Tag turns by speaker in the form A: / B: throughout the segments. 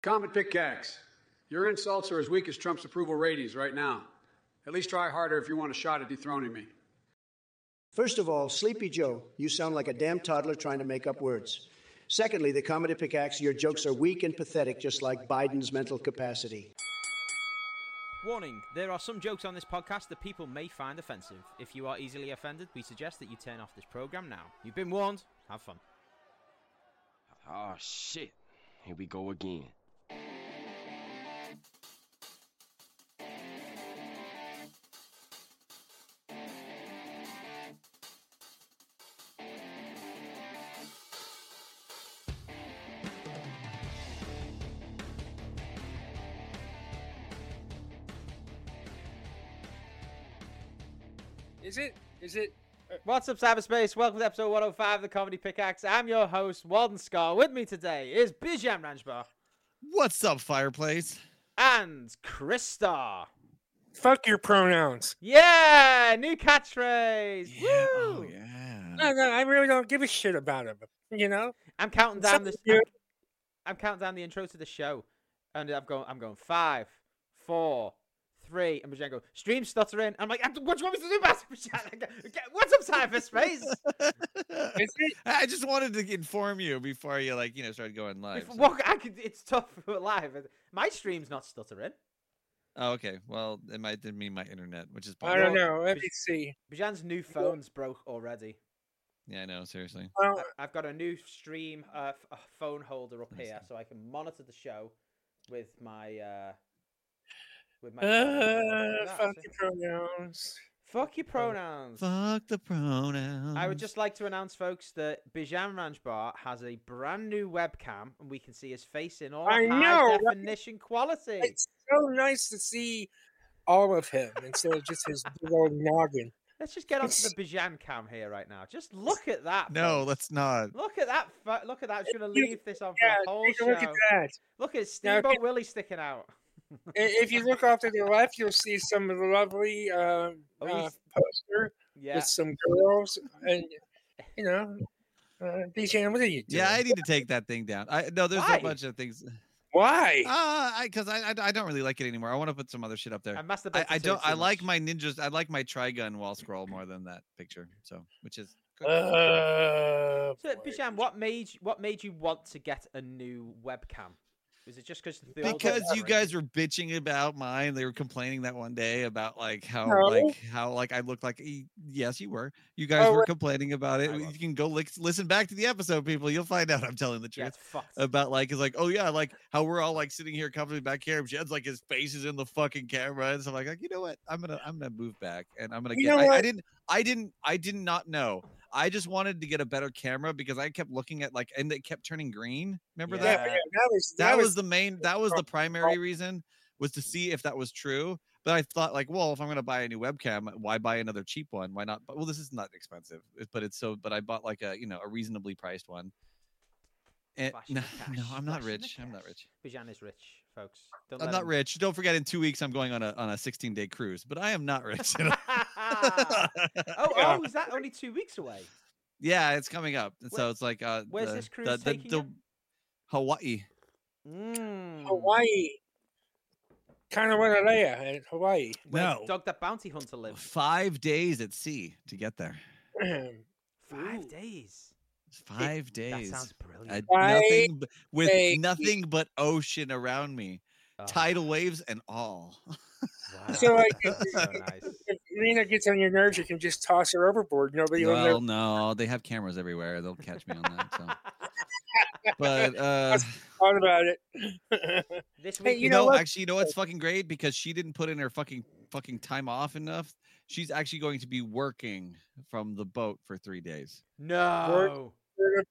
A: Common pickaxe. Your insults are as weak as Trump's approval ratings right now. At least try harder if you want a shot at dethroning me.
B: First of all, Sleepy Joe, you sound like a damn toddler trying to make up words. Secondly, the comedy pickaxe, your jokes are weak and pathetic, just like Biden's mental capacity.
C: Warning there are some jokes on this podcast that people may find offensive. If you are easily offended, we suggest that you turn off this program now. You've been warned. Have fun.
D: Oh, shit. Here we go again.
E: Is it? Is it?
C: What's up, cyberspace? Welcome to episode 105 of oh the Comedy Pickaxe. I'm your host, Walden Scar. With me today is Bijan Ranjbar
F: What's up, fireplace?
C: and Chris Star.
E: Fuck your pronouns.
C: Yeah, new catchphrase.
F: Oh,
C: Woo!
E: No,
F: yeah.
E: no, I really don't give a shit about them. You know,
C: I'm counting down
E: Something
C: this.
E: new.
C: I'm counting down the intro to the show, and I'm going. I'm going five, four, three, and Bijan goes stream stuttering. I'm like, what do you want me to do, Master Bijan? What's up, cyberspace?
E: is it?
F: I just wanted to inform you before you like you know started going live.
C: If-
F: so-
C: well, I could, it's tough for live. My stream's not stuttering.
F: Oh, okay. Well, it might didn't mean my internet, which is
E: I
F: possible.
E: don't know. Let me see.
C: Bijan's new phone's broke already.
F: Yeah, I know. Seriously.
E: Well,
C: I- I've got a new stream uh, f- uh, phone holder up
F: I
C: here,
F: see.
C: so I can monitor the show with my uh, with my. phone.
E: uh,
C: Yeah,
E: fuck
C: see?
E: your pronouns.
C: Fuck your pronouns.
F: Fuck the pronouns.
C: I would just like to announce, folks, that Bijan Ranjbar has a brand new webcam, and we can see his face in all
E: I
C: high
E: know, right?
C: definition quality.
E: It's so nice to see all of him instead of just his big old noggin.
C: Let's just get onto the Bijan cam here right now. Just look at that.
F: No,
C: folks.
F: let's not.
C: Look at that. Fu- look at that. I'm going to
E: You-
C: leave this on for
E: Yeah,
C: the whole
E: take a
C: show.
E: look at that.
C: Look at
E: Now, if
C: Steamboat Willie sticking out.
E: I- If you look off to the left, you'll see some lovely uh,
C: Oh,
E: uh,
C: he's-
E: poster
C: Yeah.
E: with some girls, and you know, uh, Bijan, what are you doing?
F: Yeah, I need to take that thing down. I no, there's
C: Why?
F: a bunch of things.
E: Why?
F: Ah, I because I, I I don't really like it anymore. I want to put some other shit up there.
C: I must have.
F: uh, I, I don't. I like my ninjas. I like my trigun wall scroll more than that picture. So, which is good.
E: Uh,
C: So,
E: boy.
C: Bijan, what made you, what made you want to get a new webcam? Was it just because
F: because you guys were bitching about mine they were complaining that one day about like how
E: No.
F: like how like i looked like e- yes you were you guys
E: Oh,
F: were
E: wait.
F: complaining about it
C: I
F: you
C: was.
F: can go lick, listen back to the episode people you'll find out i'm telling the
C: yeah,
F: truth
C: it's fucked.
F: about like it's like oh yeah like how we're all like sitting here comfortably back here and jed's like his face is in the fucking camera and so i'm like, like, you know what i'm gonna i'm gonna move back and i'm gonna
E: You
F: get
E: know
F: I, I
E: what?
F: didn't i didn't i did not know i just wanted to get a better camera because i kept looking at like and it kept turning green remember
E: Yeah,
F: that
E: yeah, that was
F: that was the main that was the
E: problem.
F: primary reason was to see if that was true but i thought like well if i'm going to buy a new webcam why buy another cheap one why not bu- well this is not expensive it- but it's so but i bought like a you know a reasonably priced one and
C: Splashing
F: no,
C: the cash,
F: no i'm not
C: splashing the
F: rich i'm not
C: cash.
F: rich
C: Bijan is rich, folks. Don't
F: i'm
C: let
F: not
C: him-
F: rich don't forget in two weeks i'm going on a on a 16 day cruise but i am not rich at all.
C: oh,
E: Yeah.
C: oh, is that only two weeks away?
F: yeah it's coming up and
C: Where-
F: so it's like uh
C: where's
F: the-
C: this cruise
F: the- the-
C: taking you?
F: the- hawaii
C: Mm.
E: um, Oh, Hawaii. Kind of Wanalea in Hawaii.
C: Where the
F: No.
C: dog that bounty hunter lives.
F: five days at sea to get there
C: Five
E: Ooh.
C: days.
F: five days
C: That sounds
F: I,
C: brilliant.
E: Right?
F: nothing b- with
E: Thank you.
F: nothing but ocean around me,
C: Oh,
F: tidal waves and all.
C: wow.
E: So, uh, like,
C: That's so nice.
E: if Lena gets on your nerves, you can just toss her overboard. Nobody will
F: well,
E: know.
F: no, they have cameras everywhere. They'll catch me on that. So. But uh,
E: Thought about it.
C: this
E: Hey,
C: week,
E: you
F: you
E: know
F: know,
E: what?
F: actually, you know what's fucking great because she didn't put in her fucking fucking time off enough. She's actually going to be working from the boat for three days.
C: no.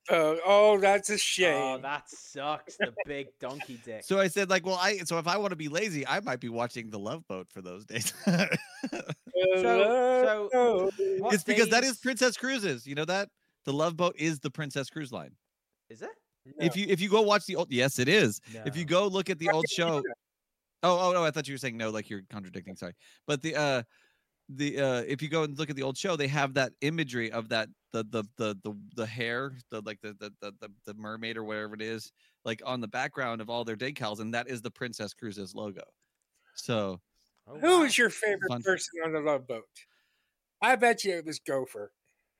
E: Oh, oh, that's a
C: Oh,
E: shame.
C: that sucks. The big donkey dick.
F: So I said, like, well, I so if I want to be lazy, I might be watching the Love Boat for those days.
E: uh, Oh,
C: so-
E: Hello.
C: what
F: it's because that is
C: days-
F: Princess Cruises. You know that the Love Boat is the Princess Cruise Line.
C: Is it?
F: If you if you go watch the old, yes, it is. If you
C: No.
F: go look at the
E: Fuck
F: old
E: it,
F: oh, show, oh oh no, I thought you were saying no, like you're contradicting. Sorry, but the uh, the uh if you go and look at the old show they have that imagery of that the the the the, the hair the like the the, the the the mermaid or whatever it is like on the background of all their decals and that is the princess cruises logo so
C: Oh,
E: Who
C: wow.
E: was your favorite
F: Fun.
E: person on the love boat? I bet you it was Gopher.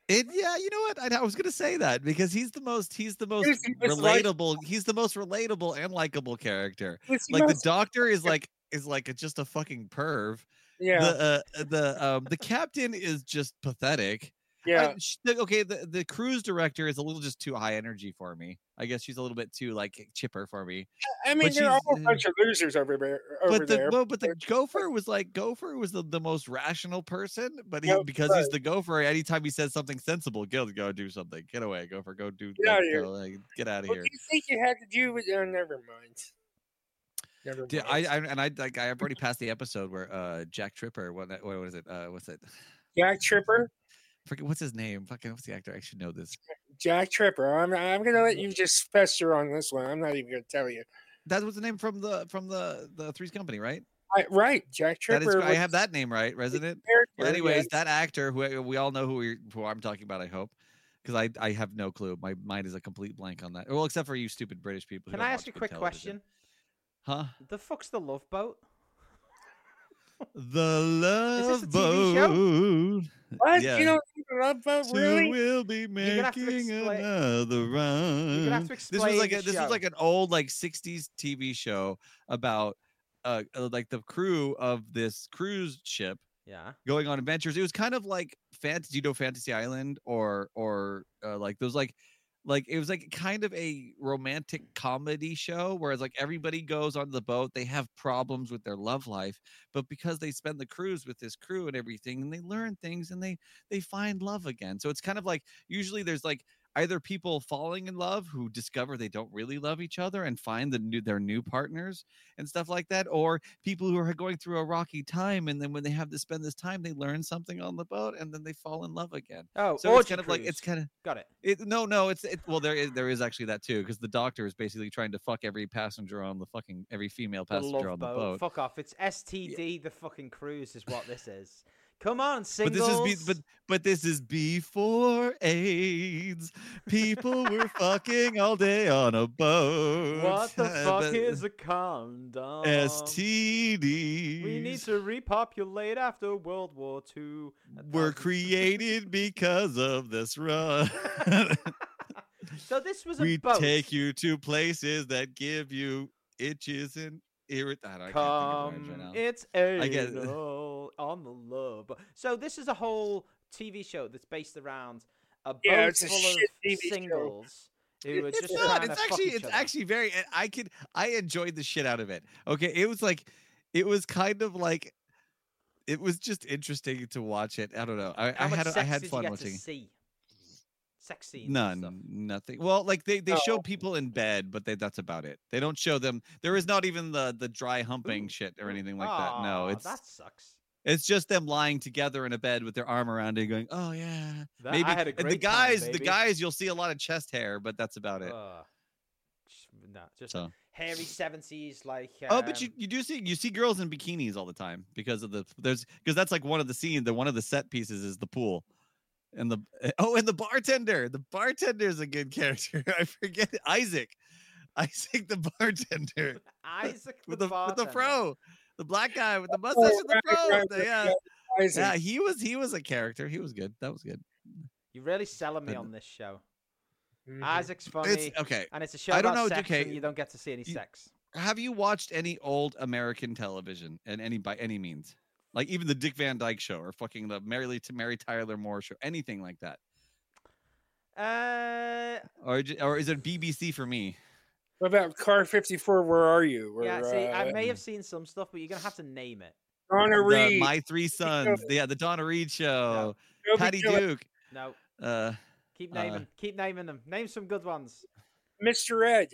F: it yeah you know what I, I was gonna say that because he's the most he's the most
E: He's the most like-
F: relatable he's the most relatable and likable character
E: It's
F: like the
E: most-
F: doctor is
E: yeah.
F: like is like a, just a fucking perv
E: yeah,
F: the uh, the um the captain is just pathetic I-
E: yeah.
F: sh- the- okay, the, the cruise director is a little just too high energy for me. I guess she's a little bit too like eh, chipper for me.
E: I, mean,
F: but
E: they're all a
F: she's, uh,
E: bunch of losers over there. Over
F: but the
E: there.
F: well, but the
E: but-
F: gopher was like gopher was the, the most rational person. But he,
E: Yep,
F: because he's the gopher, anytime he says something sensible, go go do something. Get away, gopher. Go do.
E: Get outta
F: like,
E: here.
F: go, like, get out of
E: What do
F: here.
E: you think you had to do with? Oh, never mind. Never mind.
F: Dude, I, I and I like I already passed the episode where uh Jack Tripper what that- what was it uh what's it
E: Jack Tripper.
F: forget what's his name fucking what's the actor I should know this
E: Jack Tripper. I'm. I'm gonna let you just fester on this one. I'm not even gonna tell you.
F: that was the name from the from the the Three's Company right
E: I, right, Jack
F: that is
E: Tripper.
F: I
E: was
F: have that name right resident
E: character,
F: Well,
E: yeah.
F: anyways, that actor who we all know who we who I'm talking about, I hope, because I I have no clue. My mind is a complete blank on that. Well, except for you stupid British people. who
C: Can
F: don't
C: I ask
F: watch
C: you a
F: good
C: quick
F: television.
C: question?
F: Huh?
C: The fuck's the love boat?
F: The love
C: this a TV
F: boat.
E: What?
F: Yeah.
E: You don't even love boat,
F: Two
E: really?
F: will be
C: gonna have to
F: making
C: explain-
F: another run.
C: have to
F: Mm. this was
C: explain
F: like
C: the
F: a, this was
C: show.
F: like an old like '60s TV show about uh uh, like the crew of this cruise ship
C: Yeah.
F: going on adventures. It was kind of like fantasy, you know, Fantasy Island or or uh, like those like like it was like kind of a romantic comedy show whereas like everybody goes on the boat they have problems with their love life but because they spend the cruise with this crew and everything and they learn things and they they find love again so it's kind of like usually there's like either people falling in love who discover they don't really love each other and find the new their new partners and stuff like that or people who are going through a rocky time and then when they have to spend this time they learn something on the boat and then they fall in love again
C: Oh,
F: so it's
C: orgy
F: kind of like it's
C: cruise.
F: kind of
C: got it.
F: it, no, no, it's it, well, there is there is actually that too because the doctor is basically trying to fuck every passenger on the fucking every female
C: The
F: passenger
C: love
F: on the
C: boat.
F: boat.
C: Fuck off. It's STD. The fucking cruise is what this is. Come on,
F: But
C: singles.
F: this is be, but but this is before AIDS. People were fucking all day on a boat.
C: what the
F: Uh,
C: fuck
F: but
C: is a condom?
F: STDs?
C: We need to repopulate after World War Two.
F: Were created because of this run.
C: So this was a
F: we
C: boat.
F: take you to places that give you itches and irrit. I, don't, I can't think of rhymes
C: Come,
F: right now.
C: it's
F: guess-
C: anal on the love. So this is a whole TV show that's based around a boat
E: Yeah, it's a
C: full
E: shit TV
C: of
E: show.
C: singles who are
E: It's
C: just
F: it's
C: trying
F: not.
C: to
F: It's
C: fuck
F: actually
C: each
F: it's
C: other.
F: actually very. and I could I enjoyed the shit out of it. Okay, it was like it was kind of like it was just interesting to watch it. I don't know. I,
C: How
F: I
C: much
F: had
C: sex
F: I had
C: did you
F: fun
C: get
F: watching.
C: To see? Sex scenes. And stuff.
F: None, nothing. Well, like they they show
E: Oh.
F: people in bed, but they, that's about it. They don't show them. There is not even the the dry humping
C: Ooh,
F: shit
C: ooh.
F: or anything like that.
C: Aw,
F: No, it's
C: that sucks.
F: it's just them lying together in a bed with their arm around it, going, "Oh yeah."
C: That,
F: maybe
C: I had a
F: and the
C: great time,
F: guys, the
C: baby.
F: guys, you'll see a lot of chest hair, but that's about it.
C: Ugh. Sh- no, just
F: So.
C: hairy seventies like. Um,
F: Oh, but you, you do see you see girls in bikinis all the time because of the there's because that's like one of the scenes. The one of the set pieces is the pool, and the eh, oh, and the bartender. The bartender is a good character. I forget Isaac, Isaac the bartender
C: um, Isaac
F: with
C: the,
F: the with the
C: bartender.
F: fro, the black guy with the mustache and the
E: Oh, right,
F: fro.
E: right,
F: The-
E: right,
F: yeah,
E: yeah, Isaac.
F: yeah, he was he was a character. He was good. That was good.
C: You're really selling me
F: And-
C: on this show.
E: Mhm.
C: Isaac's funny,
F: It's okay.
C: and it's a show
F: I don't
C: about
F: know,
C: sex,
F: okay,
C: and you don't get to see any
F: you-
C: sex.
F: Have you watched any old American television and any by any means? Like even the Dick Van Dyke show or fucking the Mary Lee to Mary Tyler Moore show, anything like that?
C: Uh,
F: Or j- or is it BBC for me?
E: What about Car 54? Where are you? Or,
C: yeah, see, I
E: uh,
C: may have seen some stuff, but you're gonna have to name it.
E: Donna
F: The
E: Reed.
F: My Three Sons. Yeah, the Donna Reed show.
E: Toby
F: Patty
E: Dillon,
F: Duke.
C: No,
F: Uh,
C: keep
F: Uh,
C: naming, keep naming them. Name some good ones.
E: Mr. Ed.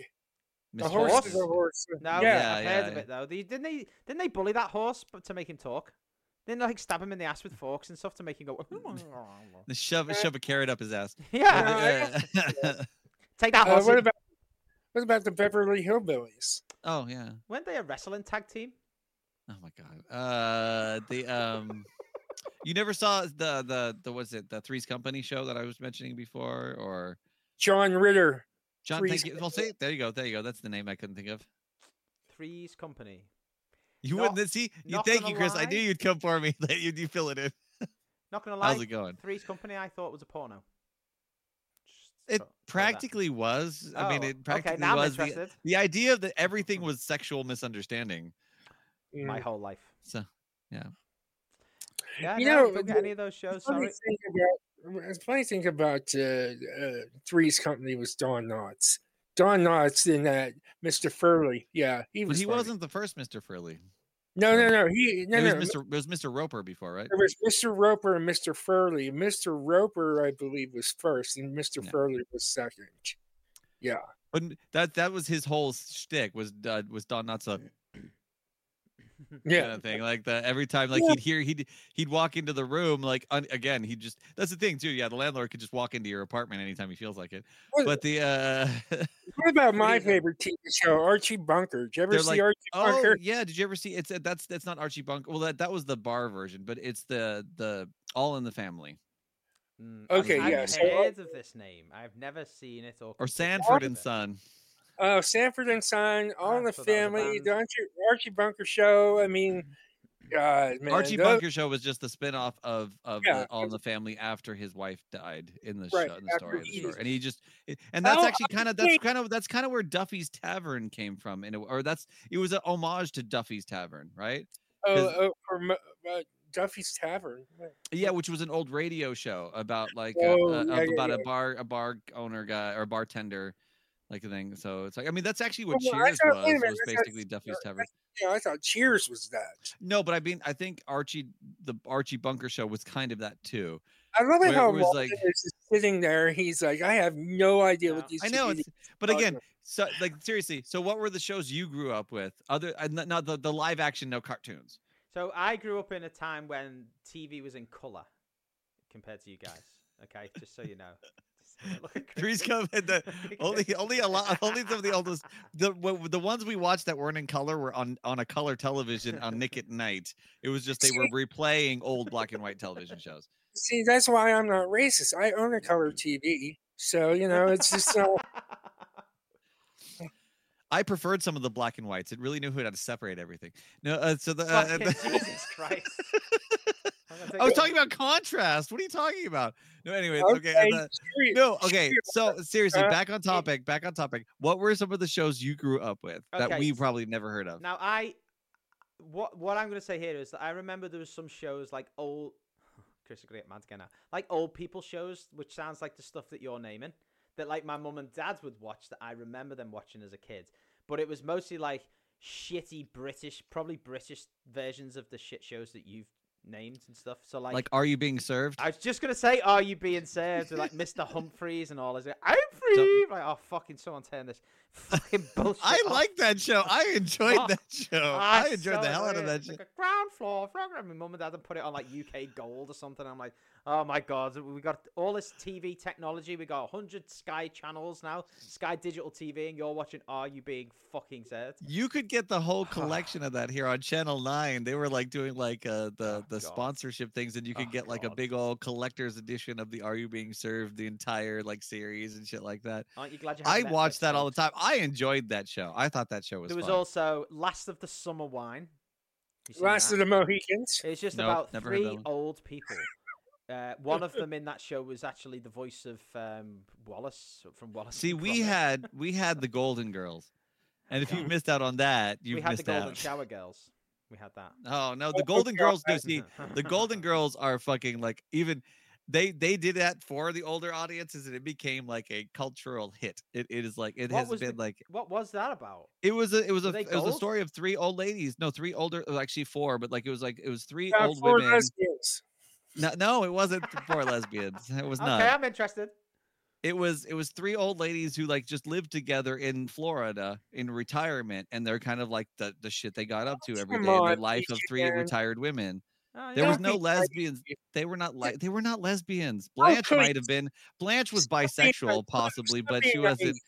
E: The
F: Mr.
E: horse
C: horse?
E: is
F: Ed.
E: a horse.
C: No,
E: yeah.
C: I've
F: Yeah,
C: heard
F: yeah,
C: of
F: yeah.
C: it though. They, didn't they? Didn't they bully that horse b- to make him talk? Didn't they, like stab him in the ass with forks and stuff to make him go?
F: The shove shove a carrot up his ass.
C: yeah, take that
E: Uh,
C: horse.
E: what about what about the Beverly Hillbillies?
F: oh yeah.
C: Weren't they a wrestling tag team?
F: Oh my god. Uh, the um, You never saw the the the was it the Three's Company show that I was mentioning before, or
E: John Ritter.
F: John?
E: Three's
F: Thank you. Well,
E: Company.
F: say there you go, there you go. That's the name I couldn't think of.
C: Three's Company.
F: You
C: Not-
F: wouldn't see. You
C: not
F: thank
C: gonna
F: you, Chris. I knew
C: lie.
F: you'd come for me. That you you fill it in.
C: Not gonna lie.
F: How's it going?
C: Three's Company. I thought was a porno. Just
F: It
C: thought- thought that.
F: practically was. I mean,
C: Oh,
F: it practically
C: okay, now
F: was.
C: I'm
F: The,
C: interested.
F: the idea that everything was sexual misunderstanding.
E: Mm.
C: My whole life.
F: So, yeah.
C: Yeah,
E: You
C: no,
E: know,
C: you don't get
E: the-
C: any of those
E: The
C: shows.
E: funny
C: Sorry.
E: thing about, the funny thing about uh, uh, Three's Company was Don Knotts. Don Knotts in that Mr. Furley. Yeah, he
F: But
E: was.
F: he
E: funny.
F: wasn't the first Mr. Furley.
E: No, no,
F: Furley.
E: no. He no,
F: it
E: no.
F: was Mr. It was Mr. Roper before, right?
E: There was Mr. Roper and Mr. Furley. Mr. Roper, I believe, was first, and Mr.
F: Yeah.
E: Furley was second.
F: But n- that that was his whole shtick was uh, was Don Knotts a kind
E: Yeah,
F: of thing. Like the every time, like
E: Yeah.
F: he'd hear he'd he'd walk into the room. Like un, again, he just that's the thing too. Yeah, the landlord could just walk into your apartment anytime he feels like it.
E: What-
F: But the uh
E: What about my
C: Freezer.
E: favorite TV show, Archie Bunker? Did you ever
F: They're
E: see
F: like,
E: Archie
F: oh
E: Bunker?
F: yeah, did you ever see it's uh, that's that's not Archie Bunker. Well, that that was the bar version, but it's the the All in the Family
C: Mm,
E: Okay,
C: I've,
E: yeah,
C: I've
E: so-
C: heard of this name. I've never seen it or
F: or
C: considered
F: Sanford
C: it.
F: and Son.
E: Uh, Sanford and Son, All
C: Ah,
E: in the
C: so that was a
E: Family,
C: band.
E: the Archie, Archie Bunker show. I mean, God, man,
F: Mm-hmm. Archie
E: tho-
F: Bunker show was just the spin-off of of
E: Yeah,
F: the All in
E: it-
F: the Family after his wife died in the
E: Right,
F: show in the
E: after
F: story, of the
E: he-
F: story. and he just it- and that's
E: Oh,
F: actually
E: I
F: kind of that's
E: see.
F: kind of that's kind of where Duffy's Tavern came from, and or that's it was a homage to Duffy's Tavern, right?
E: oh,
F: his-
E: oh, for Mo- uh, Duffy's Tavern.
F: Yeah, which was an old radio show about like uh,
E: Oh,
F: uh,
E: yeah, yeah,
F: about
E: yeah.
F: a bar a bar owner guy or bartender, like a thing. So it's like I mean that's actually what
E: Oh, well, I
F: Cheers
E: thought- wait a
F: was
E: minute,
F: was
E: that's not-
F: basically Duffy's Tavern.
E: Yeah, I thought Cheers was that.
F: No, but I mean I think Archie the Archie Bunker show was kind of that too.
E: I love
F: Where
E: it
F: it
E: how
F: was
E: Walter
F: like-
E: is just sitting there. He's like, I have no idea
C: No.
E: what these.
F: I know,
E: TV
F: it's, but again,
E: shows
F: so like seriously, so what were the shows you grew up with? Other uh, n- not the, the live action, no cartoons.
C: So I grew up in a time when TV was in color compared to you guys. Okay, just so you know. Just so you look at
F: Three's
C: Chris.
F: come and the only
C: Okay.
F: only a lot only some of the oldest the w- the ones we watched that weren't in color were on on a color television on Nick at Night. It was just they were replaying old black and white television shows.
E: See, that's why I'm not racist. I own a color TV, so you know, it's just not.
F: I preferred some of the black and whites. It really knew how to separate everything. No, uh, so the, uh,
C: Fucking
F: the
C: Jesus Christ. I'm gonna take
F: I was
C: it.
F: talking about contrast. What are you talking about? No, anyway, okay.
E: Okay,
F: the-
E: Cheers-
F: No, okay.
E: Cheers.
F: So seriously,
E: Uh,
F: back on topic, back on topic. What were some of the shows you grew up with that
C: Okay,
F: we
C: s-
F: probably never heard of?
C: Now I, what what I'm gonna say here is that I remember there was some shows like old, Chris a great man again now, like old people shows, which sounds like the stuff that you're naming, that like my mum and dad would watch that I remember them watching as a kid, but it was mostly like shitty British, probably British versions of the shit shows that you've named and stuff. So
F: Like, are you being served?
C: I was just gonna say, are you being served with like Mr. Humphreys and all? Is it Humphrey? Like, oh fucking, someone turn this fucking bullshit.
F: I
C: off.
F: like that show. I enjoyed
C: Fuck.
F: that show.
C: Ah,
F: I
C: it's
F: enjoyed
C: so
F: the hell out of
C: annoying.
F: that
C: It's
F: show.
C: Like a ground floor program. My mum and dad had put it on like UK Gold or something. I'm like, oh my god, we got all this TV technology. We got 100 Sky channels now, Sky Digital TV, and you're watching Are You Being Fucking Served?
F: You could get the whole collection of that here on Channel Nine. They were like doing like uh, the
C: Oh,
F: the
C: God.
F: sponsorship things, and you could
C: Oh,
F: get like a
C: God.
F: big old collector's edition of the "Are You Being Served" the entire like series and shit like that.
C: Aren't you glad you?
F: I
C: Have
F: watched
C: Netflix,
F: that all the
C: folks?
F: time. I enjoyed that show. I thought that show was.
C: there was
F: fun.
C: also Last of the Summer Wine. You seen
E: Last
C: that?
E: of the Mohicans.
C: It's just
F: Nope,
C: about
F: never heard that
C: three
F: one.
C: old people. Uh, one of them in that show was actually the voice of um, Wallace from Wallace.
F: See,
C: and
F: we
C: Gromit.
F: had we had the Golden Girls, and if you missed out on that, you
C: we had the
F: missed
C: Golden
F: out.
C: Shower Girls. We had that.
F: Oh no, the
E: Oh,
F: Golden
E: God.
F: Girls. No, see, the Golden Girls are fucking like even they they did that for the older audiences, and it became like a cultural hit. It, it is like it
C: What
F: has
C: was the-
F: been like
C: What was that about?
F: it was a it was
C: Were
F: a
C: they
F: it was a
C: gold?
F: story of three old ladies. No, three older, well, actually four, but like it was like it was three
E: Uh,
F: old
E: four
F: women.
E: lesbians.
F: No, no, it wasn't th- four lesbians. It was not.
C: Okay, I'm interested.
F: it was it was three old ladies who like just lived together in Florida in retirement, and they're kind of like the the shit they got up to every
E: come
F: day in the
E: on,
F: life of three
E: Adrian.
F: retired women.
C: Oh,
F: There
C: yeah.
F: was
E: Don't
F: no
E: be like-
F: lesbians. They were not like they were not lesbians. Blanche might have
E: please.
F: been. Blanche was
E: Oh, Stop being a-
F: bisexual possibly,
E: stop
F: but
E: being
F: she
E: a-
F: wasn't.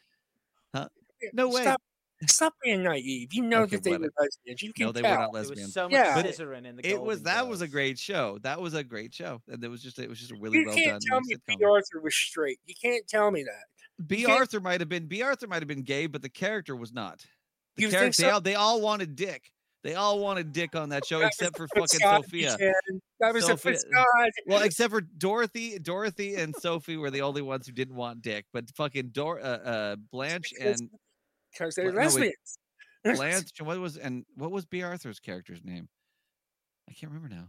F: No way.
E: Stop Stop being naive. You know
F: Okay,
E: that they were
F: whatever.
E: lesbians. You can
F: No, they were
E: tell.
F: not
C: There
F: lesbians.
C: was so much
E: Yeah.
F: But
C: scissoring in the.
F: it was
C: Golden
F: that was a
C: Girls.
F: great show. That was a great show. And it was just it was just a really
E: you
F: well
E: can't
F: done.
E: tell me
F: sitcom.
E: B. Arthur was straight. You can't tell me that.
F: B.
E: can't-
F: Arthur might have been B. Arthur might have been gay, but the character was not. The
E: You think
F: character
E: so?
F: they, all, they all wanted dick. They all wanted dick on that show,
E: That was
F: except for
E: a
F: fucking
E: facade,
F: Sophia.
E: Jen. That was
F: Sophia- uh,
E: a facade.
F: Well, except for Dorothy, Dorothy and Sophie were the only ones who didn't want dick. But fucking Dor, uh, uh, Blanche
E: because-
F: and
E: because they're
F: Bla- no, wait.
E: lesbians.
F: Blanche, what was and what was B. Arthur's character's name? I can't remember now.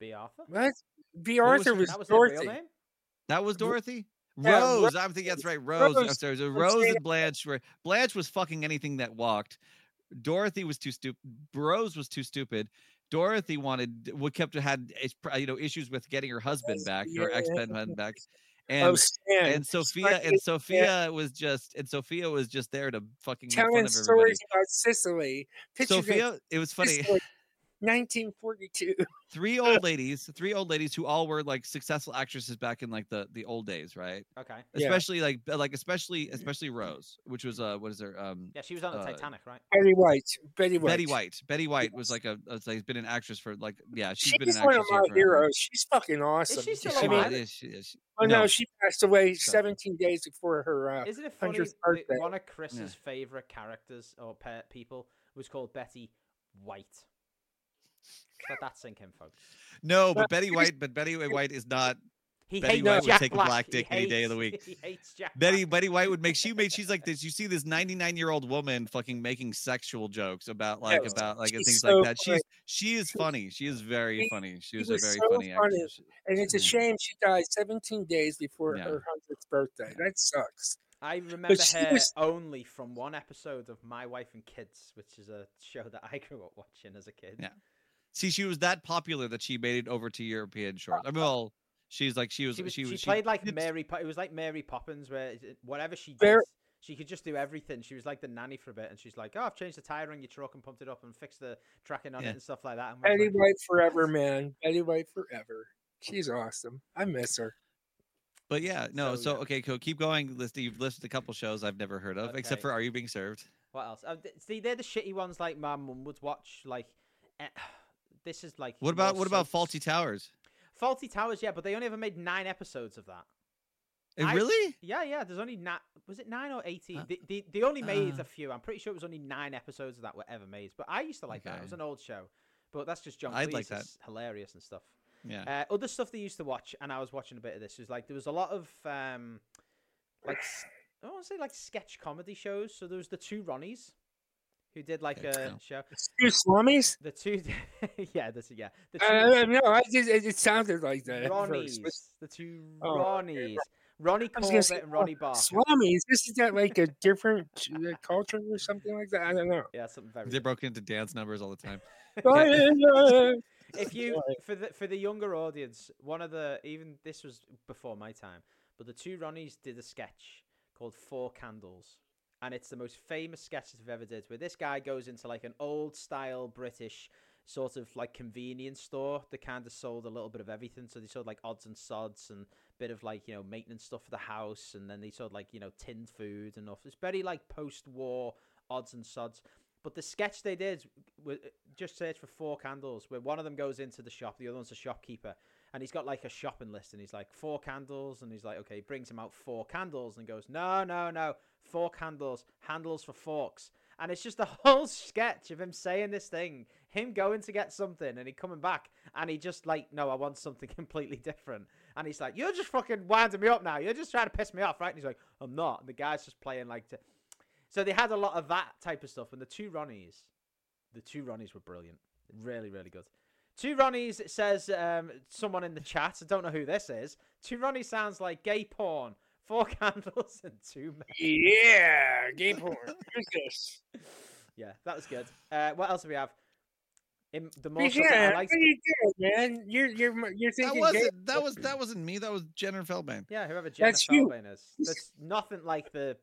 C: B. Arthur.
E: What? B.
F: What was
E: Arthur
F: her-
E: was,
C: That was her real
E: Dorothy.
C: name.
F: That was Dorothy.
E: yeah,
F: Rose,
E: Rose.
F: I'm thinking that's right. Rose, I'm
E: Rose.
F: sorry, it was
E: I'm
F: Rose
E: saying-
F: and Blanche were Blanche was fucking anything that walked. Dorothy was too stupid. Rose was too stupid. Dorothy wanted what kept had is- pr- you know issues with getting her husband back, her ex husband back,
E: Oh,
F: and
E: Stan.
F: and Sophia
E: Stan
F: and Sophia was just and Sophia was just there to fucking make fun
E: telling
F: of everybody.
E: stories about Sicily. Picture this,
F: Sophia, it was funny.
E: Sicily, 1942.
F: Three old ladies, three old ladies who all were like successful actresses back in like the the old days, right?
C: Okay.
E: Yeah. Mm-hmm.
F: especially like like especially especially Rose, which was uh what is her um
C: Yeah, she was on the
F: Uh,
C: Titanic, right?
E: Betty White. Betty White.
F: Betty White. Betty White was
E: Yes.
F: like a has like been an actress for like yeah
E: She's,
F: she's been an
E: one
F: actress
E: of
F: here
E: my
F: forever.
E: heroes. She's fucking awesome.
C: Is she still
F: She
E: I
F: was,
E: mean,
C: alive?
F: yeah, she, yeah, she-
E: oh no,
F: no.
E: she passed away
F: Gotcha.
E: 17 days before her. Uh,
C: Isn't it funny
E: 100th
C: that
E: birthday.
C: one of Chris's favorite characters or pe- people was called Betty White? Let that sink in, folks.
F: no, but
E: Well,
F: Betty
E: here's-
F: White, but Betty White is not.
C: He
F: Betty
C: hates
F: White would
C: Jack
F: take a
C: Black.
F: black
C: He
F: dick any day of the
C: hates-
F: week.
C: He hates Jack.
F: Betty
C: Black.
F: Betty White would make she made she's like this. You see this ninety nine year old woman fucking making sexual jokes about like
E: Yes.
F: about like and
E: She's
F: things
E: so
F: like that. She's she is funny. She is very
E: She-
F: funny. She
E: she
F: was a
E: was
F: very
E: so
F: funny
E: funny.
F: actress.
E: and it's a
F: Yeah.
E: shame she died 17 days before
F: Mm-hmm. Yeah.
E: her 100th birthday. That sucks.
C: I remember
E: she
C: her
E: was-
C: only from one episode of My Wife and Kids, which is a show that I grew up watching as a kid.
F: Yeah. See, she was that popular that she made it over to European shorts. I mean, well, she's like she was
C: She, was, she,
F: was
C: played like
F: did-
C: Mary. Po- it was like Mary Poppins, where it- whatever she did,
E: Very-
C: she could just do everything. She was like the nanny for a bit, and she's like, "Oh, I've changed the tire on your truck and pumped it up and fixed the tracking on
F: Yeah.
C: it and stuff like that." And we was
E: Betty
F: Mm-hmm.
C: like,
E: White forever,
C: "What?"
E: man. Betty White forever. She's awesome. I miss her.
F: But yeah, no.
C: So,
F: So,
C: yeah.
F: okay, cool. Keep going. List you've listed a couple shows I've never heard of, except
C: Okay.
F: for Are You Being Served?
C: What else? Oh, th- see, they're the shitty ones. Like my mum would watch. Like eh, this is like.
F: What
C: more
F: about what about
C: soap-
F: Faulty Towers?
C: Faulty Towers? Yeah, but they only ever made nine episodes of that.
F: Eh,
C: I-
F: really?
C: Yeah, yeah. There's only nine. Was it nine or eighteen?
F: Uh,
C: they, they, they only made
F: uh,
C: a few. I'm pretty sure it was only nine episodes of that were ever made. But I used to like that. It was
F: Okay.
C: an old show, but that's just John.
F: I'd like
C: Cleese
F: that.
C: is Hilarious and stuff.
F: Yeah.
C: Uh, other stuff they used to watch, and I was watching a bit of this. Was like there was a lot of um, like s- I want to say like sketch comedy shows. So there was the two Ronnies, who did like
F: Okay,
C: a
F: cool.
C: show.
E: Two slummies?
C: The two, yeah, this yeah. The two
E: Uh, no, I just, it, it sounded like that. at
C: Ronnies,
E: first, but
C: the two
E: Oh, okay,
C: Ronnies, Ronnie
E: I was gonna
C: Corbett
E: say,
C: and Ronnie
E: oh,
C: Barker.
E: Slummies? This is that like a different uh, culture or something like that? I don't know.
C: Yeah, something very.
F: They're broken into dance numbers all the time.
C: if you
E: Sorry.
C: for the for the younger audience, one of the even this was before my time, but the two Ronnies did a sketch called Four Candles, and it's the most famous sketch they've ever did, where this guy goes into like an old style British sort of like convenience store that kind of sold a little bit of everything. So they sold like odds and sods and bit of like you know maintenance stuff for the house, and then they sold like you know tinned food and stuff. It's very like post war odds and sods. But the sketch they did, w- just search for four candles, where one of them goes into the shop, the other one's a shopkeeper, and he's got like a shopping list, and he's like four candles, and he's like, okay, he brings him out four candles, and goes, no, no, no, four candles, handles for forks, and it's just a whole sketch of him saying this thing, him going to get something, and he coming back, and he just like, no, I want something completely different, and he's like, you're just fucking winding me up now, you're just trying to piss me off, right? And he's like, I'm not, and the guy's just playing like. To... So they had a lot of that type of stuff. And the two Ronnies, the two Ronnies were brilliant. Really, really good. Two Ronnies it says um, someone in the chat. I don't know who this is. Two Ronnies sounds like gay porn, four candles, and two men.
E: yeah, gay porn. Who's this?
C: Yeah, that was good. Uh, what else do we have? In the more stuff that
E: Yeah,
C: I
E: what
C: liked.
E: are you doing, man? You're you're mo- you're
F: That
E: thinking gay
F: wasn't that was that wasn't me. That was Jenner Feldman.
C: Yeah, whoever Jenna
E: That's you.
C: Falbane is. That's nothing like the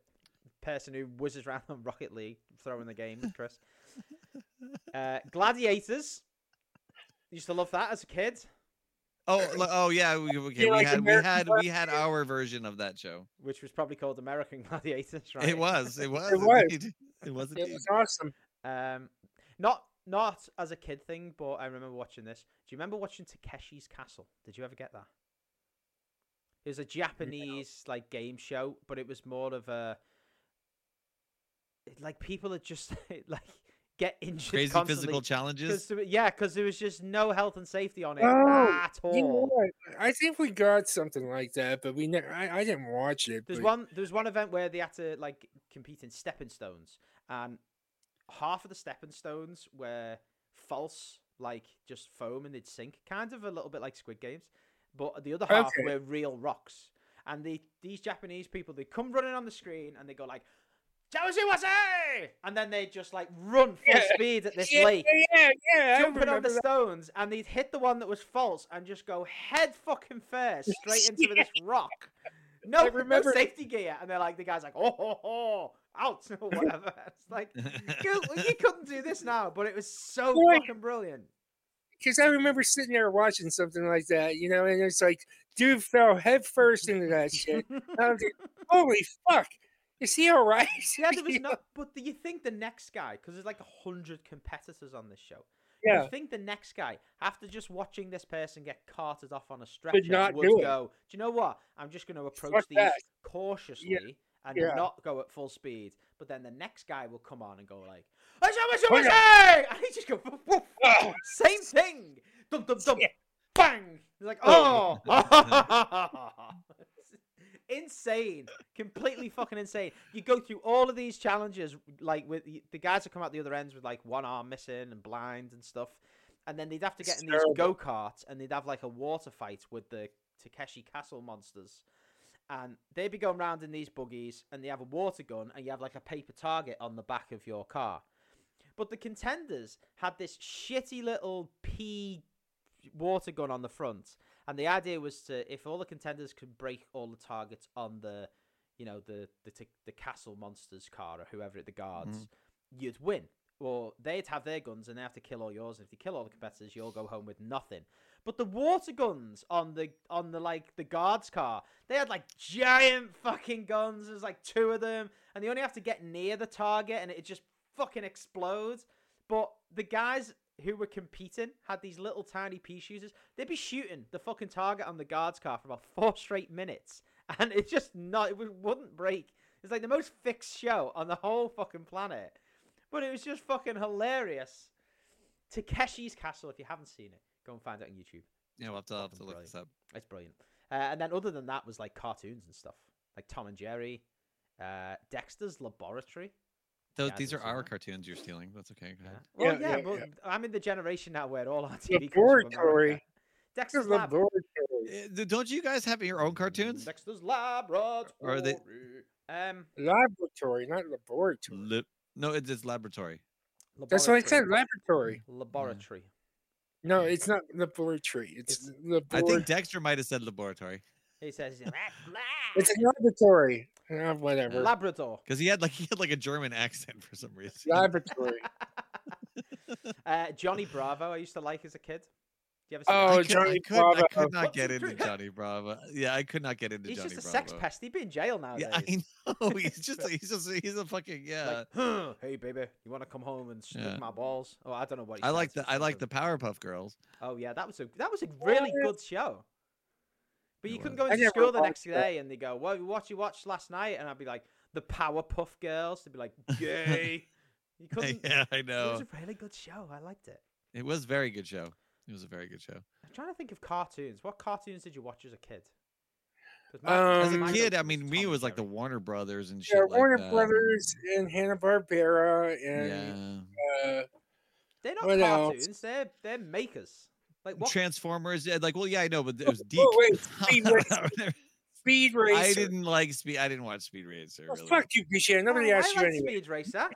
C: person who whizzes around on Rocket League throwing the game, Chris. Uh, Gladiators. Used to love that as a kid.
F: Oh, l- oh yeah. We, okay, we
E: like
F: had we
E: American
F: had we
E: Gladiator.
F: had our version of that show.
C: which was probably called American Gladiators, right?
F: It was. It was.
E: was.
F: indeed. It was.
E: It
F: Indeed.
E: was awesome.
C: Um, not not as a kid thing, but I remember watching this. Do you remember watching Takeshi's Castle? Did you ever get that? It was a Japanese like game show, but it was more of a it- like people are just like get injured
F: Crazy
C: constantly.
F: physical
C: 'Cause
F: challenges.
C: there- yeah, because there was just no health and safety on it
E: Oh,
C: at all.
E: You know what? I think we got something like that, but we ne- I, I didn't watch it.
C: There's
E: but
C: one. There's one event where they had to like compete in stepping stones, and half of the stepping stones were false, like just foam, and they'd sink, kind of a little bit like Squid Games, but the other half
E: Okay.
C: were real rocks. And they, these Japanese people, they come running on the screen and they go like, "Jawasiwase!" and then they just like run full
E: Yeah.
C: speed at this
E: yeah,
C: lake,
E: yeah, yeah, yeah, I
C: jumping on
E: remember
C: the
E: that.
C: stones, and they'd hit the one that was false and just go head fucking first straight into this rock. No,
E: remember-
C: no safety gear, and they're like the guy's like, oh, ho, ho, out or whatever. It's like you, you couldn't do this now, but it was so
E: Boy.
C: fucking brilliant.
E: because I remember sitting there watching something like that, you know, and it's like, dude fell headfirst into that shit. And I'm like, Holy fuck! Is he all right?
C: Yeah, there was
E: You
C: no. But do you think the next guy, because there's like a hundred competitors on this show,
E: know?
C: you
E: yeah.
C: think the next guy, after just watching this person get carted off on a stretcher,
E: not
C: would
E: do it.
C: go, "Do you know what? I'm just going to approach these
E: that.
C: cautiously and
E: Yeah.
C: not go at full speed." But then the next guy will come on and go like,
E: Oh,
C: "And he just go, woof, woof.
E: Oh.
C: "Same thing, dum dum dum,
E: Yeah.
C: bang." He's like, "Oh,
E: Oh.
C: insane, completely fucking insane." You go through all of these challenges, like with the guys that come out the other ends with like one arm missing and blind and stuff, and then they'd have to
E: It's
C: get in
E: terrible.
C: these go karts and they'd have like a water fight with the Takeshi Castle monsters. And they'd be going round in these buggies and they have a water gun and you have like a paper target on the back of your car. But the contenders had this shitty little pea water gun on the front. And the idea was to, if all the contenders could break all the targets on the, you know, the the, t- the castle monsters car or whoever the guards, you'd win. Or they'd have their guns and they have to kill all yours. And if you kill all the competitors, you'll go home with nothing. But the water guns on the on the like the guards car, they had like giant fucking guns. There's like two of them, and they only have to get near the target, and it just fucking explodes. But the guys who were competing had these little tiny pea shooters. They'd be shooting the fucking target on the guards car for about four straight minutes, and it just not it w- wouldn't break. It's like the most fixed show on the whole fucking planet, but it was just fucking hilarious. Takeshi's Castle. If you haven't seen it, go and find it on YouTube.
F: Yeah, we'll have to, I'll have to
C: fucking
F: look this up.
C: It's brilliant. Uh, and then other than that was like cartoons and stuff, like Tom and Jerry, uh, Dexter's Laboratory.
F: Those,
C: Yeah,
F: these are
C: there's a
F: our
C: lot.
F: cartoons you're stealing. That's okay. Go
C: Yeah.
F: ahead.
C: Well, Oh,
E: Yeah,
C: yeah,
E: yeah,
C: but
E: yeah.
C: I'm in the generation now where all our TV comes from
E: Laboratory.
C: America. Dexter's Lab.
E: Laboratory.
F: Eh, th- Don't you guys have your own cartoons?
C: Dexter's Laboratory.
F: Or are they-
C: Um,
E: Laboratory, not laboratory.
F: Lib- no, it's, it's laboratory.
E: That's what I said.
C: laboratory.
E: Laboratory.
C: Laboratory.
E: No, it's not laboratory. It's,
C: It's-
F: I
E: laboratory.
F: think Dexter might have said laboratory
C: He says
E: it's a laboratory. Ah, whatever.
C: Labrador.
F: because he had like he had like a German accent for some reason.
E: laboratory.
C: Uh, Johnny Bravo. I used to like as a kid. Do you ever see that?
F: I
E: Oh,
F: could, I
E: Johnny
F: could, I
E: Bravo.
F: could not
C: What's
F: get
C: he
F: into
C: doing?
F: Johnny Bravo. Yeah, I could not get into
C: He's
F: Johnny
C: just a
F: Bravo.
C: sex pest. He'd be in jail nowadays.
F: Yeah, I know. He's just a- he's just a- he's a fucking yeah.
C: like, huh, hey baby, you want to come home and stick
F: Yeah.
C: my balls? Oh, I don't know what. He
F: I
C: said,
F: like
C: some
F: the I like the
C: fucking-
F: Powerpuff Girls.
C: Oh yeah, that was a that was a really
E: Yeah.
C: good show. But
F: It
C: you couldn't
F: was.
C: go
E: I
C: into
E: never
C: school the
E: watched
C: next
E: it.
C: day and they go, "Well, what you watched last night?" And I'd be like, "The Powerpuff Girls." They'd be like, "Yay!" You couldn't.
F: yeah, I
C: It was
F: know.
C: a really good show. I liked it.
F: It was a very good show. It was a very good show.
C: I'm trying to think of cartoons. What cartoons did you watch as a kid? 'Cause
F: As
E: Um,
F: a
C: go-to
F: kid, I
C: was
F: mean,
C: Tom
F: me
C: and
F: was like the
C: Jerry.
F: Warner Brothers and shit.
E: Yeah,
F: like
E: Warner
F: that.
E: Brothers and Hanna Barbera and
F: Yeah.
E: uh,
C: They're not
E: what else?
C: cartoons. They're they're makers. Like what?
F: Transformers. yeah, Like, well, yeah, I know, but it was Deke.
E: Oh, wait, Speed Racer. Speed Racer.
F: I didn't like Speed. I didn't watch Speed Racer.
E: Well,
F: Really.
E: fuck you, Bichette. Nobody
C: Oh,
E: asked
C: I
E: you
C: like
E: anyway.
C: Speed Racer.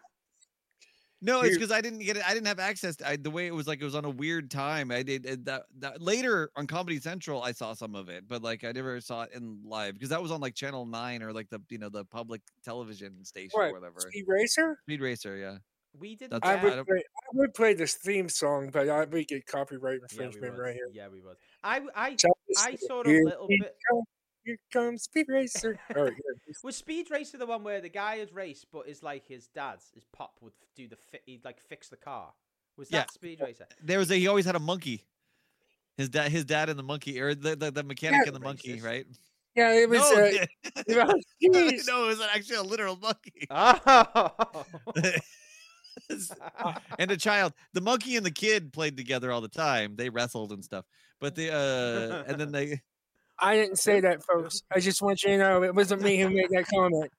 F: No, it's
E: Dude.
F: because I didn't get it. I didn't have access. To, I, the way it was like it was on a weird time. I did it- that, that later on Comedy Central. I saw some of it, but like I never saw it in live because that was on like Channel Nine or like the you know the public television station
E: What?
F: or whatever.
E: Speed Racer?
F: Speed Racer, yeah.
C: We did.
F: That's
E: I
F: Yeah.
E: would,
F: I don't-
E: play, I would play this theme song, but I would get copyright
C: yeah, we
E: infringement
C: would.
E: right here.
C: Yeah, we would. I, w- I,
E: Shall we
C: I
E: see?
C: sort of
E: Here
C: little
E: he
C: bit-
E: come- here comes Speed Racer. All right, yeah,
C: was Speed Racer the one where the guy had raced, but is like his dad's, his pop would f- do the fi- he'd like fix the car. Was
F: Yeah.
C: that Speed Racer?
F: There was a he always had a monkey. His dad, his dad, and the monkey, or the the, the mechanic
E: Yeah.
F: and the monkey,
C: Racist.
F: right?
E: yeah, it was.
F: no,
E: uh,
F: it-
E: it was-
F: no,
E: jeez.
F: it was actually a literal monkey
C: Oh,
F: and a child. The monkey and the kid played together all the time. They wrestled and stuff. But the uh, and then they
E: I didn't say that, folks. I just want you to know it wasn't me who made that comment.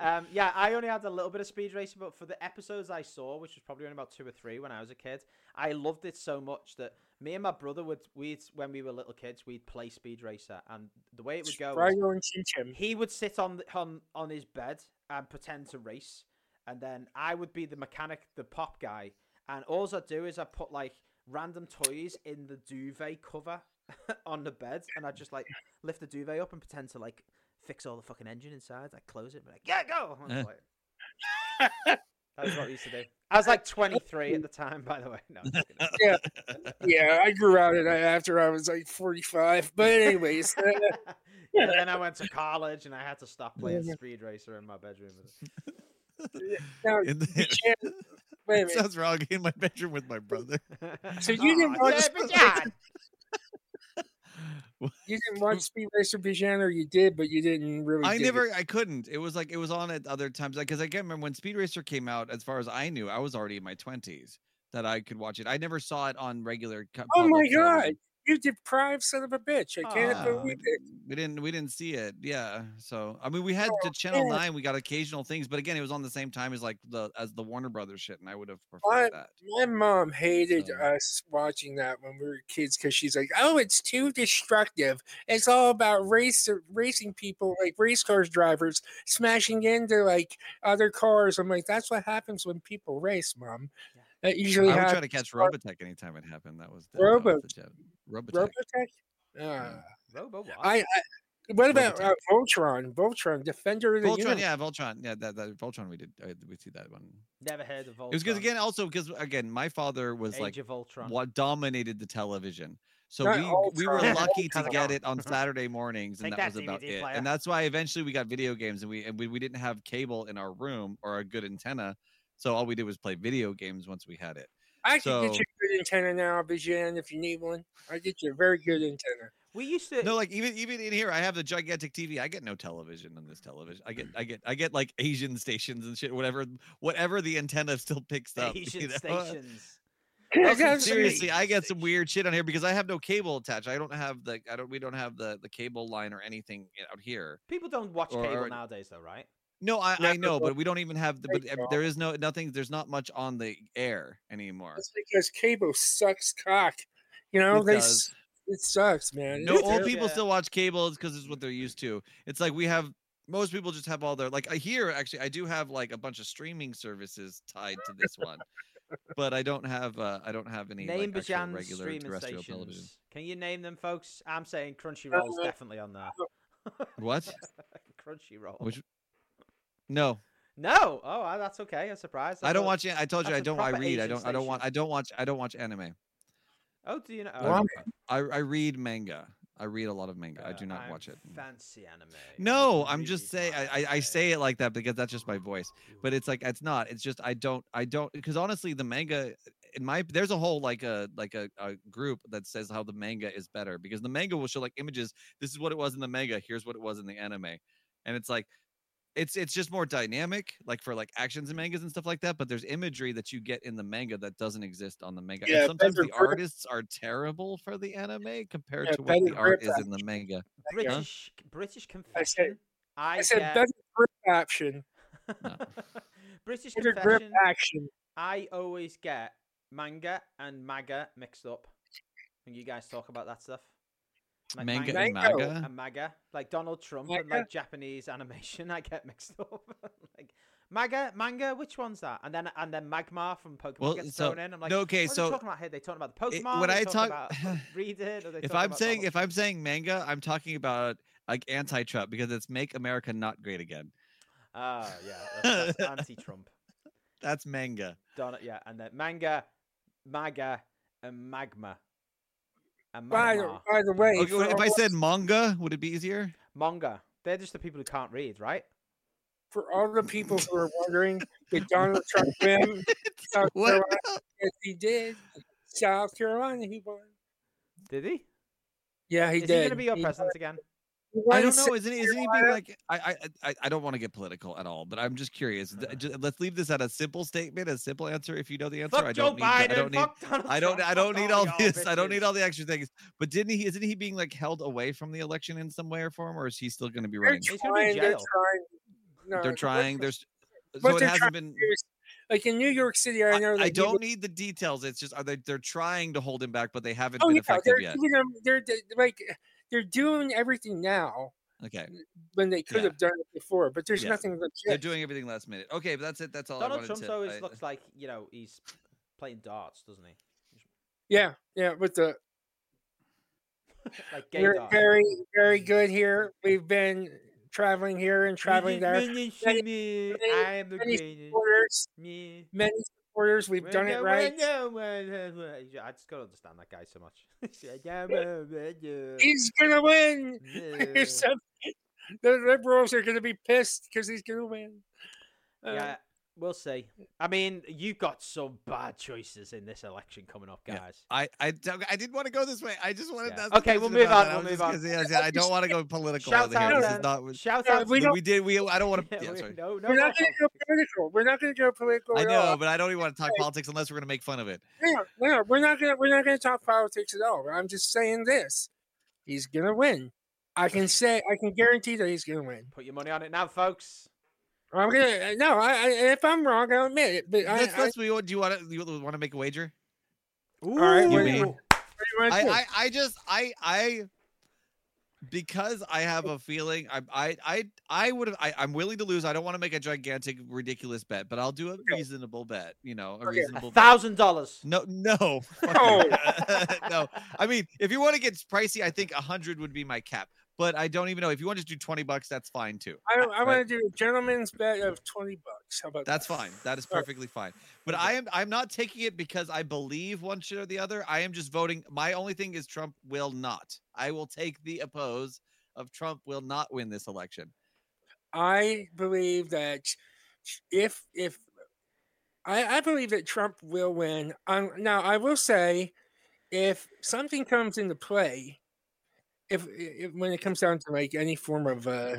C: um, yeah, I only had a little bit of Speed Racer, but for the episodes I saw, which was probably only about two or three when I was a kid, I loved it so much that me and my brother would we'd when we were little kids we'd play Speed Racer, and the way it would go. was-
E: Frigo and teach him.
C: he would sit on the, on on his bed and pretend to race, and then I would be the mechanic, the pop guy, and all I'd do is I put like random toys in the duvet cover on the bed, and I'd just like lift the duvet up and pretend to like fix all the fucking engine inside. I'd close it, and be like, yeah, go. And I was like- That was what we used to do. I was like 23 at the time, by the way. No, I'm just kidding.
E: Yeah, I grew out of that after I was like 45. But anyways, uh,
C: yeah, then I went to college and I had to stop playing Speed Racer in my bedroom.
E: now,
F: in
E: you
F: the,
E: can't- wait a
F: it
E: minute.
F: sounds wrong in my bedroom with my brother.
E: So you didn't
C: Aw,
E: watch
C: Debbie
E: Speed
C: John.
E: You didn't watch Speed Racer Bijan, or you did, but you didn't really.
F: I
E: dig it.
F: never, I couldn't. It was like it was on at other times. Like, because I can't remember when Speed Racer came out. As far as I knew, I was already in my twenties that I could watch it. I never saw it on regular. co-
E: Oh my
F: public
E: god,
F: television.
E: you deprived son of a bitch! I can't
F: Ah,
C: Aw.
E: believe it.
F: We didn't. We didn't see it. Yeah. So I mean, we had to Channel
E: Oh, man.
F: Nine. We got occasional things, but again, it was on the same time as like the as the Warner Brothers shit, and I would have preferred that.
E: My mom hated
F: So-
E: us watching that when we were kids because she's like, "Oh, it's too destructive. It's all about race racing people, like race cars drivers smashing into like other cars." I'm like, "That's what happens when people race, mom.
C: Yeah.
E: That
F: I
E: usually
F: would try
E: happens."
F: to catch
E: Rob-
F: Robotech anytime it happened. That was the, that was
E: Robo-
F: the joke. Robotech.
E: Robotech.
F: Yeah.
E: Ah.
C: Robo what?
E: I, I what about
F: Robotech.
E: uh, Voltron? Voltron, Defender of the
F: Voltron,
E: Universe.
F: yeah, Voltron, yeah, that, that Voltron we did, uh, we see that one.
C: never heard of Voltron.
F: It was because again, also because again, my father was
C: Age
F: like
C: of Voltron.
F: what dominated the television. So
E: Not
F: we
E: all
F: we were
E: time.
F: lucky to
E: Voltron.
F: get it on Saturday mornings, and
C: Take
F: that,
C: that,
F: was about
C: DVD
F: it.
C: player.
F: And that's why eventually we got video games, and we and we, we didn't have cable in our room or a good antenna, so all we did was play video games once we had it.
E: I can
F: So-
E: get you a good antenna now, Bijan, if you need one. I get you a very good antenna.
C: We used to.
F: No, like even even in here, I have the gigantic TV. I get no television on this television. I get I get I get like Asian stations and shit, whatever whatever the antenna still picks up. you
C: Asian
F: know?
C: stations.
E: That's
C: Welcome
E: what I'm saying.
F: Seriously,
C: Asian
F: I get some
C: station.
F: weird shit on here because I have no cable attached. I don't have the I don't we don't have the the cable line or anything out here.
C: People don't watch
F: Or-
C: cable
F: or-
C: nowadays, though, right?
F: No, I, I
E: Never
F: know,
E: was
F: but we don't even have the. But
E: cable.
F: uh, there is no nothing. There's not much on the air anymore.
E: That's because cable sucks cock. You know,
F: uh It
E: they
F: does.
E: s- it sucks, man.
F: No,
E: It's
F: old
E: terrible.
F: people
C: Yeah.
F: still watch cable. It's because it's what they're used to. It's like we have most people just have all their like. I hear actually, I do have like a bunch of streaming services tied to this one, but I don't have. uh I don't have any
C: name
F: like, actual
C: Bajan's
F: regular
C: streaming
F: terrestrial
C: stations.
F: television.
C: Can you name them, folks? I'm saying Crunchyroll's
E: Uh,
C: definitely on there.
F: What?
C: Crunchyroll.
F: Which? No,
C: No. Oh, ah, that's okay. I'm surprised.
F: I don't
C: thought-
F: watch. an- I told you
C: that's
F: I
C: a
F: don't. I
C: proper
F: read. I
C: Asian
F: don't. I don't want.
C: station.
F: I don't watch. I don't watch anime.
C: Oh, do you know?
F: I
C: oh,
E: Why?
F: don't- I, I read manga. I read a lot of manga. I
C: uh,
F: do not
C: I'm
F: watch it.
C: Fancy anime. I
F: No, I'm just
C: read
F: saying. I, I, I
C: manga.
F: say it like that because that's just my voice. But it's like it's not. It's just I don't. I don't because honestly, the manga in my there's a whole like a like a, a group that says how the manga is better because the manga will show like images. This is what it was in the manga. Here's what it was in the anime, and it's like it's it's just more dynamic like for like actions and mangas and stuff like that but there's imagery that you get in the manga that doesn't exist on the manga and
E: Yeah,
F: sometimes
E: better
F: the
E: grip.
F: artists are terrible for the anime compared
E: Yeah,
F: to what the
E: better
F: art
E: grip
F: is in the manga
C: British British confession. I,
E: I said
C: get-
E: better grip option.
F: No.
C: British
E: Better grip
C: confession.
E: action.
C: I always get manga and maga mixed up. When you guys talk about that stuff. Like
F: manga
E: manga
F: and
E: Mango.
F: manga
C: and MAGA, like Donald Trump and
E: Maga?
C: like Japanese animation, I get mixed up. like MAGA, manga, which one's that? And then and then Magma from Pokemon
F: Well,
C: gets
F: so-
C: thrown in. I'm like,
F: no,
C: what
F: okay,
C: are
F: so
C: they talking about here? They talking about the
F: it-
C: Pokemon.
F: when
C: They
F: I
C: talking
F: talk-
C: about read it. Or they
F: if
C: talking
F: I'm
C: about
F: saying
C: Donald-
F: if I'm saying manga, I'm talking about like anti-Trump because it's make America not great again.
C: ah yeah, that's, that's anti-Trump.
F: That's manga.
C: Donut, yeah, and then manga, maga, and magma. And
E: By,
C: magma.
E: by the way,
F: Oh,
E: for
F: if I
E: all-
F: said manga, would it be easier?
C: Manga. They're just the people who can't read, right?
E: for all the people who are wondering, did Donald Trump win? South
F: What?
E: Carolina, yes, he did. South Carolina, he won.
C: Did he?
E: Yeah, he
C: Is he
E: did.
C: gonna be your
E: He
C: president again?
E: won
F: I don't
E: South
F: know. Isn't he, isn't he being
E: Carolina.
F: like? I I I- I don't want to get political at all, but I'm just curious. Th- ju- let's leave this at a simple statement, a simple answer. If you know the answer, I
C: Fuck Joe
F: don't need. the- I
C: Biden.
F: don't need.
C: Fuck Donald
F: I don't.
C: Trump,
F: I don't
C: fuck
F: need all
C: y'all
F: this. I don't
C: bitches.
F: need all the extra things. But didn't he? Isn't he being like held away from the election in some way or form, or is he still going to be
E: They're
F: running?
C: He's gonna be in
E: trying. They're
C: jail.
E: trying. No,
F: They're
E: what-
F: trying. There's.
E: what
F: So it
E: they're
F: hasn't
E: trying
F: been.
E: There's- Like in New York City, I
F: I,
E: know.
F: I
E: that people-
F: don't need the details. It's just are they? They're trying to hold him back, but they haven't
E: Oh
F: been
E: yeah,
F: effective
E: they're
F: yet.
E: giving them. They're, they're like they're doing everything now
F: Okay,
E: when they could
F: Yeah.
E: have done it before, but there's
F: Yeah.
E: nothing
F: they're
E: legit.
F: doing everything last minute. Okay, but that's it. That's all. I
C: Donald
F: wanted
C: Trump
F: to,
C: always
F: I-
C: looks like you know he's playing darts, doesn't he?
E: Yeah, yeah, with the
C: Like gay
E: We're
C: darts.
E: very, very good here. We've been traveling here and traveling there. Many- many-
C: I am the
E: many
C: greatest.
E: Supporters,
C: Me.
E: many supporters. We've
C: Well,
E: done
C: no,
E: it
C: well,
E: right.
C: no, well, no, well. Yeah, I just can't understand that guy so much. Yeah, yeah, well, well, yeah.
E: He's gonna win.
C: Yeah.
E: There's some- the liberals are gonna be pissed because he's gonna win. Uh,
C: Yeah, we'll see. I mean, you've got some bad choices in this election coming up,
F: Yeah.
C: guys.
F: I, I, don't- I didn't want to go this way. I just wanted
C: Yeah.
F: to. ask a
C: Okay, we'll
F: question
C: move
F: about
C: on,
F: that. I
C: we'll
F: was
C: move
F: just
C: on.
F: gonna say, I said, I don't want to go political
C: Shout
F: over here.
C: out
F: This
C: then.
F: is not. what-
C: Shout
E: Yeah,
C: out.
E: we
F: We,
E: don't-
F: did. We. I don't want to.
C: Yeah,
F: Yeah,
C: we-
F: sorry.
C: no, no,
E: We're not
C: no,
E: gonna go political. We're not gonna go political.
F: I
E: at
F: know,
E: all.
F: but I don't even want to talk politics unless we're going to make fun of it.
E: No, no, we're not gonna we're not gonna talk politics at all. I'm just saying this. He's gonna win. I can say I can guarantee that he's gonna win.
C: Put your money on it now, folks.
E: I'm gonna no. I, I if I'm wrong, I'll admit it. But I,
F: Let's,
E: I,
F: let's, we, do you want to? You want to make a wager?
C: Ooh.
E: right,
F: You mean-
E: what do
F: I,
E: you wanna
F: I, I just, I, I, because I have a feeling, I, I, I, I would have. I- I'm willing to lose. I don't want to make a gigantic, ridiculous bet, but I'll do a reasonable bet. You know, a
E: Okay.
F: reasonable.
C: A
F: bet.
C: thousand dollars.
F: No, no, fuck
E: No.
F: that. no. I mean, if you want to get pricey, I think a hundred would be my cap. But I don't even know if you want to do twenty bucks. That's fine too.
E: do? I, I
F: right.
E: want to do a gentleman's bet of twenty bucks. How about
F: That's
E: that?
F: fine. That is
E: All right.
F: perfectly fine. But I am I'm not taking it because I believe one shit or the other. I am just voting. My only thing is Trump will not. I will take the oppose of Trump will not win this election.
E: I believe that if if I, I believe that Trump will win. Um, now I will say, if something comes into play, if, if when it comes down to like any form of uh,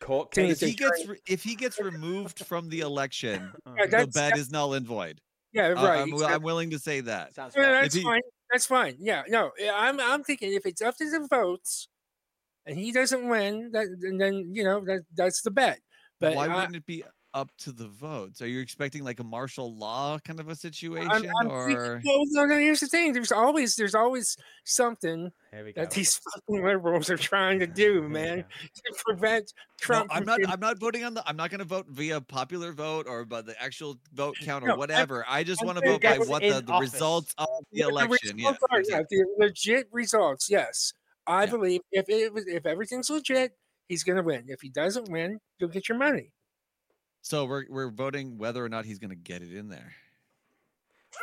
C: Court
E: Thing
C: case.
E: is,
F: If
E: He's
F: he
E: trying-
F: gets re- if he gets removed from the election,
E: yeah,
F: the
E: that's,
F: bet is null and void.
E: yeah,
F: I-
E: right.
F: I'm, wi-
E: exactly.
F: I'm willing to say that.
C: Sounds
E: No, no,
C: fair.
F: if
E: that's
F: he-
E: fine. That's fine. Yeah, no, yeah, I'm I'm thinking if it's up to the votes, and he doesn't win, that and then you know that that's the bet. But
F: Why
E: I,
F: wouldn't it be up to the votes? Are you expecting like a martial law kind of a situation?
E: I'm, I'm
F: or
E: thinking, well, no, no, here's the thing. There's always there's always something
C: Here we go.
E: that these fucking liberals are trying to do,
C: Here we
E: man,
C: go.
E: to prevent
F: No,
E: Trump.
F: I'm
E: from
F: not.
E: being-
F: I'm not voting on the. I'm not going to vote via popular vote or by the actual vote count or
E: No, I'm-
F: whatever. I just
E: I'm
F: want to
E: saying
F: vote by
C: that's
F: what
C: in
F: the, the
C: office.
F: results of the
E: what
F: election. Yeah,
E: results are,
F: exactly.
E: the legit results. Yes, I
F: Yeah.
E: believe if it was if everything's legit, he's gonna win. If he doesn't win, you'll get your money.
F: So we're we're voting whether or not he's going to get it in there.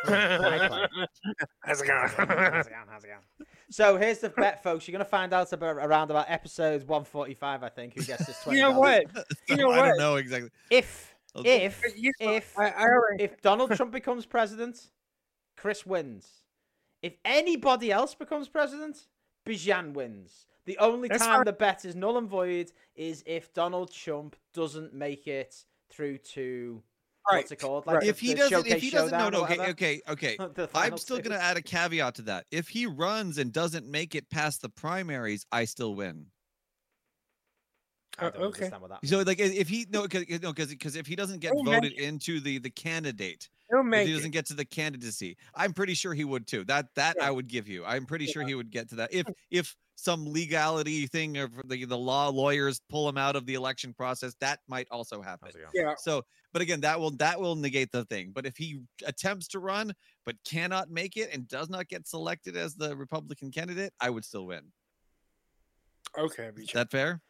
C: Exactly. How's
E: How's it
C: it going? How's it going? How's it going? So here's the bet, folks. You're gonna find out about around about episode 145, I think. Who gets this?
E: You know
C: $20.
E: what?
F: So
E: know
F: I
E: what?
F: don't know exactly.
C: If
F: I'll-
C: if
E: You know,
C: if
E: I, I already,
C: if Donald Trump becomes president, Chris wins. If anybody else becomes president, Bijan wins. The only
E: That's
C: time
E: fine.
C: the bet is null and void is if Donald Trump doesn't make it through to what's it
E: right.
C: called? Like
E: right.
C: the-
F: If he
C: the
F: doesn't, if
C: showcase
F: he doesn't, no,
C: showdown or
F: no, okay,
C: whatever.
F: okay, okay.
C: The final
F: I'm still
C: two.
F: going to add a caveat to that. If he runs and doesn't make it past the primaries, I still win.
C: I
E: Uh,
C: don't
E: Oh, okay.
C: understand what that
F: So like, i- if he no, because no, because if he doesn't get
E: He'll make
F: voted into the the candidate,
E: He'll
F: if
E: make
F: he
E: it.
F: doesn't get to the candidacy. I'm pretty sure he would too. That that
E: Yeah.
F: I would give you. I'm pretty
E: Yeah.
F: sure he would get to that if if some legality thing or the, the law lawyers pull him out of the election process. That might also happen.
C: How's it going?
E: Yeah,
F: So, but again, that will that will negate the thing. But if he attempts to run but cannot make it and does not get selected as the Republican candidate, I would still win.
E: okay,
F: Is
E: Beecher.
F: that fair?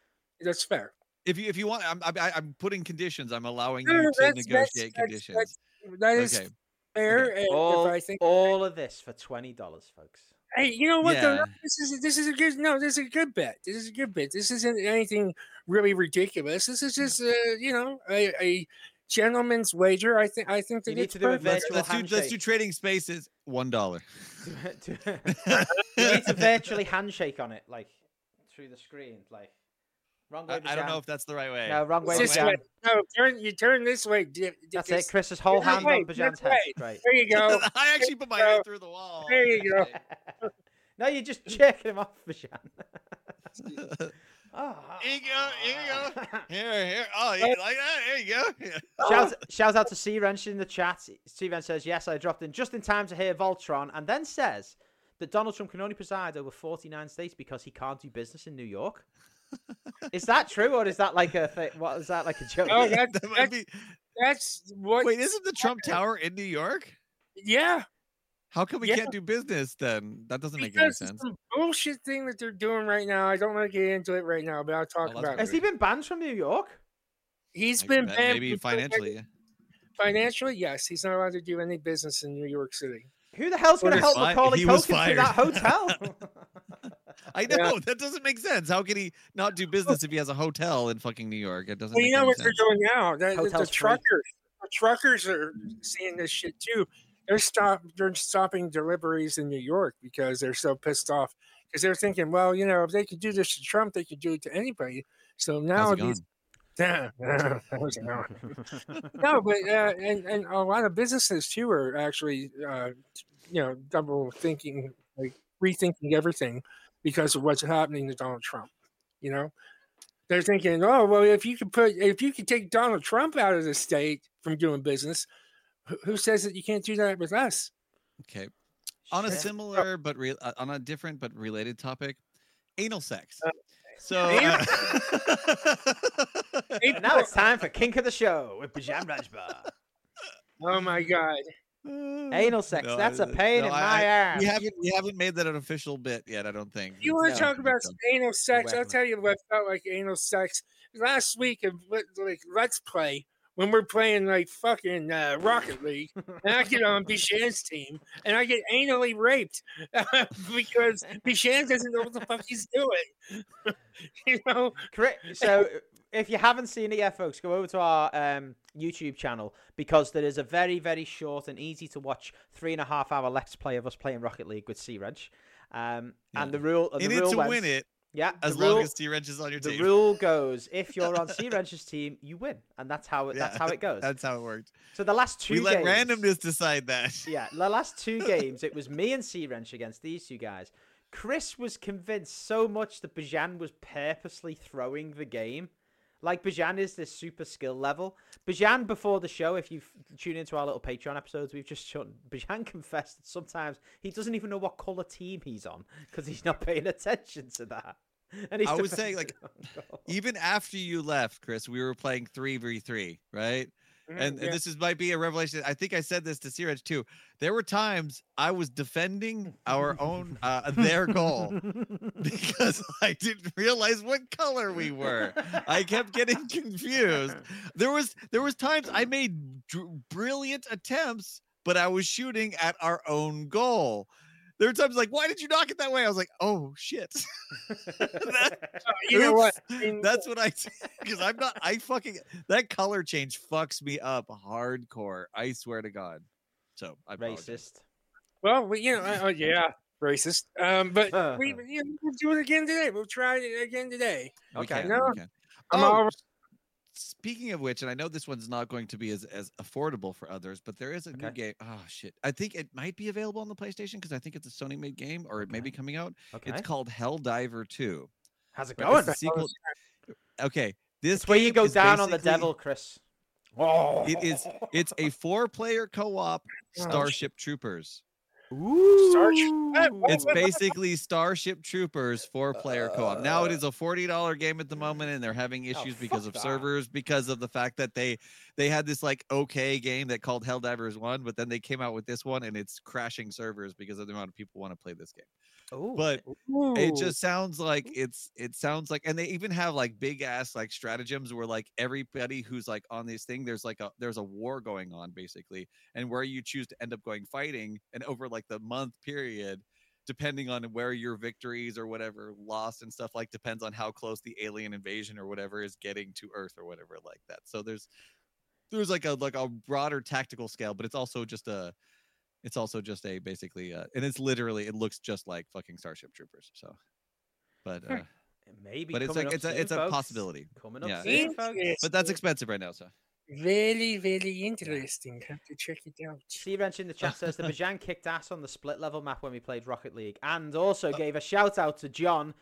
E: that's fair.
F: If you if you want, I'm I'm, I'm putting conditions. I'm allowing
E: No,
F: you
E: no,
F: to
E: that's- that's-
F: negotiate
E: that's-
F: conditions.
E: that's- That is
F: Okay.
E: fair. and
C: all,
E: if I think,
C: all of this for twenty dollars, folks.
E: hey, you know what? though?
F: Yeah.
E: This is this is a good no. This is a good bet. This is a good bet. This isn't anything really ridiculous. This is just uh,
F: Mm-hmm.
E: you know a, a gentleman's wager. I think I think that
C: You need
E: it's
C: to do a
E: perfect.
F: Let's,
C: virtual
F: let's do, let's do
C: handshake.
F: trading spaces. One dollar.
C: Do- do- you need to virtually handshake on it, like through the screen, like wrong way.
F: I, I don't know if that's the right way.
C: no wrong way.
E: This
C: Bajan.
E: way. No, turn you turn this way. di- di-
C: That's
E: this-
C: it. Chris's whole
E: This
C: hand
E: way,
C: on
E: this
C: Bajan's head.
E: way.
C: Great.
E: There you go.
F: I actually put my
E: There you
F: head
E: go.
F: through the wall.
E: There you go.
C: no, you're just jerking him off, Bajan. oh,
F: Here you go, here you Here, here. Oh, you like that? There you go. Yeah.
C: Shout, shout out to C Wrench in the chat. C Wrench says, Yes, I dropped in just in time to hear Voltron, and then says that Donald Trump can only preside over 49 states because he can't do business in New York. is that true, or is that like a thing? What is that like a joke?
E: Oh, that,
F: That might
E: that,
F: be-
E: that's what.
F: Wait, isn't the Trump Tower in New York?
E: yeah,
F: How come we
E: Yeah.
F: can't do business then? That doesn't make any
E: because it's
F: sense.
E: some bullshit thing that they're doing right now. I don't want to get into it right now, but I'll talk
F: Oh, that's
E: about
F: fine.
E: it.
C: Has he been banned from New York?
E: He's
F: I
E: been
F: bet
E: banned.
F: maybe
E: from-
F: financially.
E: Financially, yes, he's not allowed to do any business in New York City.
C: Who the hell's going to
F: He was
C: help
F: fi-
C: Macaulay
F: he was
C: Culkin through that
F: fired.
C: hotel?
F: I know
E: Yeah.
F: that doesn't make sense. How can he not do business if he has a hotel in fucking New York? It doesn't.
E: Well, you
F: make
E: know
F: any
E: what
F: sense.
E: they're doing now. The, the- the
C: Hotel's free.
E: truckers, the truckers are seeing this shit too. They're stop, they're stopping deliveries in New York because they're so pissed off because they're thinking, well, you know, if they could do this to Trump, they could do it to anybody. So now
F: How's it
E: these,
F: going?
E: damn, that was an hour. no, but uh, and and a lot of businesses too are actually, uh, you know, double thinking, like rethinking everything because of what's happening to Donald Trump. You know, they're thinking, oh well, if you could put, if you could take Donald Trump out of the state from doing business, who- who says that you can't do that with us?
F: Okay. on a
C: Shit.
F: similar but re- uh, on a different but related topic anal sex so
E: Oh, anal-
F: uh,
E: Hey,
C: now it's time for Kink of the Show with Bajan Rajbar.
E: oh my God!
C: Anal sex,
F: No,
C: that's a
F: I-
C: pain
F: no,
C: in
F: I-
C: my
F: I-
C: ass.
F: we haven't we haven't made that an official bit yet i don't think
E: You want
F: It's
E: to
C: Yeah.
F: not
E: talk about
F: official.
E: anal sex? I'll
C: weapon.
E: tell you what felt like anal sex last week of what- like Let's Play when we're playing like fucking uh, Rocket League, and I get on Bishan's team and I get anally raped because Bishan doesn't know what the fuck he's doing. you know,
C: Correct. So, if you haven't seen it yet, folks, go over to our um, YouTube channel because there is a very, very short and easy to watch three and a half hour let's play of us playing Rocket League with Sea Reg. Um, And
F: Yeah.
C: the rule, the
F: in it
C: rule
F: to
C: went-
F: win it
C: yeah.
F: as
C: the rule,
F: long as t-wrench is on your
C: the
F: team
C: rule goes: if you're on Sea Reg's team, you win, and that's how it,
F: Yeah,
C: that's how it goes.
F: that's how it worked
C: So the last two
F: we let
C: games-
F: randomness decide that
C: yeah, the last two games, it was me and Sea Wrench against these two guys. Chris was convinced so much that Bajan was purposely throwing the game. Like Bajan is this super skill level. Bajan before the show, if you tune into our little Patreon episodes, we've just shown Bajan confessed that sometimes he doesn't even know what color team he's on because he's not paying attention to that. And he's
F: I was saying,
C: defending it on goal.
F: even after you left, Chris, we were playing three v three, right? And, and
E: yeah.
F: this is might be a revelation. I think I said this to Siraj too. There were times I was defending our own uh, their goal because I didn't realize what color we were. I kept getting confused. There was there was times I made dr- brilliant attempts, but I was shooting at our own goal. There were times like, why did you knock it that way? I was like, oh shit.
E: you know what?
F: Oops.
E: I mean,
F: That's what I because I'm not. I fucking that color change fucks me up hardcore. I swear to God. So I apologize.
C: Racist.
E: Well, we, you know, I- oh yeah, racist. Um, but we, we- you know, we'll do it again today. We'll try it again today.
F: We
C: Okay.
F: can,
E: No.
F: we can.
E: I'm
F: Oh,
E: all
F: Speaking of which, and I know this one's not going to be as, as affordable for others, but there is a new
C: Okay.
F: game. Oh shit! I think it might be available on the PlayStation because I think it's a Sony made game, or it may
C: Okay.
F: be coming out.
C: Okay.
F: It's called Helldiver Two.
C: How's it
F: right?
C: going?
F: It's the
E: Oh,
F: sequel. Okay, this
C: It's where you
F: game
C: go
F: is
C: down on the
F: basically-
C: devil, Chris. Oh,
F: It is. It's a four-player co-op Starship Troopers. It's
C: Oh,
F: basically Starship Troopers four player co op. Now it is a $40 game at the moment, and they're having issues because
C: Uh. Oh, fuck
F: of
C: that.
F: servers, because of the fact that they they had this like okay game that called Helldivers One, but then they came out with this one and it's crashing servers because of the amount of people want to play this game.
C: Oh,
F: But
E: Ooh.
F: it just sounds like it's it sounds like and they even have like big ass like stratagems where like everybody who's like on this thing there's like a there's a war going on basically and where you choose to end up going fighting and over like the month period depending on where your victories or whatever lost and stuff like depends on how close the alien invasion or whatever is getting to earth or whatever like that so there's there's like a like a broader tactical scale but it's also just a it's also just a basically uh and it's literally it looks just like fucking starship troopers so but uh
C: maybe.
F: but it's
C: coming
F: like
C: up
F: it's a
C: soon,
F: it's a
C: folks.
F: possibility
C: Coming up
F: Yeah.
C: soon, folks.
F: but that's expensive right now so
E: Very, very interesting. Have to check it out.
C: Steve Wrench in the chat says the Bajan kicked ass on the split level map when we played Rocket League, and
F: Uh,
C: also gave a shout out to John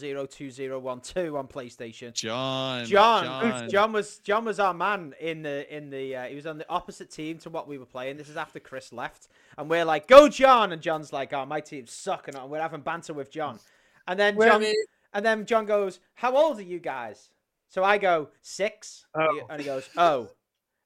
C: 07102012 on PlayStation.
F: john
C: John, John was John was our man in the in the uh, he was on the opposite team to what we were playing. This is after Chris left, and we're like, "Go, John!" And John's like, "Oh, my team's sucking," and we're having banter with John, and then
E: Wait a
C: John,
E: minute.
C: and then John goes, "How old are you guys?" So I go six, and he-
E: Oh.
C: and he goes, "Oh."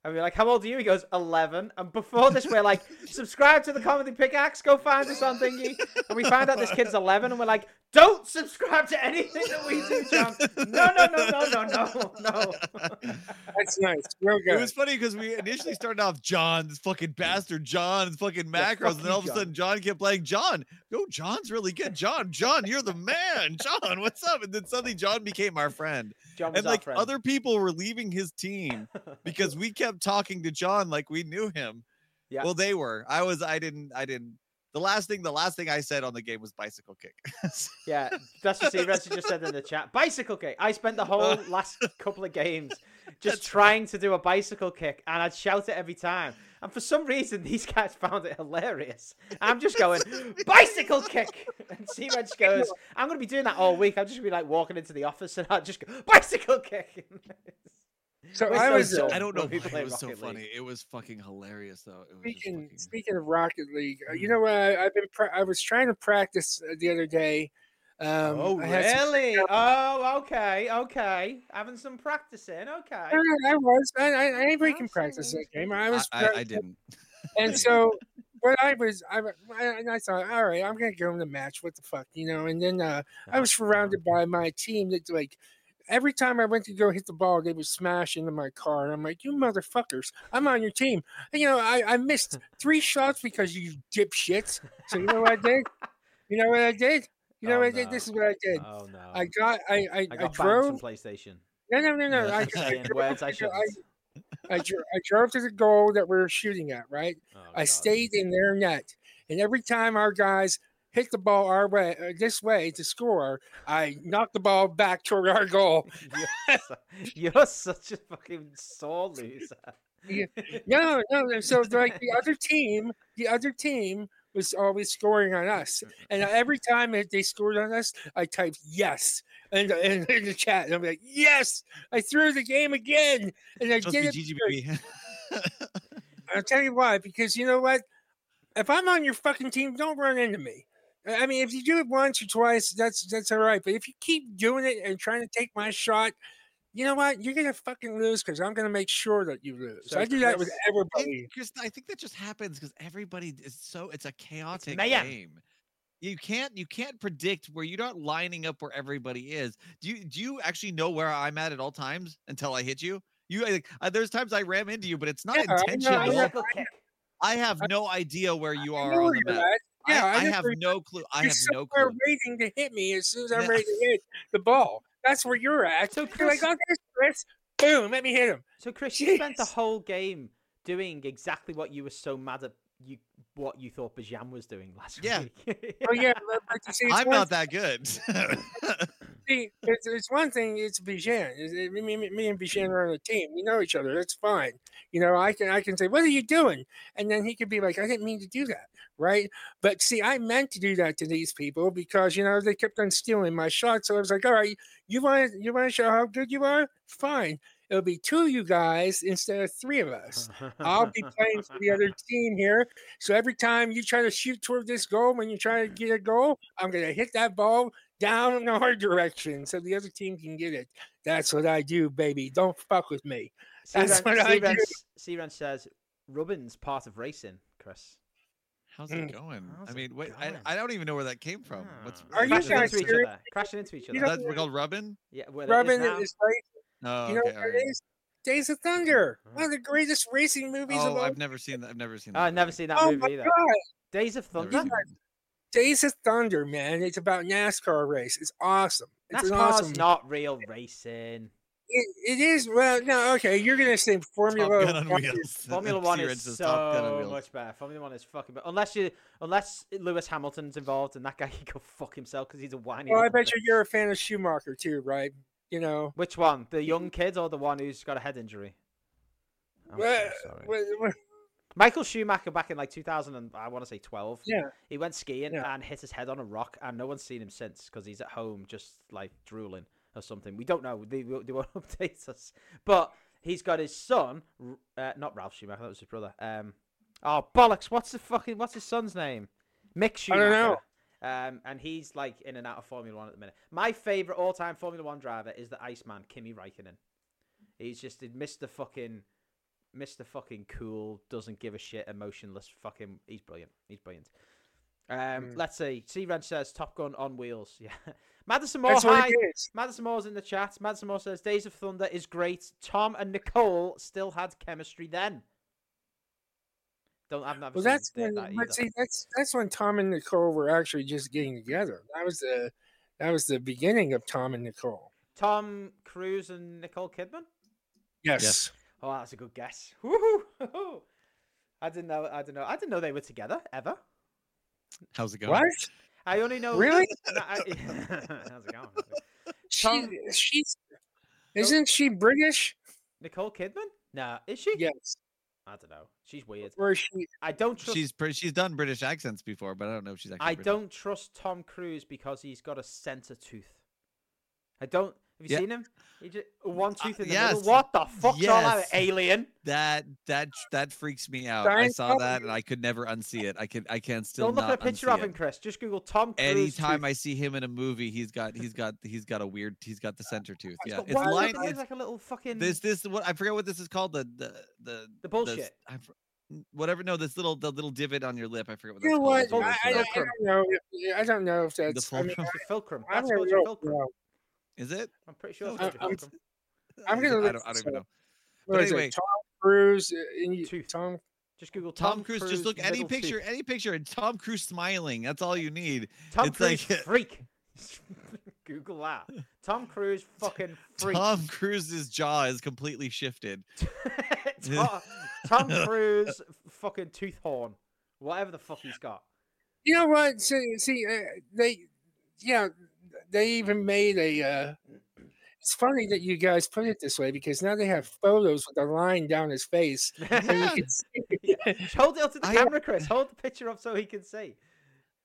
C: And we're like, how old are you? He goes, 11. And before this, we're like, subscribe to the Comedy Pickaxe. Go find us on Thingy. And we find out this kid's 11. And we're like, don't subscribe to anything that we do, John. No, no, no, no, no, no, no.
E: That's nice. Real
F: It
E: good.
F: was funny because we initially started off John, this fucking bastard John, this fucking macros, and
C: fuck you,
F: then all of a
C: John.
F: sudden John kept playing John. Yo, John's really good. John, John, you're the man. John, what's up? And then suddenly John became our friend.
C: John was
F: and
C: our
F: like
C: friend.
F: other people were leaving his team because we kept talking to John like we knew him.
C: Yeah.
F: Well, they were. I was. I didn't. I didn't. The last thing. The last thing I said on the game was bicycle kick.
C: Yeah, that's what Steve Renson just said in the chat. Bicycle kick. I spent the whole last couple of games just trying to do a bicycle kick, and I'd shout it every time. And for some reason, these guys found it hilarious. I'm just going bicycle kick, and Steve Renson goes, "I'm going to be doing that all week. I'm just going to be like walking into the office, and I'll just go bicycle kick."
E: so
C: we're
E: I
C: so
E: was uh,
C: dumb.
F: I don't know.
C: When we
F: Why
C: play
F: it was so
C: Rocket League.
F: funny. It was fucking hilarious though. It was just
E: speaking
F: fucking-
E: speaking of Rocket League. uh, You know what? I, I've been pra- I was trying to practice uh, the other day. Um,
C: oh
E: I had some-
C: really? Oh okay, okay. Having some practicing. Okay.
E: Yeah, I was. I, I, I ain't breaking
C: see, that's
E: practice that game. I was.
F: I, I, I
E: practicing-
F: didn't.
E: And so what I was, I, wa- I and I thought, all right, I'm gonna go in the match. What the fuck, you know? And then uh, I was surrounded by my team that like. Every time I went to go hit the ball, they would smash into my car, and I'm like, "You motherfuckers! I'm on your team." And, you know, I, I missed three shots because you dipshits. So you know what I did? You know what I did? You know
C: Oh,
E: what I did?
C: no.
E: This is what I did.
C: Oh no.
E: I got, I, I,
C: I
E: I,
C: got banned from
E: drove.
C: PlayStation.
E: No, no, no, no. I, I,
C: Saying
E: drove
C: words I
E: to the-
C: shouldn't.
E: I, dro- I drove to the goal that we were shooting at, right?
C: Oh,
E: I
C: God.
E: stayed in their net. And every time our guys hit the ball our way, uh, this way to score, I knocked the ball back toward our goal.
C: You're, su- you're such a fucking sore loser.
E: Yeah. No, no. no, So like the other team, the other team was always scoring on us. And every time that they scored on us, I typed yes. And in, in the chat, and I'm like, yes, I threw the game again, and I
F: Just
E: did
F: be
E: it. because-
F: GGBB.
E: I'll tell you why. Because you know what? If I'm on your fucking team, don't run into me. I I mean, if you do it once or twice, that's that's all right. But if you keep doing it and trying to take my shot, you know what? You're gonna fucking lose because I'm gonna make sure that you lose.
C: So
E: I do that with
C: Chris-
F: I
E: everybody.
F: think, Chris, I think that just happens because everybody is so it's a chaotic
C: mayhem.
F: game. You can't you can't predict where you're not lining up where everybody is. Do you do you actually know where I'm at at all times until I hit you? You like, uh, there's times I ram into you, but it's not
E: Yeah, I know, I
F: intentional. I,
E: know.
F: have,
C: Bicycle kick.
F: no idea where you
E: I
F: are
E: know
F: on
E: where
F: the
E: you're
F: map.
E: at.
F: I-
E: Yeah,
F: I,
E: know
F: have
E: where you're
F: no clue. I
E: you're
F: have no
E: somewhere
F: clue.
E: waiting to hit me as soon as I'm
F: Yeah.
E: ready to hit the ball. That's where you're at.
C: So
E: you're like,
C: Chris-
E: oh, there's Chris. Boom, let me hit him.
C: So Chris, you spent the
E: Jeez.
C: whole game doing exactly what you were so mad at you what you thought Bajan was doing last
F: Yeah.
C: week.
E: Oh yeah, but, but you see, it's
F: I'm
E: one
F: not that good.
E: See, it's, it's one thing. It's Bijan. It's- it- Me, me, me and Bijan are on a team. We know each other. That's fine. You know, I can I can say, "What are you doing?" And then he could be like, "I didn't mean to do that," right? But see, I meant to do that to these people because you know they kept on stealing my shots. So I was like, "All right, you want you want to show how good you are? Fine. It'll be two of you guys instead of three of us." I'll be playing for the other team here. So every time you try to shoot toward this goal, when you try to get a goal, I'm going to hit that ball down in our direction so the other team can get it. That's what I do, baby. Don't fuck with me. That's what I do.
C: Searan says rubbing's part of racing, Chris.
F: How's it
E: Mm.
F: going?
C: How's
F: I
C: it
F: mean, wait,
C: going?
F: I, I don't even know where that came from. What's
C: Ah.
E: Are you
C: crashing
E: guys
C: into each
E: serious?
C: other? Crashing into each
E: You
C: other.
E: don't-
F: That's we're called rubbin.
C: Yeah, well, it is
E: Robin
C: now.
E: is like,
F: Oh,
E: you
F: okay,
E: know what it
F: alright. Mm-hmm.
E: is? Days of Thunder,
C: Mm.
E: one of the greatest racing movies of
F: Oh,
E: all.
F: I've never seen that. I've never seen
C: Oh,
F: that.
C: I've never seen that
E: oh my
C: movie either.
E: god,
C: Days of
F: Never
C: Thunder.
F: seen it.
E: Days of Thunder, man! It's about NASCAR race. It's awesome. It's
C: NASCAR's
E: an awesome.
C: not real racing.
E: It, it is well. No, okay, you're gonna say Formula
F: Top Gun on
E: One.
F: wheels.
C: Formula
F: That's
C: One
F: Steer
C: is
F: Edge's Top Gun on
C: so
F: Wheels.
C: much better. Formula One is fucking. But unless you, unless Lewis Hamilton's involved, and that guy can go fuck himself because he's a whiny.
E: Well, I
C: little
E: bet
C: bitch.
E: you you're a fan of Schumacher too, right? You know,
C: Which one, the young kid or the one who's got a head injury? I'm so
E: Well,
C: sorry.
E: well, well,
C: Michael Schumacher back in like 2000 and I want to say 12.
E: Yeah.
C: He went skiing
E: Yeah.
C: and hit his head on a rock, and no one's seen him since because he's at home just like drooling or something. We don't know. They, they won't update us. But he's got his son, R- uh, not Ralph Schumacher. That was his brother. Um, oh bollocks! What's the fucking what's his son's name? Mick
E: I
C: Schumacher.
E: don't know.
C: Um, and he's like in and out of Formula One at the minute. My favorite all-time Formula One driver is the Iceman, Kimi Raikkonen. He's just Mr. Fucking Mr. Fucking Cool, doesn't give a shit, emotionless. Fucking, he's brilliant. He's brench Um,
E: Mm.
C: let's see. C Wrench says Top Gun on wheels. Yeah, Madison Moore.
E: that's what
C: Hi.
E: it is.
C: Madison Moore's in the chat. Madison Moore says Days of Thunder is great. Tom and Nicole still had chemistry then. Don't I've never
E: Well,
C: seen
E: that's
C: th-
E: when.
C: that
E: but
C: either.
E: see, that's that's when Tom and Nicole were actually just getting together. That was the that was the beginning of Tom and Nicole.
C: Tom Cruise and Nicole Kidman.
E: Yes.
C: Oh, that's a good guess. Woohoo! I didn't know. I didn't know. I didn't know they were together ever.
F: How's it going?
E: What?
C: I only know
E: Really?
C: No, I- How's it going?
E: She,
C: Tom-
E: she's isn't she British?
C: Nicole Kidman? Nah, is she?
E: Yes.
C: I don't know. She's weird.
E: Or is she?
C: I don't trust.
F: She's pretty, she's done British accents before, but I don't know if she's actually.
C: I
F: British.
C: don't trust Tom Cruise because he's got a center tooth. I don't. Have you
F: Yeah. Uh,
C: seen him? He just, one tooth in the
F: yes.
C: middle. What the fuck's all that
F: Yes.
C: alien?
F: That that that freaks me out. I saw that and I could never unsee it. I could I can still
C: don't look at a
F: not
C: picture
F: unsee
C: of
F: it.
C: him, Chris. Just Google Tom Cruise.
F: Anytime
C: tooth.
F: I see him in a movie, he's got he's got he's got a weird he's got the center tooth.
C: He's
F: Yeah,
C: got
F: it's
C: one
F: line.
C: looking like-
F: It's,
C: like a little fucking
F: this this what I forget what this is called. The the the
C: the
F: the-
C: bullshit.
F: I f- n- whatever. No, this little the little divot on your lip. I forget what
E: You
F: that's
E: know
F: called.
E: what?
F: It's
E: I,
F: always
E: I,
F: there.
E: don't- I don't know. If, I don't know if that's. I mean,
F: fulcrum.
C: The fulcrum.
E: I
C: That's
E: don't
C: called your
E: really
C: fulcrum.
E: know. Uh,
F: Is it?
C: I'm pretty sure it's
F: I-
C: called your
E: I'm-
C: fulcrum.
E: I'm
F: Is it?
E: gonna
F: I
E: look
F: don't, I
E: this
F: don't even
E: up.
F: know.
E: What is
F: anyway.
E: it? Tom Cruise uh, and you,
C: Tooth.
E: Tom.
C: Just Google
F: Tom, Cruise, just look any
C: middle tooth.
F: picture, any picture, and Tom Cruise smiling. That's all you need.
C: Tom
F: It's
C: Cruise
F: like-
C: freak. Google that. Tom Cruise fucking freak. Tom,
F: Tom Cruise's jaw is completely shifted.
C: Tom Cruise fucking tooth horn. Whatever the fuck he's got.
E: You know what? See, see, uh, they, yeah, they even made a. Uh, it's funny that you guys put it this way because now they have photos with a line down his face. so you
F: Yeah.
E: can see-
C: Hold it up to the
F: I-
C: camera, Chris. Hold the picture up so he can see.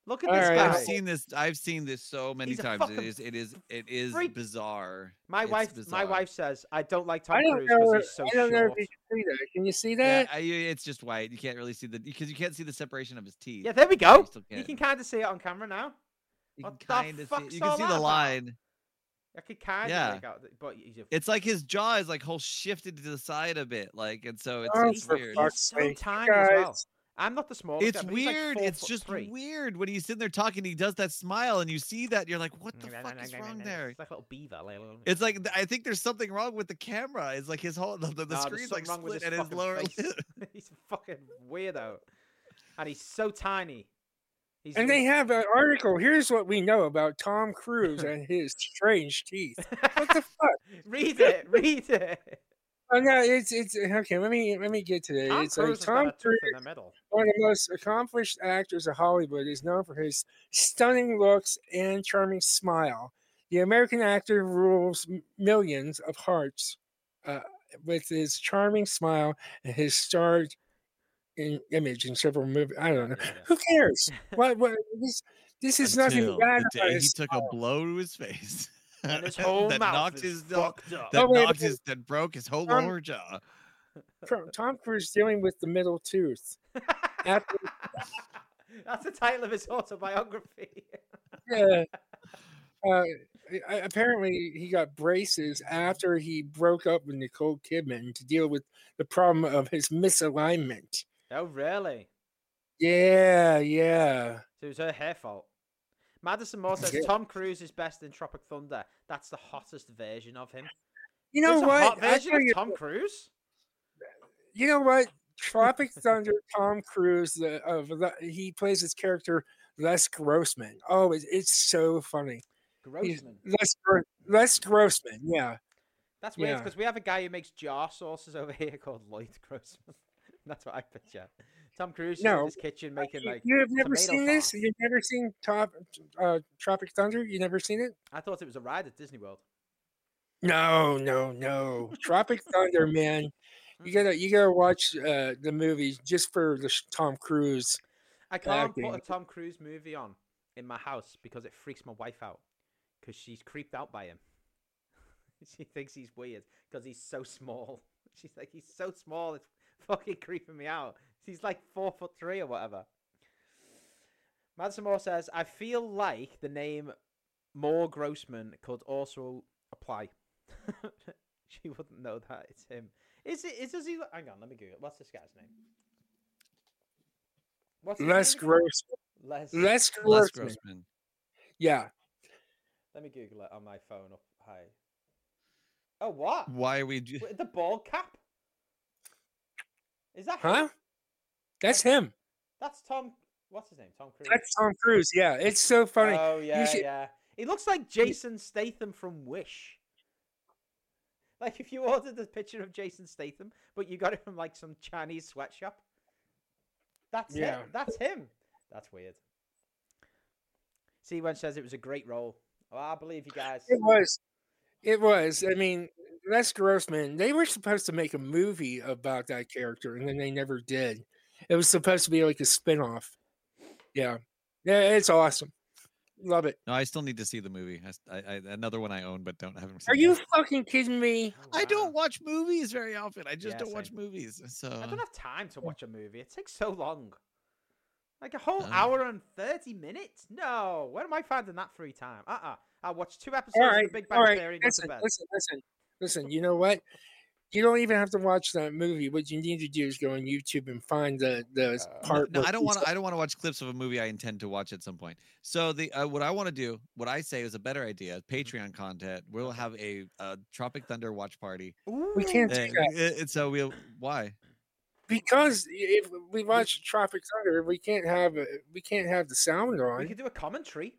C: Look at this
E: Alright,
F: I've
C: guy.
E: Wow.
F: seen this. I've seen this so many
C: He's a
F: times. It
C: fucking
F: is. It is. It is
C: freak.
F: bizarre.
C: My
F: It's
C: wife, my
F: bizarre.
C: wife says I don't like Tom
E: I don't
C: Cruise because
E: know.
C: he's so
E: I don't know
C: short.
E: if you can see that. Can you see
F: Yeah,
E: that?
F: I, it's just white. You can't really see the because you can't see the separation of his teeth.
C: Yeah, there we
F: So
C: go.
F: You, still
C: You
F: can't.
C: can kind of see it on camera now.
F: you
C: what the
F: can kind of see.
C: fuck's
F: You can
C: all
F: see
C: that
F: the
C: about?
F: line.
C: I could kind
F: Yeah.
C: of make out, that- but he's a
F: It's like his jaw is like whole shifted to the side a bit, like, and so it's,
E: Oh,
F: it's
E: for
F: weird.
E: fuck's
C: He's so
E: sake, you
C: tiny as well.
E: guys.
C: I'm not the smallest.
F: It's
C: guy, but he's like
F: weird.
C: four
F: it's
C: foot
F: just
C: three.
F: weird when he's sitting there talking. He does that smile, and you see that, and you're like, "What the fuck is wrong there?"
C: It's like a little beaver. Like,
F: It's like th- I think there's something wrong with the camera. It's like his whole the, the, the
C: "Nah, there's
F: screen's like
C: something wrong with
F: split
C: his
F: at his
C: fucking
F: lower
C: face."
F: lip.
C: he's a fucking weirdo, and he's so tiny. He's
E: And they have an article. Here's what we know about Tom Cruise and his strange teeth. What the fuck?
C: read it, read it.
E: Oh no, it's it's okay. Let me let me get to that.
C: Tom
E: it's
C: Cruise
E: like
C: has got
E: Tom
C: a tooth
E: Cruise,
C: in the middle.
E: one of the most accomplished actors of Hollywood, is known for his stunning looks and charming smile. The American actor rules m- millions of hearts uh, with his charming smile and his starred in, image in several movies. I don't know. Who cares? what? What? This, this is nothing
F: Until
E: bad.
F: the
E: about
F: day he
E: his
F: took
E: smile.
F: a blow to his face.
C: And his whole
F: that
C: mouth
F: knocked
C: is
F: his jaw-
C: fucked up.
F: that
E: Oh, wait,
F: knocked
E: wait.
F: his that broke his whole
E: Um,
F: lower jaw.
E: Cru- Tom Cruise dealing with the middle tooth. After,
C: That's the title of his autobiography.
E: uh, uh, I- apparently he got braces after he broke up with Nicole Kidman to deal with the problem of his misalignment.
C: Oh, really?
E: Yeah, yeah.
C: So it was her hair fault. Madison Moore says
E: Yeah.
C: Tom Cruise is best in Tropic Thunder. That's the hottest version of him.
E: You know
C: There's A hot
E: what? I
C: version
E: tell
C: of
E: you,
C: Tom Cruise?
E: you know what? Tropic Thunder, Tom Cruise, the, of the, he plays his character Les Grossman. Oh, it, it's so funny. He's-
C: Grossman.
E: Les, Gro- Les Grossman, yeah.
C: That's weird
E: yeah.
C: because we have a guy who makes jar sauces over here called Lloyd Grossman. That's what I picture. Tom Cruise is in
E: No,
C: his kitchen making
E: You-
C: like.
E: you have never
C: tomato
E: seen this?
C: sauce.
E: You've never seen Top uh, Tropic Thunder? You never seen it?
C: I thought it was a ride at Disney World.
E: No, no, no. Tropic Thunder, man. You gotta, you gotta watch uh, the movie just for the sh- Tom Cruise.
C: I can't put
E: acting.
C: a Tom Cruise movie on in my house because it freaks my wife out because she's creeped out by him. she thinks he's weird because he's so small. She's like, he's so small, it's fucking creeping me out. He's like four foot three or whatever. Madison Moore says, I feel like the name Moore Grossman could also apply. she wouldn't know that it's him. Is it? Is does he? Hang on, let me Google. it. What's this guy's name? What's his
E: Les
C: name again?
E: Gross,
C: Mm-hmm. Les.
E: Les
F: Les
E: Grossman.
F: Grossman.
E: Yeah,
C: Let me Google it on my phone up high. Oh, what?
F: Why are we? Do-
C: With the ball cap? Is that him?
E: huh? That's him.
C: That's Tom. What's his name? Tom Cruise.
E: That's Tom Cruise. Yeah, it's so funny.
C: Oh yeah,
E: should-
C: yeah. He looks like Jason Statham from Wish. Like if you ordered a picture of Jason Statham, but you got it from like some Chinese sweatshop. That's
E: Yeah.
C: him. That's him. That's weird. See, one says it was a great role. Well, I believe you guys. Oh,
E: It was. It was. I mean, Les Grossman, they were supposed to make a movie about that character and then they never did. It was supposed to be like a spin off. Yeah. Yeah, it's awesome. Love it.
F: no, I still need to see the movie. I s- I, I- another one I own but don't haven't seen.
E: Are you
F: yet.
E: fucking kidding me?
C: Oh,
F: I
C: wow.
F: don't watch movies very often. I just
C: Yeah,
F: don't watch
C: same.
F: movies. So
C: I don't have time to watch a movie. It takes so long. Like a whole
F: Oh.
C: hour and 30 minutes? No. Where am I finding that free time? Uh uh I watched two episodes of The Big Bang Theory and went to
E: Listen,
C: bed.
E: listen, listen, listen. You know what? You don't even have to watch that movie. What you need to do is go on YouTube and find the the
C: Uh,
F: No,
E: part.
F: no,
E: where
F: I don't
E: he's
F: want to. I don't want to watch clips of a movie I intend to watch at some point. So the uh, what I want to do, what I say is a better idea.
C: Mm-hmm.
F: Patreon content. We'll have a, uh Tropic Thunder watch party.
E: We can't
F: Uh,
E: do that
F: uh, and so we'll why
E: because if we watch Tropic Thunder, we can't have a- we can't have the sound
C: We
E: on.
C: could do a commentary.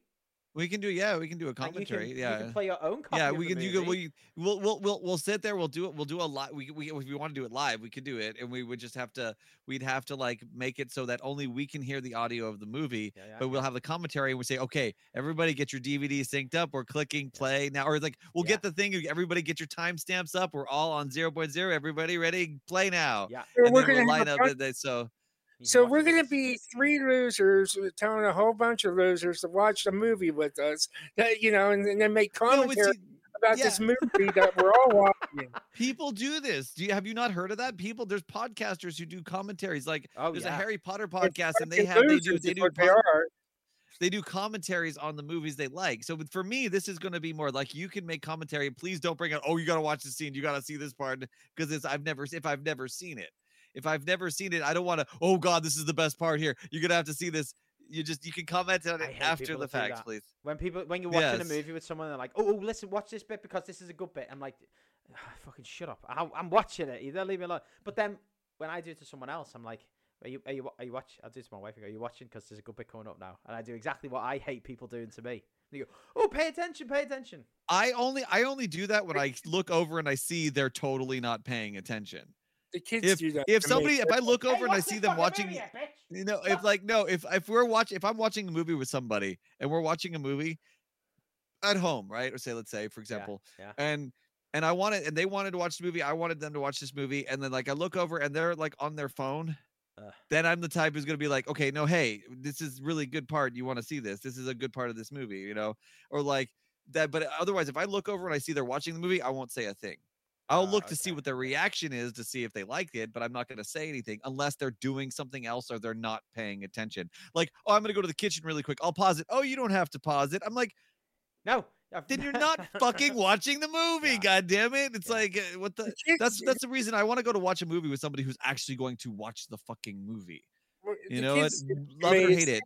F: we can do. Yeah, we can do a
C: and you can-
F: commentary.
C: You
F: yeah.
C: can play your own copy
F: yeah,
C: of
F: we
C: the
F: can do. good-
C: movie.
F: We, we'll we'll we'll we'll sit there. We'll do it. We'll do a lot. We, we if we want to do it live, we could do it, and we would just have to. We'd have to like make it so that only we can hear the audio of the movie,
C: Yeah, yeah.
F: but we'll have the commentary and we say, okay, everybody get your DVD synced up. We're clicking play now, or like we'll
C: Yeah.
F: get the thing. Everybody get your timestamps up. We're all on 0.0. Everybody ready? Play now.
C: Yeah.
E: Or
F: And
E: we're
F: then we'll
E: gonna
F: line
E: have a
F: up.
E: bunch-
F: and then- so
C: you can
E: so
C: watch
E: we're
C: it
E: gonna
C: with us.
E: be three losers uh, telling a whole bunch of losers to watch the movie with us. That you know, and, then- then make
F: No, but
E: commentary
F: see,
E: about
F: yeah.
E: this movie that we're all watching.
F: people do this. Do you have you not heard of that? People, there's podcasters who do commentaries. Like
C: Oh,
F: there's
C: yeah.
F: a Harry Potter
E: It's
F: podcast, and they
E: fucking
F: have they do
E: losers
F: they
E: is
F: do
E: what they
F: pod-
E: are.
F: they do commentaries on the movies they like. So with- for me, this is going to be more like you can make commentary. Please don't bring out, oh, you got to watch this scene. You got to see this part because it's I've never if I've never seen it. If I've never seen it, I don't want to. Oh God, this is the best part here. You're gonna have to see this. You just you can comment on
C: I
F: it
C: hate
F: after
C: people
F: the
C: that do
F: facts,
C: that.
F: please.
C: When people, when you're watching
F: Yes.
C: a movie with someone, they're like, "Oh, oh, listen, watch this bit because this is a good bit." I'm like, "Ah, "Fucking shut up! I, I'm watching it. Either leave me alone." But then when I do it to someone else, I'm like, "Are you, are you, wa- are you watching?" I do it to my wife. I go, "Are you watching? Because there's a good bit coming up now." And I do exactly what I hate people doing to me. They go, "Oh, pay attention, pay attention."
F: I only I only do that when I look over and I see they're totally not paying attention.
E: The kids
F: If
E: do that.
F: if
E: to me.
F: somebody if I look
C: Hey,
F: over and I
C: watch
F: see
C: this
F: them
C: fucking
F: watching
C: movie, you bitch!
F: You know, if
C: Fuck.
F: like no, if if we're watching, if I'm watching a movie with somebody and we're watching a movie at home, right? Or say, let's say, for example,
C: yeah.
F: and and I wanted and they wanted to watch the movie, I wanted them to watch this movie, and then like I look over and they're like on their phone.
C: Ugh.
F: Then I'm the type who's gonna be like, okay, no, hey, this is really good part. You want to see this? This is a good part of this movie, you know, or like that. But otherwise, if I look over and I see they're watching the movie, I won't say a thing. I'll
C: Ah,
F: look to see
C: okay.
F: what their reaction is to see if they liked it, but I'm not going to say anything unless they're doing something else or they're not paying attention. Like, oh, I'm going to go to the kitchen really quick. I'll pause it. Oh, you don't have to pause it. I'm like,
C: No, I've-
F: Then you're not fucking watching the movie.
C: Yeah.
F: God damn it! It's
C: Yeah.
F: like uh, what the.
E: Kids,
F: That's that's the reason I want to go to watch a movie with somebody who's actually going to watch the fucking movie.
E: well,
F: You
E: the
F: know what?
E: kids-
F: Love it or
E: amazed.
F: hate it.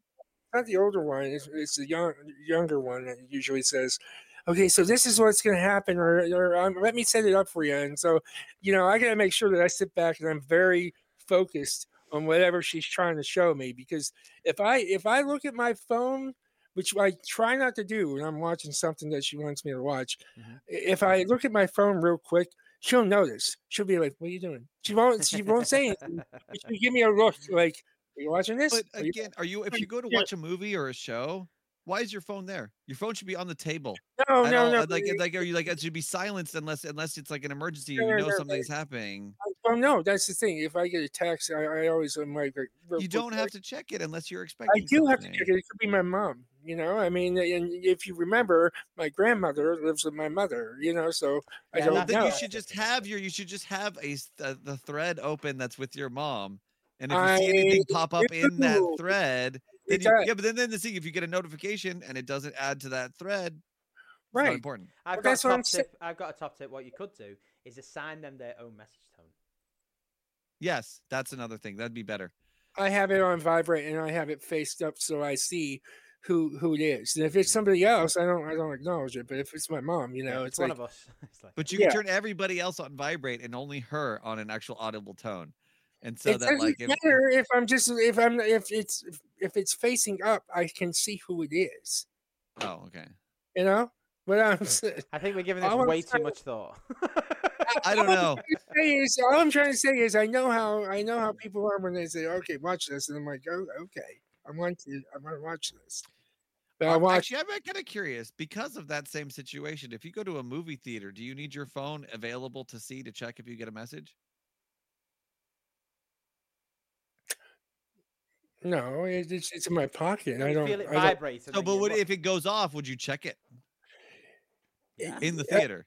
E: not the older one. It's, it's the young, younger one that usually says, "Okay, so this is what's going to happen," or, or um, "Let me set it up for you." And so, you know, I got to make sure that I sit back and I'm very focused on whatever she's trying to show me. Because if I if I look at my phone, which I try not to do when I'm watching something that she wants me to watch,
C: Mhm.
F: Mm-hmm.
E: i- if I look at my phone real quick, she'll notice. She'll be like, "What are you doing?" She won't. She won't say anything. but She'll give me a look like. Are you watching this?
F: But
E: Are you
F: again, are you if you go to
E: Yeah.
F: watch a movie or a show? Why is your phone there? Your phone should be on the table.
E: no,
F: I
E: Oh, no,
F: don't-
E: no.
F: Like, like, are you like it should be silenced unless unless it's like an emergency.
E: No,
F: or
E: no,
F: you know
E: no,
F: something's happening.
E: Well, no, that's the thing. If I get a text, I, I always am like, like, real
F: You
E: quick,
F: don't have
E: like,
F: to check it unless you're
E: I
F: expecting.
E: do have to
F: something.
E: check it. It could be my mom. You know, I mean, and if you remember, my grandmother lives with my mother. You know, so I
C: Yeah,
E: don't
F: Well,
C: that's
F: then
E: know.
F: you
C: not-
F: should just have your you should just have a s- the- the thread open that's with your mom, and if you
E: I
F: see anything pop up in that
E: do.
F: thread, then
E: It
F: you,
E: does.
F: yeah. But then then the thing if you get a notification and it doesn't add to that thread, it's not
E: right.
F: important.
C: I've
E: Well,
C: got a
E: that's what I'm
C: top
E: saying.
C: tip. I've got a top tip. What you could do is assign them their own message tone.
F: Yes, that's another thing. That'd be better.
E: I have it on vibrate and I have it faced up so I see who who it is. And if it's somebody else, I don't I don't acknowledge it. But if it's my mom, you
C: Yeah,
E: know,
C: if
E: it's
C: one
E: like
C: of us. It's like,
F: But you
E: Yeah.
F: can turn everybody else on vibrate and only her on an actual audible tone, and so
E: it
F: that
E: doesn't
F: like if,
E: matter if I'm just if I'm if it's if, if it's facing up, I can see who it is.
F: oh okay.
E: You know, but
F: Hmm.
E: I'm s-
C: I think we're giving
E: I
C: this
E: wanna
C: way too
E: start-
C: much thought.
F: I don't know.
E: say is- all I'm trying to say is I know how I know how people are when they say, "Okay, watch this," and I'm like, "Oh, okay, I want to, I want to watch this." But I
F: Uh,
E: watch.
F: Actually, I'm kind of curious because of that same situation. If you go to a movie theater, do you need your phone available to see to check if you get a message?
E: No, it, it's, it's in my pocket. I
C: You
E: don't.
C: feel it
E: I don't
C: vibrate. and
F: No,
C: then
F: but
C: you
F: would,
C: look.
F: if it goes off, would you check it
E: Yeah.
F: in the
E: Yeah.
F: theater?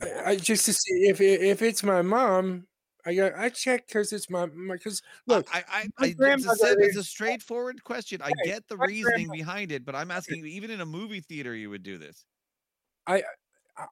E: I- I just to see if it, if it's my mom. I got I check because it's my because
F: I-
E: look.
F: I, I, I
E: my
F: it's, a, sim-
E: grandmother
F: it's a
E: is-
F: straightforward question. I
E: Right,
F: get the
E: my
F: reasoning
E: grandmother-
F: behind it, but I'm asking you, even in a movie theater, you would do this.
E: I-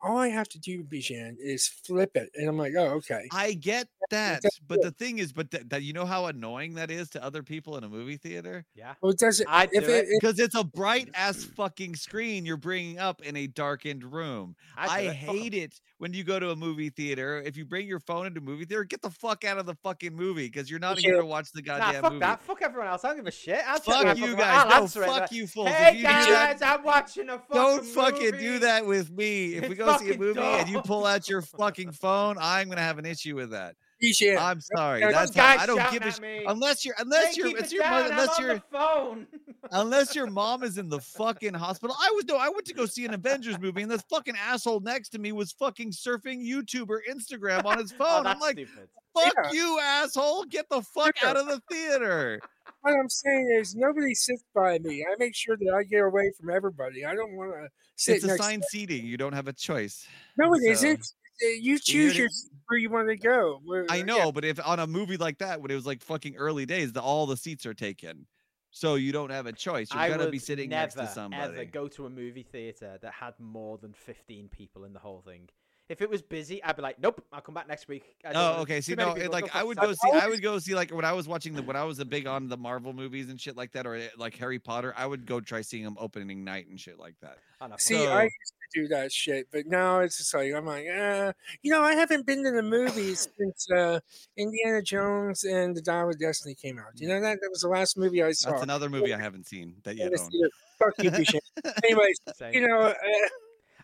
E: all I have to do, Bijan, is flip it, and I'm like, oh, okay.
F: I get that,
E: that's
F: but
E: it.
F: the thing is, but that, that you know how annoying that is to other people in a movie theater.
C: Yeah.
E: Well, it doesn't.
C: I'd
E: if
C: do
E: it,
C: it.
E: it-
F: Because it's a bright ass fucking screen you're bringing up in a darkened room. I hate it when you go to a movie theater. If you bring your phone into a movie theater, get the fuck out of the fucking movie because you're not here
E: Yeah.
F: to watch the
C: Nah,
F: goddamn
C: fuck
F: movie.
C: that. Fuck everyone else. I don't give a shit. I'll check my
F: Fuck you
C: fucking-
F: guys.
C: I'll
F: No,
C: answer it,
F: fuck
C: like,
F: you fools. if
C: Hey
F: you do that,
C: guys, I'm watching a fucking
F: don't fucking do
C: movie."
F: that with me. If we
C: It's
F: go see a
C: fucking
F: movie and you
C: dumb.
F: pull out your fucking phone, I'm gonna have an issue with that.
E: Bijan,
F: I'm sorry.
E: Some
F: That's
C: Some
F: how,
C: guy
F: I don't
C: shouting
F: give a
C: at
F: sh-
C: me.
F: unless you're
C: "Hey,
F: unless you're
C: keep
F: unless
C: it
F: your
C: down,
F: mother
C: I'm
F: unless
C: on
F: you're
C: the phone.
F: unless your mom is in the fucking hospital. I was no, I went to go see an Avengers movie, and this fucking asshole next to me was fucking surfing YouTube or Instagram on his
C: Oh,
F: phone. I'm
C: that's
F: like,
C: stupid.
F: fuck
E: Yeah.
F: you, asshole! Get the fuck
E: Yeah.
F: out of the theater.
E: what I'm saying is nobody sits by me. I make sure that I get away from everybody. I don't want to sit
F: It's
E: next.
F: assigned seating. You don't have a choice.
E: no, it
F: so-
E: not You
F: You
E: choose
F: know
E: your
F: what
E: where you want to go. where-
F: I
E: yeah.
F: know, but if on a movie like that, when it was like fucking early days, the, all the seats are taken, so you don't have a choice. You're
C: I
F: gonna
C: would
F: be sitting next
C: never,
F: to somebody.
C: ever go to a movie theater that had more than fifteen people in the whole thing. If it was busy, I'd be like, "Nope, I'll come back next week." I don't
F: Oh,
C: wanna-
F: okay. See,
C: too many
F: no, it,
C: people,
F: like
C: fuck
F: I would go
C: yourself."
F: see. I would go see like when I was watching the when I was a big on the Marvel movies and shit like that, or uh, like Harry Potter. I would go try seeing them opening night and shit like that.
C: Oh, no, fuck
E: See,
C: it.
E: I
F: So-
E: used to do that shit, but now it's just like I'm like, uh, you know, I haven't been to the movies since uh, Indiana Jones and the Dial of Destiny came out. You know that that was the last movie I saw.
F: That's another movie I haven't seen that
E: in
F: yet.
E: the
F: Own.
E: theater. Fuck you, Bijan. Anyways,
C: Same.
E: you know, uh,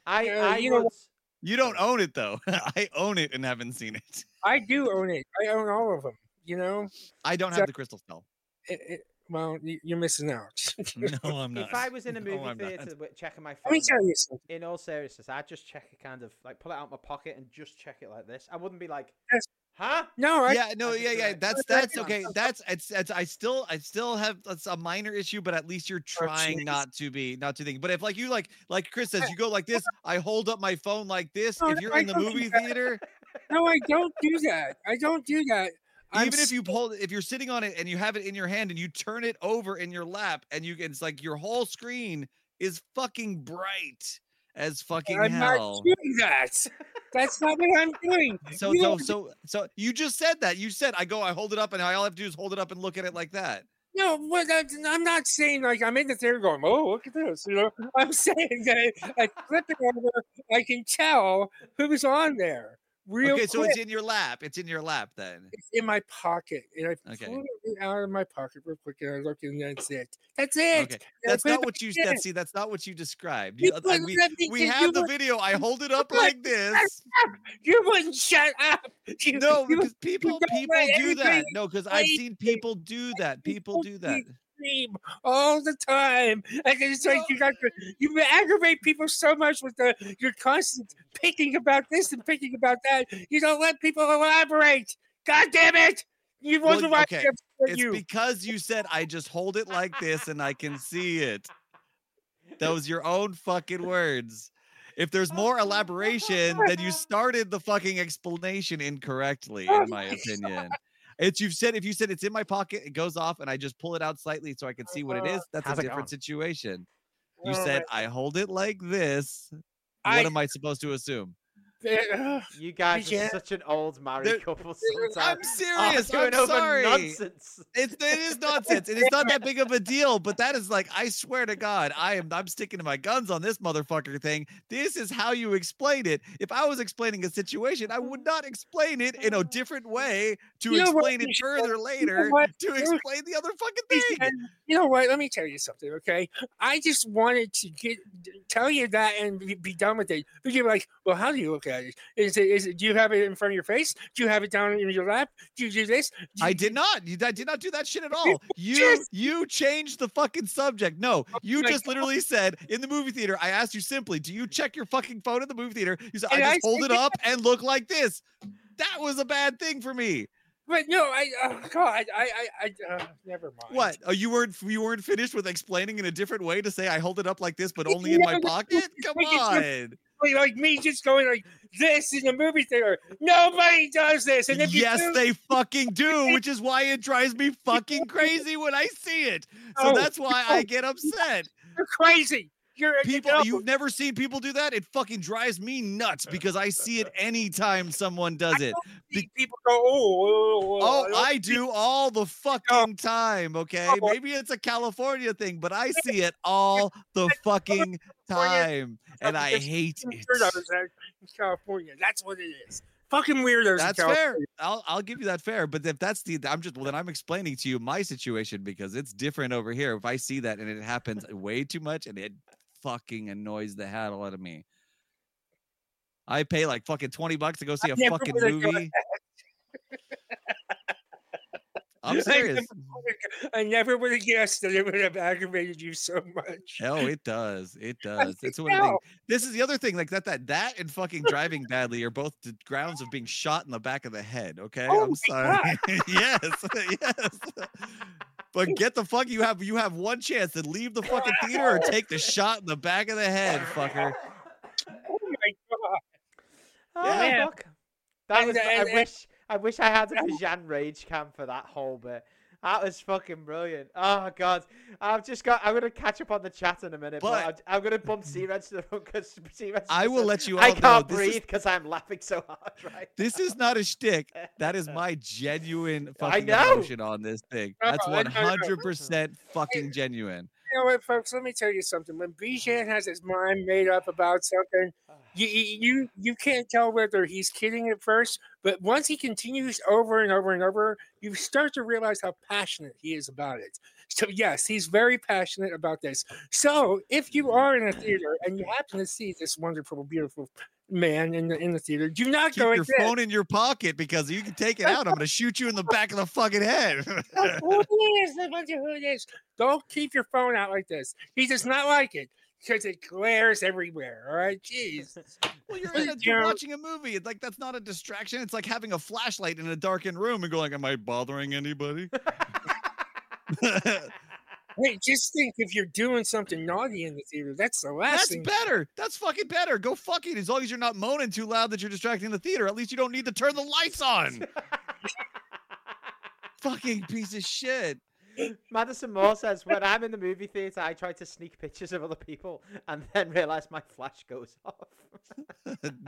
C: I,
E: uh,
C: I
E: you know
C: would.
F: You don't own it though. I own it and haven't seen it.
E: I do own it. I own all of them. You know,
F: I don't
E: So-
F: have the crystal spell.
E: it, it, well, you- you're missing out.
F: No, I'm not.
C: If I was in a
F: No,
C: movie
F: I'm not.
C: theater with checking my
E: Let me
C: phone,
E: tell
C: though,
E: you something.
C: in all seriousness, I'd just check it kind of like pull it out of my pocket and just check it like this. I wouldn't be like,
E: Yes.
C: "Huh?"
E: No, I,
F: yeah no
C: just
F: yeah
C: do
F: yeah
C: it.
F: that's
E: That's
F: that's
E: fine.
F: okay that's it's, it's i still i still have that's a minor issue but at least you're trying
E: jeez.
F: not to be not to think but if like you like like chris
E: Eh,
F: says you go
E: oh
F: like this i hold up my phone like this
E: No,
F: if
E: no,
F: you're
E: I
F: in the
E: don't do
F: movie
E: that.
F: theater
E: no, I don't do that. I don't do that. I'm
F: even if
E: s-
F: you hold if you're sitting on it and you have it in your hand and you turn it over in your lap and you it's like your whole screen is fucking bright as fucking
E: I'm
F: hell.
E: not doing that. That's not what I'm doing.
F: So
E: You
F: so
E: don't-
F: so so you just said that. You said I go, I hold it up, and all I have to do is hold it up and look at it like that.
E: No, but I, I'm not saying like I'm in the theater going, oh, look at this. You know, I'm saying that I flip it over, I can tell who's on there real
F: okay, so
E: quick.
F: it's in your lap. It's in your lap then.
E: It's in my pocket, and I
F: Okay.
E: pull it out of my pocket real quick, and I look, and that's it. That's it.
F: Okay.
E: And I
F: That's
E: put it
F: not
E: back
F: what you
E: in.
F: said. See, that's not what you described. You,
E: You
F: I-
E: wouldn't
F: we
E: let me
F: we
E: get- you
F: have the
E: wouldn't-
F: video. I hold it up
E: wouldn't
F: like this.
E: You wouldn't shut up. You,
F: No,
E: you
F: because people
E: don't let
F: people do that.
E: everybody
F: No, because I've
E: play
F: seen people do that. People
E: people
F: do that.
E: play scream all the time. Like it's like you got to, you aggravate people so much with the your constant picking about this and picking about that. You don't let people elaborate. God damn it! You
F: Well,
E: wasn't well,
F: okay, It's
E: you.
F: because you said I just hold it like this and I can see it. That was your own fucking words. If there's more elaboration, then you started the fucking explanation incorrectly,
E: Oh
F: in my
E: my God.
F: opinion. It's you've said if you said it's in my pocket, it goes off, and I just pull it out slightly so I can see what it is. That's
C: How's
F: a
C: it
F: different
C: going?
F: situation. You
E: Oh
F: said I hold it like this. What
E: I-
F: am I supposed to assume?
E: my- uh,
C: You guys are
E: Yeah.
C: such an old married
F: There-
C: couple
F: I'm
C: sometimes.
F: serious.
C: Arguing
F: I'm
C: over
F: sorry.
C: nonsense.
F: It's it is nonsense. It is not that big of a deal, but that is like I swear to God, I am I'm sticking to my guns on this motherfucker thing. This is how you explain it. If I was explaining a situation, I would not explain it in a different way to
E: You know what
F: explain
E: you
F: it
E: should-
F: further later
E: what?
F: to
E: You-
F: explain the other
E: Hey,
F: fucking thing.
E: and you know what? Let me tell you something, okay? I just wanted to get tell you that and be- be done with it. But you're like, well, how do you look at it? Is it is it? Do you have it in front of your face? Do you have it down in your lap? Do you do this? Do
F: I
E: you-
F: did not. You, I did not do that shit at all. You
E: just-
F: you changed the fucking subject. No, you
E: my
F: just literally said in the movie theater. I asked you simply, do you check your fucking phone in the movie theater? You said I
E: And
F: just
E: I
F: hold
E: said
F: it up and look like this. That was a bad thing for me.
E: But no, I oh God, I I, I uh, never mind.
F: What? Oh, you weren't you weren't finished with explaining in a different way to say I hold it up like this, but
E: You
F: only in my
E: never-
F: pocket? Come
E: you just-
F: on.
E: Like, like me just going like this in the movie theater. Nobody does this, and if you
F: Yes,
E: do-
F: they fucking do, which is why it drives me fucking crazy when I see it. So
E: No,
F: that's why I
E: Oh, no,
F: get upset.
E: you're crazy. You're
F: people
E: you know,
F: you've never seen people do that it fucking drives me nuts because i see it anytime someone does it
E: see people go oh oh,
F: oh
E: don't
F: i do all the fucking time okay
E: No.
F: maybe it's a california thing but i see it all the fucking
E: California-
F: time and i
E: California-
F: hate
E: fucking
F: it
E: weirdos out in California. That's what it is. Fucking weirdos.
F: that's
E: in
F: fair
E: California.
F: I'll, I'll give you that fair but if that's the i'm just well then i'm explaining to you my situation because it's different over here if i see that and it happens way too much and it fucking annoys the hell out of me i pay like fucking 20 bucks to go see a
E: never
F: fucking
E: would've done
F: movie i'm
E: I
F: serious
E: I never would have guessed that it would have aggravated you so much.
F: oh it does it does that's
E: think
F: one thing
E: no.
F: this is the other thing like that that that and fucking driving badly are both the grounds of being shot in the back of the head okay
E: Oh
F: i'm sorry
E: my
F: yes yes but get the fuck you have you have one chance to leave the fucking theater or take the shot in the back of the head fucker
E: Oh my god.
C: Oh,
E: Yeah.
C: fuck. That
E: And-
C: was, I
E: and- and-
C: wish I wish I had a
E: Yeah.
C: Bajan rage cam for that whole bit. That was fucking brilliant. Oh god, I've just got. I'm gonna catch up on the chat in a minute, but,
F: But-
C: I'm, I'm gonna bump Sea Reg to the front because Sea Reg.
F: i will
C: said,
F: let you all
C: I
F: know
C: can't
F: this is
C: breathe because I'm laughing so hard. Right.
F: this is not a shtick. That is my genuine
C: I
F: fucking
C: know.
F: emotion on this thing.
E: No,
F: That's
E: I know, I
F: one
E: know.
F: hundred percent fucking genuine.
E: You know what, folks? Let me tell you something. When
F: Uh-huh.
E: Bijan has his mind made up about something, you you you- you can't tell whether he's kidding at first, but once he continues over and over and over, you start to realize how passionate he is about it. So yes, he's very passionate about this. So if you
F: Mm-hmm.
E: are in a theater and you happen to see this wonderful, beautiful man in the in the theater, do not
F: Keep
E: go
F: your
E: in there.
F: phone in your pocket because you can take it out. I'm gonna shoot you in the back of the fucking head.
E: That's who it is. I wonder who it is. Don't keep your phone out like this. He does not like it because it glares everywhere. All right, jeez.
F: well, you're,
E: Well,
F: in a,
E: you
F: you're
E: know-
F: watching a movie. It's like that's not a distraction. It's like having a flashlight in a darkened room and going, "Am I bothering anybody?"
E: Wait, just think if you're doing something naughty in the theater, that's the last
F: That's
E: thing.
F: better. That's fucking better. Go fuck it. As long as you're not moaning too loud that you're distracting the theater, at least you don't need to turn the lights on. fucking piece of shit.
C: Madison Moore says, "When I'm in the movie theater, I try to sneak pictures of other people, and then realize my flash goes off."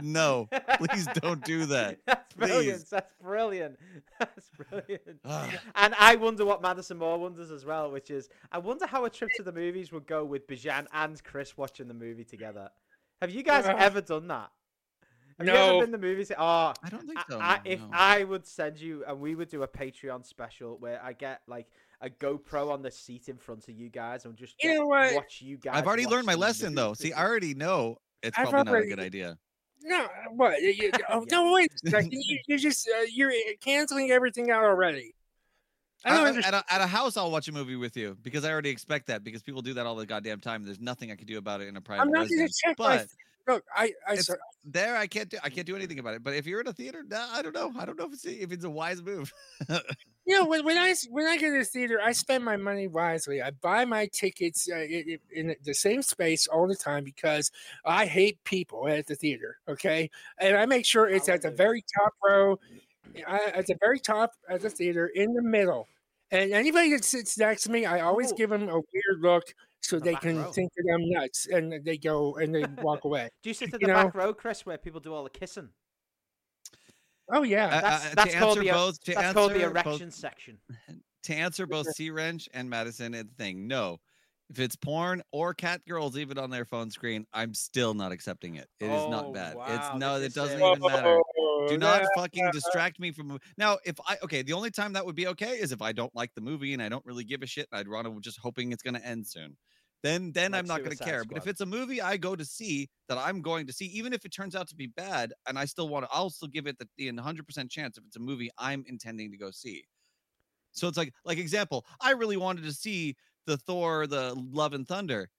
F: no, please don't do that.
C: That's brilliant.
F: Please.
C: That's brilliant. That's brilliant.
F: Ah.
C: and I wonder what Madison Moore wonders as well, which is, I wonder how a trip to the movies would go with Bijan and Chris watching the movie together. Have you guys
E: Ugh.
C: ever done that? Have you
E: No.
C: ever been to the movies? Oh,
F: I don't think so.
C: I, I,
F: no,
C: if
F: no.
C: I would send you, and we would do a Patreon special where I get like a GoPro on the seat in front of you guys and just
E: You
C: get-
E: know what?
C: watch you guys.
F: I've already
C: watch
F: learned my
C: the
F: lesson though.
C: movie.
F: See, I already know it's
E: I've
F: probably not a
E: already-
F: good idea.
E: No, what? You, you- oh, No, wait. a second. You, you're just uh, you're canceling everything out already. I don't
F: I- I-
E: understand.
F: at, a, at a house, I'll watch a movie with you because I already expect that because people do that all the goddamn time. There's nothing I can do about it in a private
E: not gonna
F: residence.
E: check my
F: But
E: Look, I, I
F: it's-
E: saw,
F: there, I can't do. I can't do anything about it. But if you're in a theater, nah, I don't know. I don't know if it's a- if it's a wise move.
E: you know when, when I s- when I go to the theater, I spend my money wisely. I buy my tickets uh, in, in the same space all the time because I hate people at the theater. Okay, and I make sure it's at the very top row, I, at the very top at the theater in the middle. And anybody that sits next to me, I always
C: Ooh.
E: give them a weird look so
C: The
E: they
C: back
E: can
C: row.
E: think that I'm nuts, and they go and they walk away.
C: Do you sit in the
E: you
C: back row, Chris, where people do all the kissing?
E: Oh yeah,
F: Uh,
C: That's
F: uh, to
C: that's called
F: answer
C: the
F: both- to
C: that's called the
F: answer both-
C: erection section.
F: to answer both C Wrench and Madison and the thing, no. If it's porn or cat girls even on their phone screen, I'm still not accepting it. It is
C: Oh,
F: not bad.
C: wow,
F: It's no,
C: this
F: it
C: is
F: doesn't
C: serious.
F: even matter.
E: Oh,
F: Do not
E: that-
F: fucking distract me from now. If I okay, the only time that would be okay is if I don't like the movie and I don't really give a shit. And I'd rather just hoping it's gonna end soon. Then then
C: Like
F: I'm not gonna
C: Suicide
F: care. But if
C: Squad.
F: it's a movie I go to see that I'm going to see, even if it turns out to be bad, and I still want to, I'll still give it the, the 100% chance if it's a movie I'm intending to go see. So it's like like example, I really wanted to see the Thor, the Love and Thunder.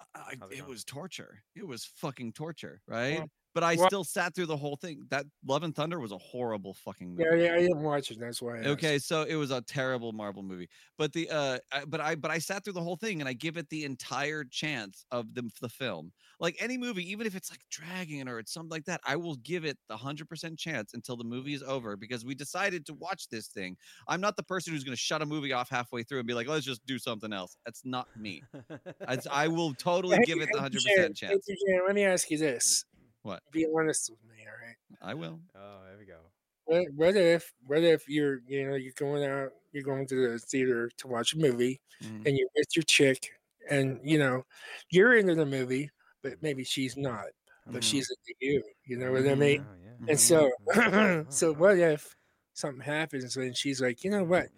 F: I- I,
C: How's it
F: it
C: going?
F: was torture. It was fucking torture, right? But I
E: Well-
F: still sat through the whole thing. That Love and Thunder was a horrible fucking movie.
E: Yeah, yeah, I didn't watch it. That's why. I asked.
F: Okay, so it was a terrible Marvel movie, but the uh, I, but I but I sat through the whole thing and I give it the entire chance of the the film. Like any movie, even if it's like Dragon or it's something like that, I will give it the hundred percent chance until the movie is over because we decided to watch this thing. I'm not the person who's going to shut a movie off halfway through and be like, let's just do something else. That's not me. I, I will totally
E: Hey,
F: give it the
E: hey,
F: hundred
E: Jan,
F: percent
E: hey,
F: chance.
E: Jan, let me ask you this.
F: What?
E: Be honest with me, all right?
F: I will.
C: oh, there we go.
E: What, what if what if you're you know you're going out you're going to the theater to watch a movie
F: Mhm.
E: and you're with your chick and you know you're into the movie but maybe she's not but
F: Mhm.
E: she's into you you know what I mean
C: Oh, yeah.
F: Mhm.
E: and so
C: Mhm.
E: so what if something happens and she's like you know what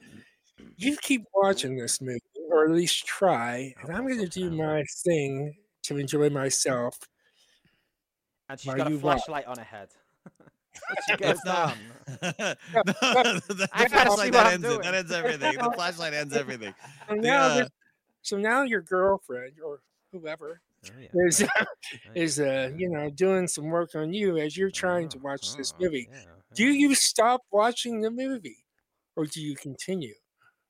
E: you keep watching this movie or at least try and I'm going to do my thing to enjoy myself
C: And she's
E: Now
C: got a
E: you watch.
C: flashlight on her head. And she goes
F: It's not.
C: down.
F: um, no,
E: no,
F: the, the
C: I can't see
F: flashlight
C: what
F: that
C: I'm
F: ends it.
C: doing.
F: That ends everything. The flashlight ends everything.
E: So
F: The,
E: now,
F: uh,
E: this- so now your girlfriend or whoever
C: Oh, yeah.
E: is
C: Oh, yeah.
E: is uh, you know doing some work on you as you're trying to
C: Oh,
E: watch this
C: oh,
E: movie.
C: yeah,
E: Do
C: yeah.
E: you stop watching the movie, or do you continue?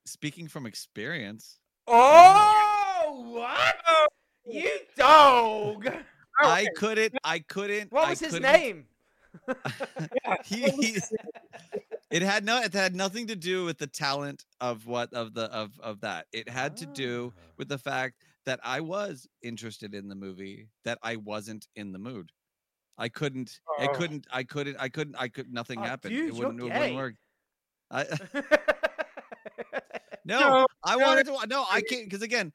F: Speaking from experience,
C: Oh, what? You dog!
E: Oh,
F: I couldn't. I couldn't.
C: Oh, What
F: I
C: was his
F: couldn't-
C: name?
F: He, he- it had no. It had nothing to do with the talent of what of the of of that. It had to do
C: Ah.
F: with the fact that I was interested in the movie. That I wasn't in the mood. I couldn't. I
E: Oh.
F: couldn't. I couldn't. I couldn't. I could. Nothing
C: Oh,
F: happened.
C: dude,
F: it
C: you're
F: wouldn't. It wouldn't
C: gay.
F: work. I,
C: Oh.
F: No,
E: No,
F: I
E: no,
F: wanted to. wa- No, I
E: it-
F: can't. Because again,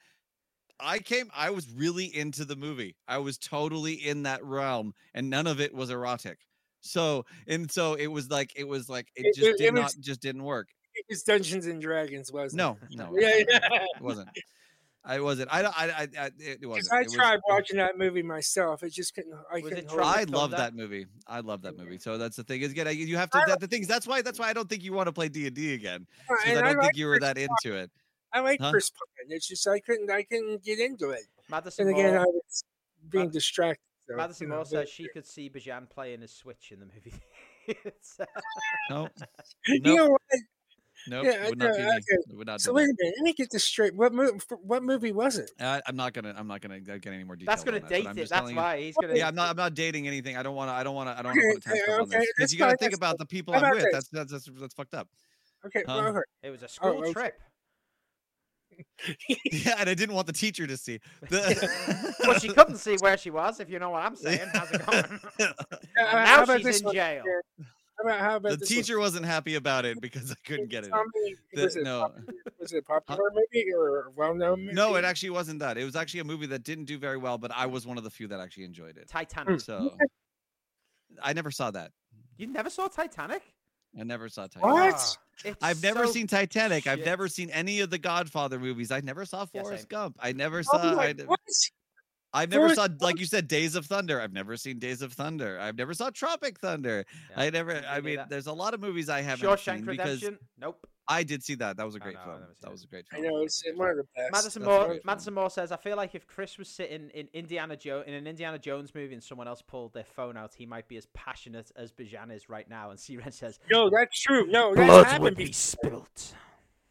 F: I came. I was really into the movie. I was totally in that realm, and none of it was erotic. So and so, it was like it was like it
E: It-
F: just
E: it-
F: did
E: it was-
F: not just didn't work.
E: It's Dungeons and Dragons, wasn't
F: No,
E: it?
F: no,
E: Yeah,
F: it
E: yeah.
F: wasn't. I wasn't. I don't. I. I. I it
E: Because
F: wasn't.
E: I
F: It was-
E: tried watching that movie myself. It just couldn't. I
C: Was it Tropic
E: couldn't. hold
F: I
E: it.
C: Thunder?
F: love that movie. I love that movie. So that's the thing. Is again, I- you have to.
E: I
F: That, the things. That's why. That's why I don't think you want to play D and D again. Because I
E: And
F: don't
E: I like.
F: think you were that into it.
E: I like
F: Huh?
E: Chris Pine. It's just I couldn't. I couldn't get into it.
C: Madison
E: And again, I
C: Moore,
E: was being distracted. So,
C: Madison
E: you know,
C: Moore
E: it-
C: says she could see Bajan playing his Switch in the movie. It's, uh,
F: No.
E: You
F: Nope.
E: know what?
F: Nope.
E: Yeah, I
F: would not
E: know,
F: be
E: I
F: me.
E: could-
F: Would not.
E: So
F: do that.
E: wait a minute. Let me get this straight. What movie? What movie was it?
F: I, I'm not gonna. I'm not gonna uh, get any more
C: that's
F: details.
C: going to
F: on that,
C: date
F: but I'm
C: it.
F: just
C: That's
F: telling you-
C: why he's going to.
F: Yeah, I'm not. I'm not dating anything. I don't want to. I don't want to. I don't want to
E: Okay,
F: put a time
E: okay,
F: stamp on
E: okay,
F: this
E: that's
F: because you got to
E: fine,
F: think
E: that's
F: about
E: fine.
F: the people
E: How
F: I'm
E: about
F: with.
E: this?
F: That's that's that's, that's fucked up.
E: Okay,
F: Huh?
E: well, okay.
C: It was a school
E: okay.
C: trip.
F: yeah, and I didn't want the teacher to see. The-
C: Well, she couldn't see where she was, if you know what I'm saying. How's it going?
E: Uh,
C: And
E: how
C: now
E: about
C: she's
E: this
C: in
E: one?
C: jail.
E: How about, how about
F: the
E: this
F: teacher wasn't happy about it because I couldn't
E: One?
F: get it.
E: Tell
F: in.
E: me,
F: The-
E: was, it
F: no.
E: popular, was it a popular movie or a well-known movie?
F: No, it actually wasn't that. It was actually a movie that didn't do very well, but I was one of the few that actually enjoyed it.
C: Titanic.
F: So I never saw that.
C: You never saw Titanic?
F: I never saw Titanic.
E: What?
C: Ah, it's
F: I've never
C: so-
F: seen Titanic. I've
C: shit.
F: never seen any of the Godfather movies. I never saw
C: Yeah,
F: Forrest
C: same.
F: Gump. I never
E: Oh
F: saw.
E: my-
F: I,
E: what?
F: have never
E: Forrest
F: saw, like you said, Days of Thunder. I've never seen Days of Thunder. I've never saw Tropic Thunder.
C: Yeah,
F: I never.
C: didn't
F: I
C: do
F: mean,
C: that.
F: there's a lot of movies I haven't seen
C: Shawshank
F: because
C: Redemption. Nope.
F: I did see that. That was a
C: Oh,
F: great
C: no, I've
F: film.
C: never seen
F: That
C: it.
F: was a great
E: I
F: film.
E: know it's one of the best.
C: Madison
F: that's a
C: Moore.
F: great
C: Madison Moore says, "I feel like if Chris was sitting in Indiana Joe in an Indiana Jones movie and someone else pulled their phone out, he might be as passionate as Bajan is right now." And C Ren says,
E: No, that's true. No, that's
C: "Blood
E: happened
C: would
E: before.
C: be spilt."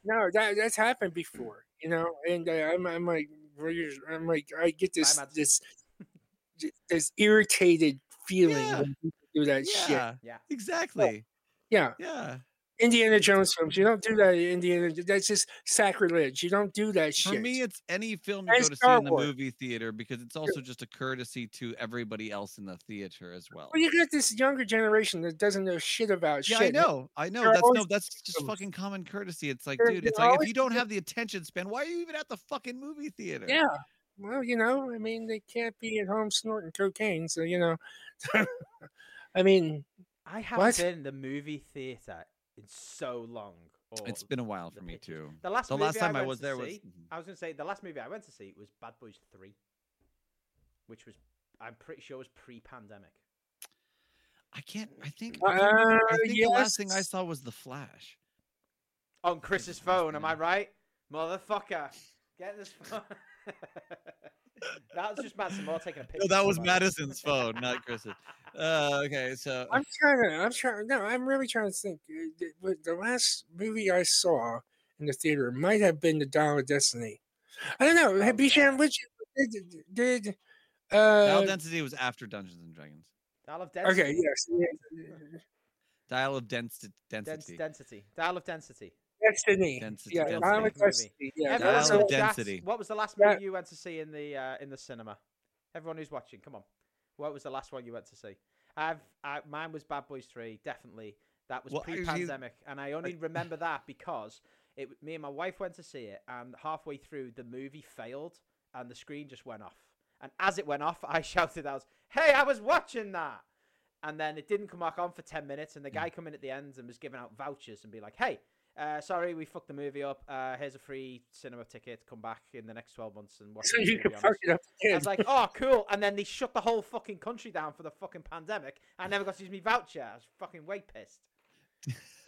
E: No, that that's happened before, you know. And uh, I'm, I'm like, where you- I'm like, I get this
C: Madsen.
E: this j- this irritated feeling
F: Yeah.
E: when people do that shit.
F: Yeah,
C: Yeah.
F: exactly.
E: Yeah,
F: Yeah.
E: Indiana Jones films. You don't do that, in Indiana. That's just sacrilege. You don't do that
F: For
E: shit.
F: me, it's any film
E: And
F: you go to see
E: Star
F: in the
E: Wars.
F: movie theater because it's also just a courtesy to everybody else in the theater as well.
E: well, you got this younger generation that doesn't know shit about
F: Yeah,
E: shit.
F: I know. I know.
E: There are
F: That's
E: always
F: no. That's just
E: victims.
F: fucking common courtesy. It's like,
E: There-
F: dude.
E: there
F: It's
E: are
F: like if
E: always
F: you don't
E: victims.
F: have the attention span, why are you even at the fucking movie theater?
E: Yeah. Well, you know, I mean, they can't be at home snorting cocaine, so you know. I mean,
C: I haven't
E: What?
C: been in the movie theater in so long. Or
F: It's been a while for
C: the
F: me
C: pictures.
F: too.
C: the last.
F: The
C: movie
F: last time I
C: went
F: was
C: to
F: there was.
C: see- I was going to say the last movie I went to see was Bad Boys Three, which was I'm pretty sure was pre-pandemic.
F: I can't. I think. I, can't remember- I
E: Uh,
F: think the last thing I
E: yes.
F: saw was The Flash.
C: On Chris's
F: it was
C: phone, am I
F: then.
C: right? Motherfucker. Get this phone. that was just Madison Moore taking a picture.
F: No, that
C: of
F: was
C: somebody.
F: Madison's phone, not Chris's. Uh, okay, so
E: I'm trying to. I'm trying. No, I'm really trying to think. Uh, the- But the last movie I saw in the theater might have been The Dial of Destiny. I don't know.
C: Oh,
E: Have
C: yeah.
E: Bishan, which did, did
F: Dial
E: uh,
F: Density was after Dungeons and Dragons.
C: Dial of density.
E: okay, yes, yeah, Mm-hmm.
F: Dial of densi-
C: Dens-
F: density.
C: density. Dial of density.
E: Destiny,
F: Density,
E: yeah,
F: Density.
E: Dial of
C: Movie.
E: Destiny, yeah,
F: Dial
C: Everyone
F: of
E: that's a-
C: in the chat,
F: Density.
C: what was the last
E: Yeah.
C: movie you went to see in the uh, in the cinema? Everyone who's watching, come on. What was the last one you went to see? I've I, mine was Bad Boys Three, definitely. That was
F: Well, I- you-
C: pre-pandemic, and I only remember that because it. w- Me and my wife went to see it, and halfway through the movie failed, and the screen just went off. And as it went off, I shouted out, "Hey, I was watching that!" And then it didn't come back on for ten minutes,
F: Hmm.
C: and the guy come in at the end and was giving out vouchers and be like, "Hey, uh, sorry, we fucked the movie up. Uh, here's a free cinema ticket. Come back in the next 12 months and watch
E: so
C: it.
E: you
C: to
E: can
C: be
E: fuck
C: honest."
E: it up
C: I
E: again.
C: was like, oh, cool. And then they shut the whole fucking country down for the fucking pandemic. I never got to use my voucher. I was fucking way pissed.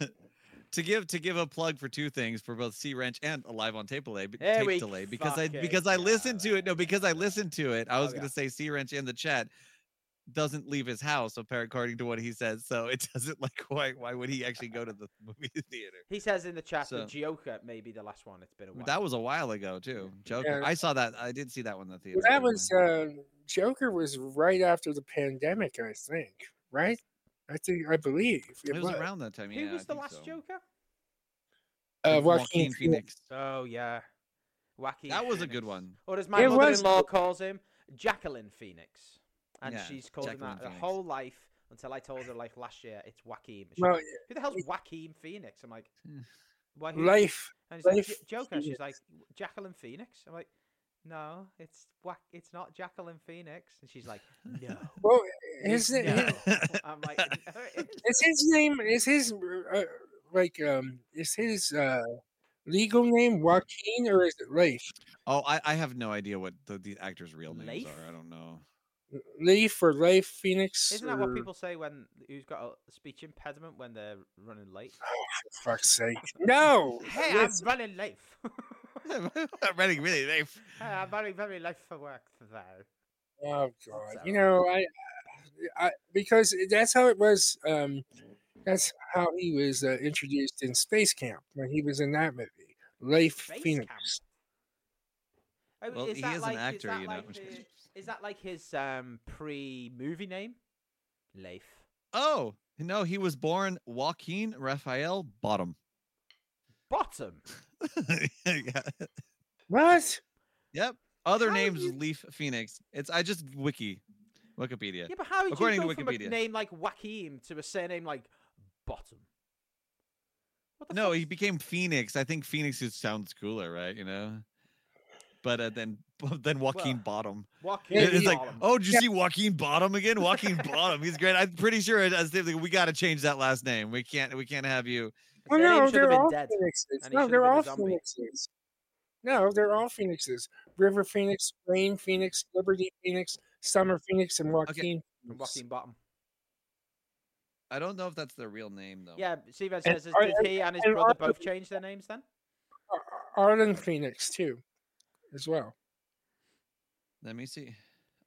F: to give to give a plug for two things for both Sea Wrench and Alive on Tape Delay, b-
C: There
F: tape
C: we
F: delay because I
C: fucking
F: because I
C: go,
F: listened to it.
C: there
F: No, because I listened to it. I was
C: Okay.
F: gonna say Sea Wrench in the chat doesn't leave his house appar- according to what he says. So it doesn't like why why would he actually go to the movie theater?
C: He says in the chat
F: So-
C: that Joker may be the last one. It's been a while.
F: That was a while ago too. Joker.
E: Yeah.
F: I saw that. I did see that one in the theater.
E: Well, that
F: anyway.
E: was uh, Joker was right after the pandemic, I think. Right? I think I believe
F: it was around that time.
C: Who
F: yeah,
C: was
F: I
C: the
F: think
C: last
F: so.
C: Joker?
E: uh,
F: Joaquin,
E: Joaquin
F: Phoenix.
E: Phoenix.
C: Oh, yeah. Wacky.
F: That was a good
C: Phoenix.
F: one.
C: Or as my
E: It was-
C: mother-in-law calls him, Jacqueline Phoenix. And
F: Yeah,
C: she's called
F: Jacqueline
C: him that her
F: Phoenix.
C: whole life until I told her like last year it's Joaquin. She's
E: Well,
C: like, Who the hell's
E: it-
C: Joaquin Phoenix? I'm like,
F: Yeah.
C: why? who-
E: life.
C: And she's like,
E: life
C: "J- Joker. She's
E: Phoenix.
C: like, "W- Jacqueline Phoenix. I'm like, no, it's Whack. It's not Jacqueline Phoenix. And she's like, no.
E: Well,
C: it
E: his,
C: is
E: his
C: not." I'm like, "No, it is."
E: is his name is his uh, like um is his uh legal name Joaquin or is it Leif?
F: Oh, I, I have no idea what the, the actors' real names
C: Leif?
F: are. I don't know.
E: Leif or Leif Phoenix?
C: isn't that what
E: or-
C: people say when who's got a speech impediment when they're running late?
E: For fuck's sake! No.
C: Hey, I'm
E: Listen,
C: running late.
F: Running really late.
C: Hey, I'm Uh, very, very late for work today.
E: oh god! You
C: terrible.
E: know I, I because that's how it was. Um, that's how he was uh, introduced in Space Camp when he was in that movie. Leif
C: Space
E: Phoenix.
C: Camp? Oh,
F: Well,
C: is
F: he
C: that
F: is
C: like,
F: an
C: is
F: actor,
C: that
F: you know.
C: like his- Is that like his um, pre-movie name? Leif.
F: Oh no, he was born Joaquin Raphael Bottom.
C: Bottom.
F: yeah.
E: What?
F: Yep. Other
C: How
F: names
C: you-
F: Leaf Phoenix. It's I just wiki, Wikipedia.
C: Yeah, but how did
F: According
C: you
F: to
C: go from a
F: Wikipedia.
C: name like Joaquim to a surname like Bottom? What the
F: No,
C: fuck?
F: he became Phoenix. I think Phoenix just sounds cooler, right? You know. But uh, then then Joaquin
C: Well,
F: Bottom.
C: Joaquin
E: Yeah,
F: It- it's like,
C: Bottom.
F: oh, did you see Joaquin Bottom again? Joaquin Bottom, he's great. I'm pretty sure it- as they- we got to change that last name. We can't we can't have you.
E: Well,
C: Their name
E: no,
C: should have
E: they're
C: been
E: all
C: dead,
E: phoenixes.
C: and he should
E: No,
C: have
E: they're
C: been a
E: all
C: zombie.
E: phoenixes. No, they're all phoenixes. River Phoenix, Rain Phoenix, Liberty Phoenix, Summer Phoenix, and Joaquin.
C: And
E: Phoenix.
C: Joaquin Bottom.
F: I don't know if that's their real name though.
C: Yeah, Steve
E: And
C: says,
E: are-
C: did he and his
E: and
C: brother
E: also-
C: both change their names then?
E: Ar- Arden Phoenix too, as well.
F: Let me see.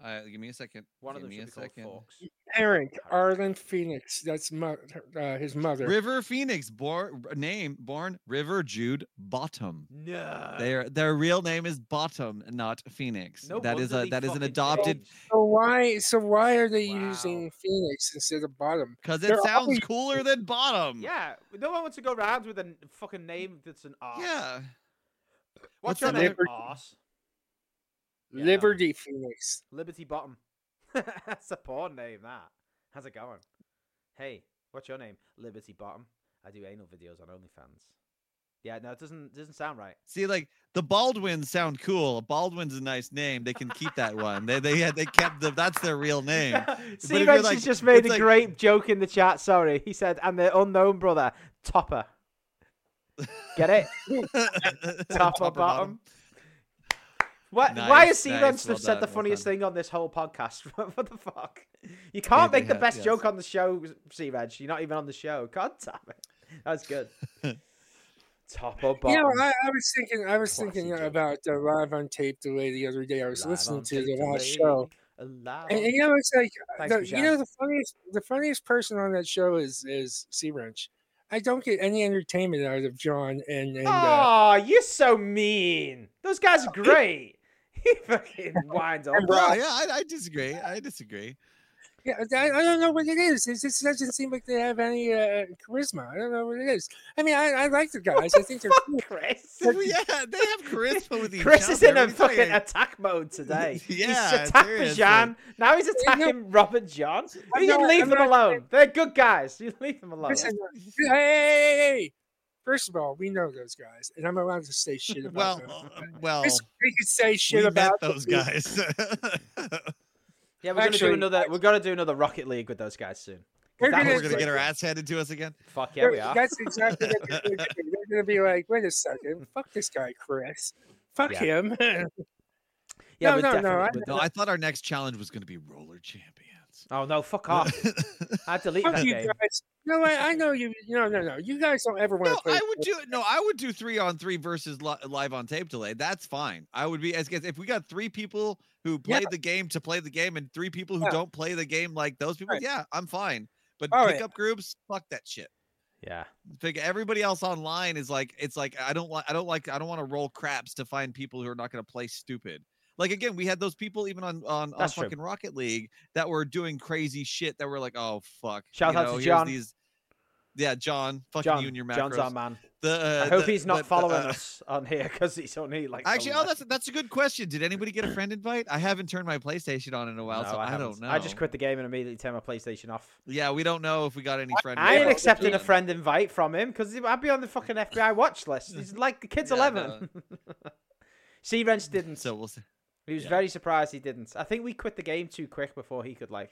F: Uh, give me a second.
C: One of
F: give
C: them
F: me
C: should
F: a
C: be called
F: second.
C: Forks.
E: Eric Arden Phoenix. That's mo- uh, his mother.
F: River Phoenix, born name born River Jude Bottom.
C: No.
F: Their their real name is Bottom, not Phoenix.
C: No
F: that is
C: wonder
F: a
C: they
F: that is an
C: fucking
F: adopted
C: changed.
E: So why? So why are they
C: Wow.
E: using Phoenix instead of Bottom?
F: because it
E: They're
F: sounds
E: always-
F: cooler than Bottom.
C: Yeah, no one wants to go round with a n- fucking name that's an arse.
F: Yeah.
C: What's
F: what's
C: your
F: the
C: name?
E: Liberty-
C: Arse. Yeah, no.
E: Liberty Phoenix.
C: Liberty Bottom. That's a porn name, that. How's it going? Hey, what's your name? Liberty Bottom. I do anal videos on OnlyFans. Yeah, no, it doesn't doesn't sound right.
F: See, like the Baldwins sound cool. Baldwin's a nice name. They can keep that one. They they yeah, they kept the that's their real name.
C: See,
F: if you're
C: Rex
F: like-
C: has just made
F: it's
C: a
F: like-
C: great joke in the chat. Sorry, he said, and their unknown brother Topper. Get it? Top or
F: Top
C: bottom? What? why
F: Nice,
C: has C
F: nice,
C: Lens
F: well
C: said the
F: done, well
C: funniest
F: done.
C: thing on this whole podcast? what the fuck? You can't
F: they
C: make the
F: have-
C: best
F: yes.
C: joke on the show, C Reg. You're not even on the show. God damn it. That's good. Top or bottom?
E: You know, I, I was thinking. I was
C: Classy
E: thinking
C: joke.
E: about the live on tape delay the other day. I was
C: Live
E: listening
C: on
E: to the
C: tape
E: last
C: delay.
E: show,
C: Live
E: and,
C: on-
E: and, you know, it's like uh,
C: Thanks,
E: the,
C: Michelle.
E: you know the funniest the funniest person on that show is is Sea Wrench. I don't get any entertainment out of John and and. Uh,
C: Oh, you're so mean. Those guys are great. he fucking winds up.
E: And
F: No,
E: Rob.
F: yeah, I, I disagree. I disagree.
E: Yeah, I, I don't know what it is. It just doesn't seem like they have any uh, charisma. I don't know what it is. I mean, I, I like the guys. I think they're cool.
C: Chris.
F: Well, yeah, they have charisma with each
C: Chris
F: other.
C: is in a
F: What are
C: fucking
F: you saying?
C: attack mode today.
F: Yeah,
C: he's attacked
F: seriously.
C: Bajan. Now he's
E: no-
C: attacking Robert John.
E: I'm
C: You
E: not-
C: leave
E: I'm
C: them
E: not-
C: alone. They're good guys. You leave them alone.
E: Listen, hey, hey, hey, hey. first of all, we know those guys, and I'm allowed to say shit about
F: well,
E: them.
F: uh, well,
E: This- we could say
F: we
E: shit
F: met
E: about them.
F: those guys.
C: yeah, we're gonna
E: actually-
C: do another. We're gonna do another Rocket League with those guys soon. 'Cause
E: We're
C: that
E: gonna-
F: We're
C: was
F: gonna
C: great.
F: get our ass handed to us again.
C: Fuck yeah,
E: They're-
C: we are.
E: That's exactly what they're going to do. They're going to be like, wait a second, fuck this guy, Chris. Fuck
C: Yeah.
E: him.
C: Yeah,
E: No,
C: we're
E: no, no,
C: definitely.
E: I-
C: we're
F: No, I thought our next challenge was gonna be roller champions.
C: de- oh no, fuck off. I deleted
E: fuck
C: that
E: you
C: game.
E: guys. No, I, I know you. No, no, no. You guys don't ever want
F: No,
E: to play.
F: I would do no, I would do three on three versus li- live on tape delay. That's fine. I would be as if we got three people who
E: Yeah.
F: played the game to play the game and three people who
E: Yeah.
F: don't play the game like those people.
E: Right.
F: Yeah, I'm fine. But
E: All right.
F: pickup groups, fuck that shit.
C: Yeah.
F: Pick everybody else online is like it's like I don't like I don't like I don't want to roll craps to find people who are not going to play stupid. Like again, we had those people even on on, on
C: That's true.
F: fucking Rocket League that were doing crazy shit that were like, oh fuck.
C: Shout
F: you
C: out to
F: here's
C: John.
F: These, yeah, John, fucking
C: John,
F: you and your macros.
C: John's our man.
F: The, uh,
C: I hope
F: the-
C: he's not
F: but the,
C: following
F: uh,
C: us on here because he's only like.
F: Actually, oh,
C: following
F: that's that's a good question. Did anybody get a friend invite? I haven't turned my PlayStation on in a while,
C: No,
F: so I,
C: haven't.
F: don't know.
C: I just quit the game and immediately turned my PlayStation off.
F: Yeah, we don't know if we got any friend.
C: I ain't
F: invites.
C: accepting a
F: Yeah.
C: friend invite from him because I'd be on the fucking FBI watch list. He's like the kid's
F: Yeah, I
C: eleven. See, Rents didn't.
F: So we'll see.
C: he was
F: yeah.
C: very surprised he didn't. I think we quit the game too quick before he could like.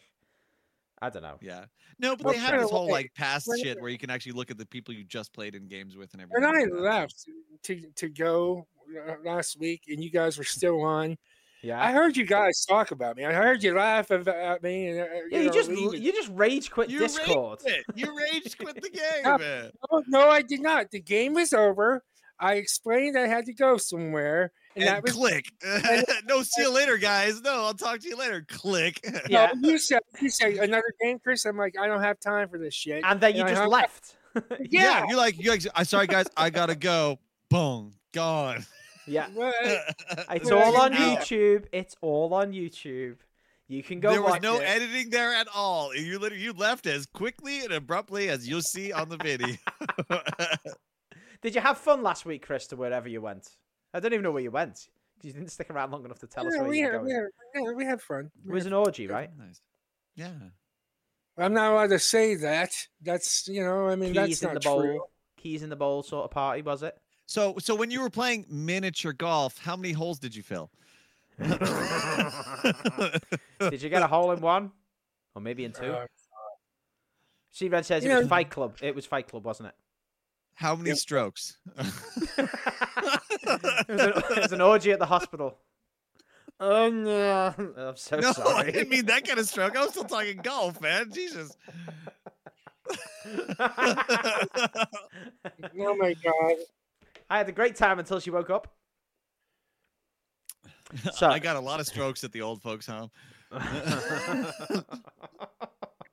C: I don't know.
F: Yeah, no, but
E: Well,
F: they have
E: by
F: this
E: the
F: whole
E: way,
F: like past
E: when-
F: shit where you can actually look at the people you just played in games with and everything.
E: When I
F: like that.
E: left to, to go uh, last week and you guys were still on,
C: Yeah.
E: I heard you guys talk about me. I heard you laugh about me. And, uh,
C: yeah, you
E: know,
C: just
E: leave it.
C: you just rage quit
F: You rage
C: Discord.
F: Quit. you rage quit the game.
E: Yeah.
F: man.
E: no, Oh, no, I did not. The game was over. I explained I had to go somewhere, and,
F: And
E: that was
F: click. no, see you later, guys. No, I'll talk to you later. Click.
E: no,
C: Yeah.
E: You said you said another game, Chris. I'm like, I don't have time for this shit.
C: And then you
E: Yeah, I
C: just
E: hung up.
C: left.
E: yeah,
F: you're like, you're like, I sorry guys, I gotta go. Boom, gone.
C: yeah.
E: well, uh,
C: It's
E: Well,
C: all
E: you
C: on
E: know.
C: YouTube. It's all on YouTube. You can go
F: there was
C: watch
F: no
C: it.
F: editing there at all. You literally you left as quickly and abruptly as you'll see on the video.
C: Did you have fun last week, Chris, to wherever you went? I don't even know where you went 'cause you didn't stick around long enough to tell us
E: Yeah,
C: where
E: we,
C: you were
E: had,
C: going.
E: we, had, yeah, we had fun.
C: It was an orgy, right?
F: Nice. Yeah.
E: I'm not allowed to say that. That's you know, I mean,
C: Keys in
E: that's not
C: the bowl.
E: true.
C: Keys in the bowl sort of party, was it?
F: So so when you were playing miniature golf, how many holes did you fill?
C: Did you get a hole in one, or maybe in two?
E: Uh,
C: See, Red says
E: you
C: it was
E: know-
C: Fight Club. It was Fight Club, wasn't it?
F: how many strokes?
C: it, was an, it was an orgy at the hospital. Oh
E: Um, uh,
C: no! I'm so
F: No, I
C: sorry.
F: didn't mean that kind of stroke. I was still talking golf, man. Jesus.
E: oh my god.
C: I had a great time until she woke up. So
F: I got a lot of strokes at the old folks' home.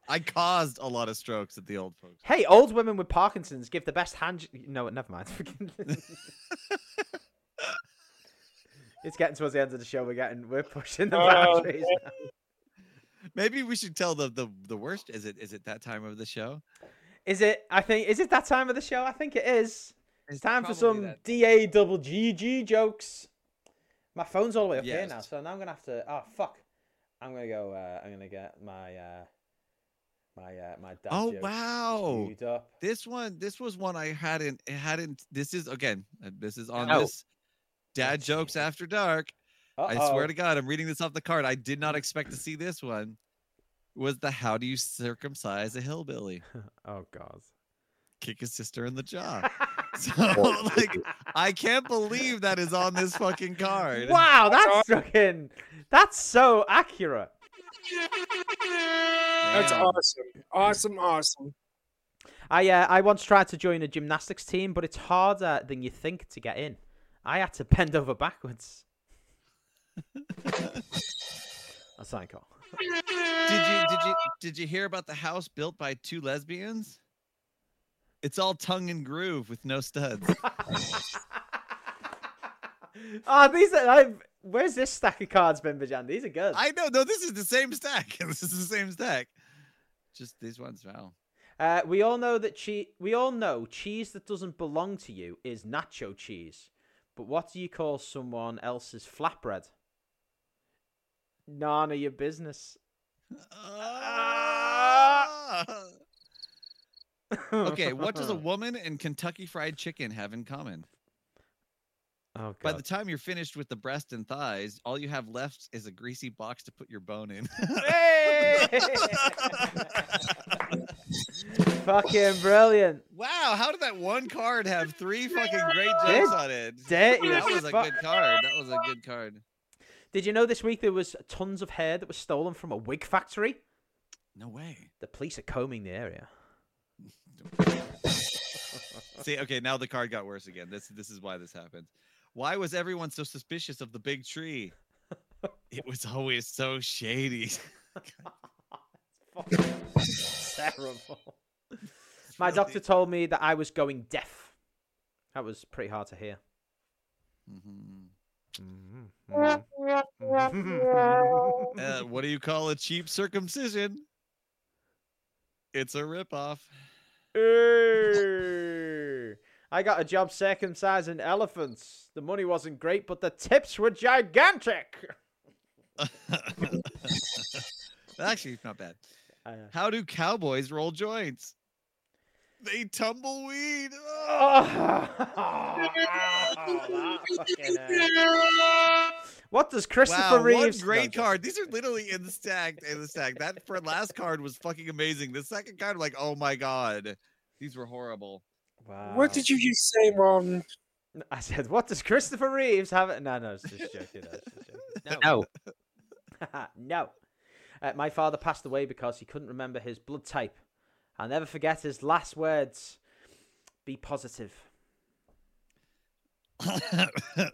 F: I caused a lot of strokes at the old folks.
C: hey, old women with Parkinson's give the best hand. No, never mind. it's getting towards the end of the show. We're getting we're pushing the
E: Oh,
C: boundaries. now.
F: Maybe we should tell the the, the worst. Is it is it that time of the show?
C: Is it? I think is it that time of the show? I think it is. It's, time for
F: probably
C: some
F: that.
C: D A double G G jokes. My phone's all the way up here now,
F: Yes.
C: so now I'm gonna have to. Oh fuck! I'm gonna go. Uh, I'm gonna get my uh, my uh, my dad.
F: Oh
C: jokes
F: wow!
C: queued up.
F: This one, this was one I hadn't hadn't. This is again. uh, This is on
C: Oh.
F: this dad jokes after dark. I swear
C: Uh-oh.
F: to God, I'm reading this off the card. I did not expect to see this one. Was the how do you circumcise a hillbilly?
C: Oh god.
F: Kick his sister in the jaw. So like, I can't believe that is on this fucking card.
C: Wow, that's fucking. That's so accurate.
E: That's
F: Damn.
E: awesome. Awesome, awesome.
C: I uh, I once tried to join a gymnastics team, but it's harder than you think to get in. I had to bend over backwards. A psycho.
F: Did you did you did you hear about the house built by two lesbians? It's all tongue and groove with no studs.
C: oh, these are. i where's this stack of cards, Bimbajan? These are good.
F: I know, no, this is the same stack. This is the same stack. Just these ones, wow.
C: Uh, we all know that cheese. We all know cheese that doesn't belong to you is nacho cheese. But what do you call someone else's flatbread? None of your business.
F: Ah! okay, what does a woman and Kentucky Fried Chicken have in common?
C: Oh,
F: By the
C: God.
F: time you're finished with the breast and thighs, all you have left is a greasy box to put your bone in.
C: Hey! Fucking brilliant.
F: wow, how did that one card have three fucking great
C: Did-
F: jokes on it?
C: Dirty
F: that
C: as
F: was a
C: fuck.
F: good card. That was a good card.
C: Did you know this week there was tons of hair that was stolen from a wig factory?
F: No way.
C: The police are combing the area.
F: See, okay, now the card got worse again. This this is why this happened. Why was everyone so suspicious of the big tree? It was always so shady.
C: Terrible. My doctor told me that I was going deaf. That was pretty hard to hear.
F: Mhm.
C: Mhm.
F: Uh, what do you call a cheap circumcision? It's a ripoff.
C: Ooh. I got a job circumcising elephants. The money wasn't great, but the tips were gigantic.
F: Actually, it's not bad.
C: I know.
F: How do cowboys roll joints? They tumble weed. Ugh.
C: uh, what does Christopher
F: Wow, one
C: Reeves? no,
F: great
C: just-
F: card. These are literally in the stack. In the stack. That for last card was fucking amazing. The second card, like, oh my god, these were horrible.
C: Wow.
E: What did you just say, Ron?
C: I said, what does Christopher Reeves have? No, no, it's just joking. I was just joking. No. no. Uh, my father passed away because he couldn't remember his blood type. I'll never forget his last words be positive.
F: nice.
C: I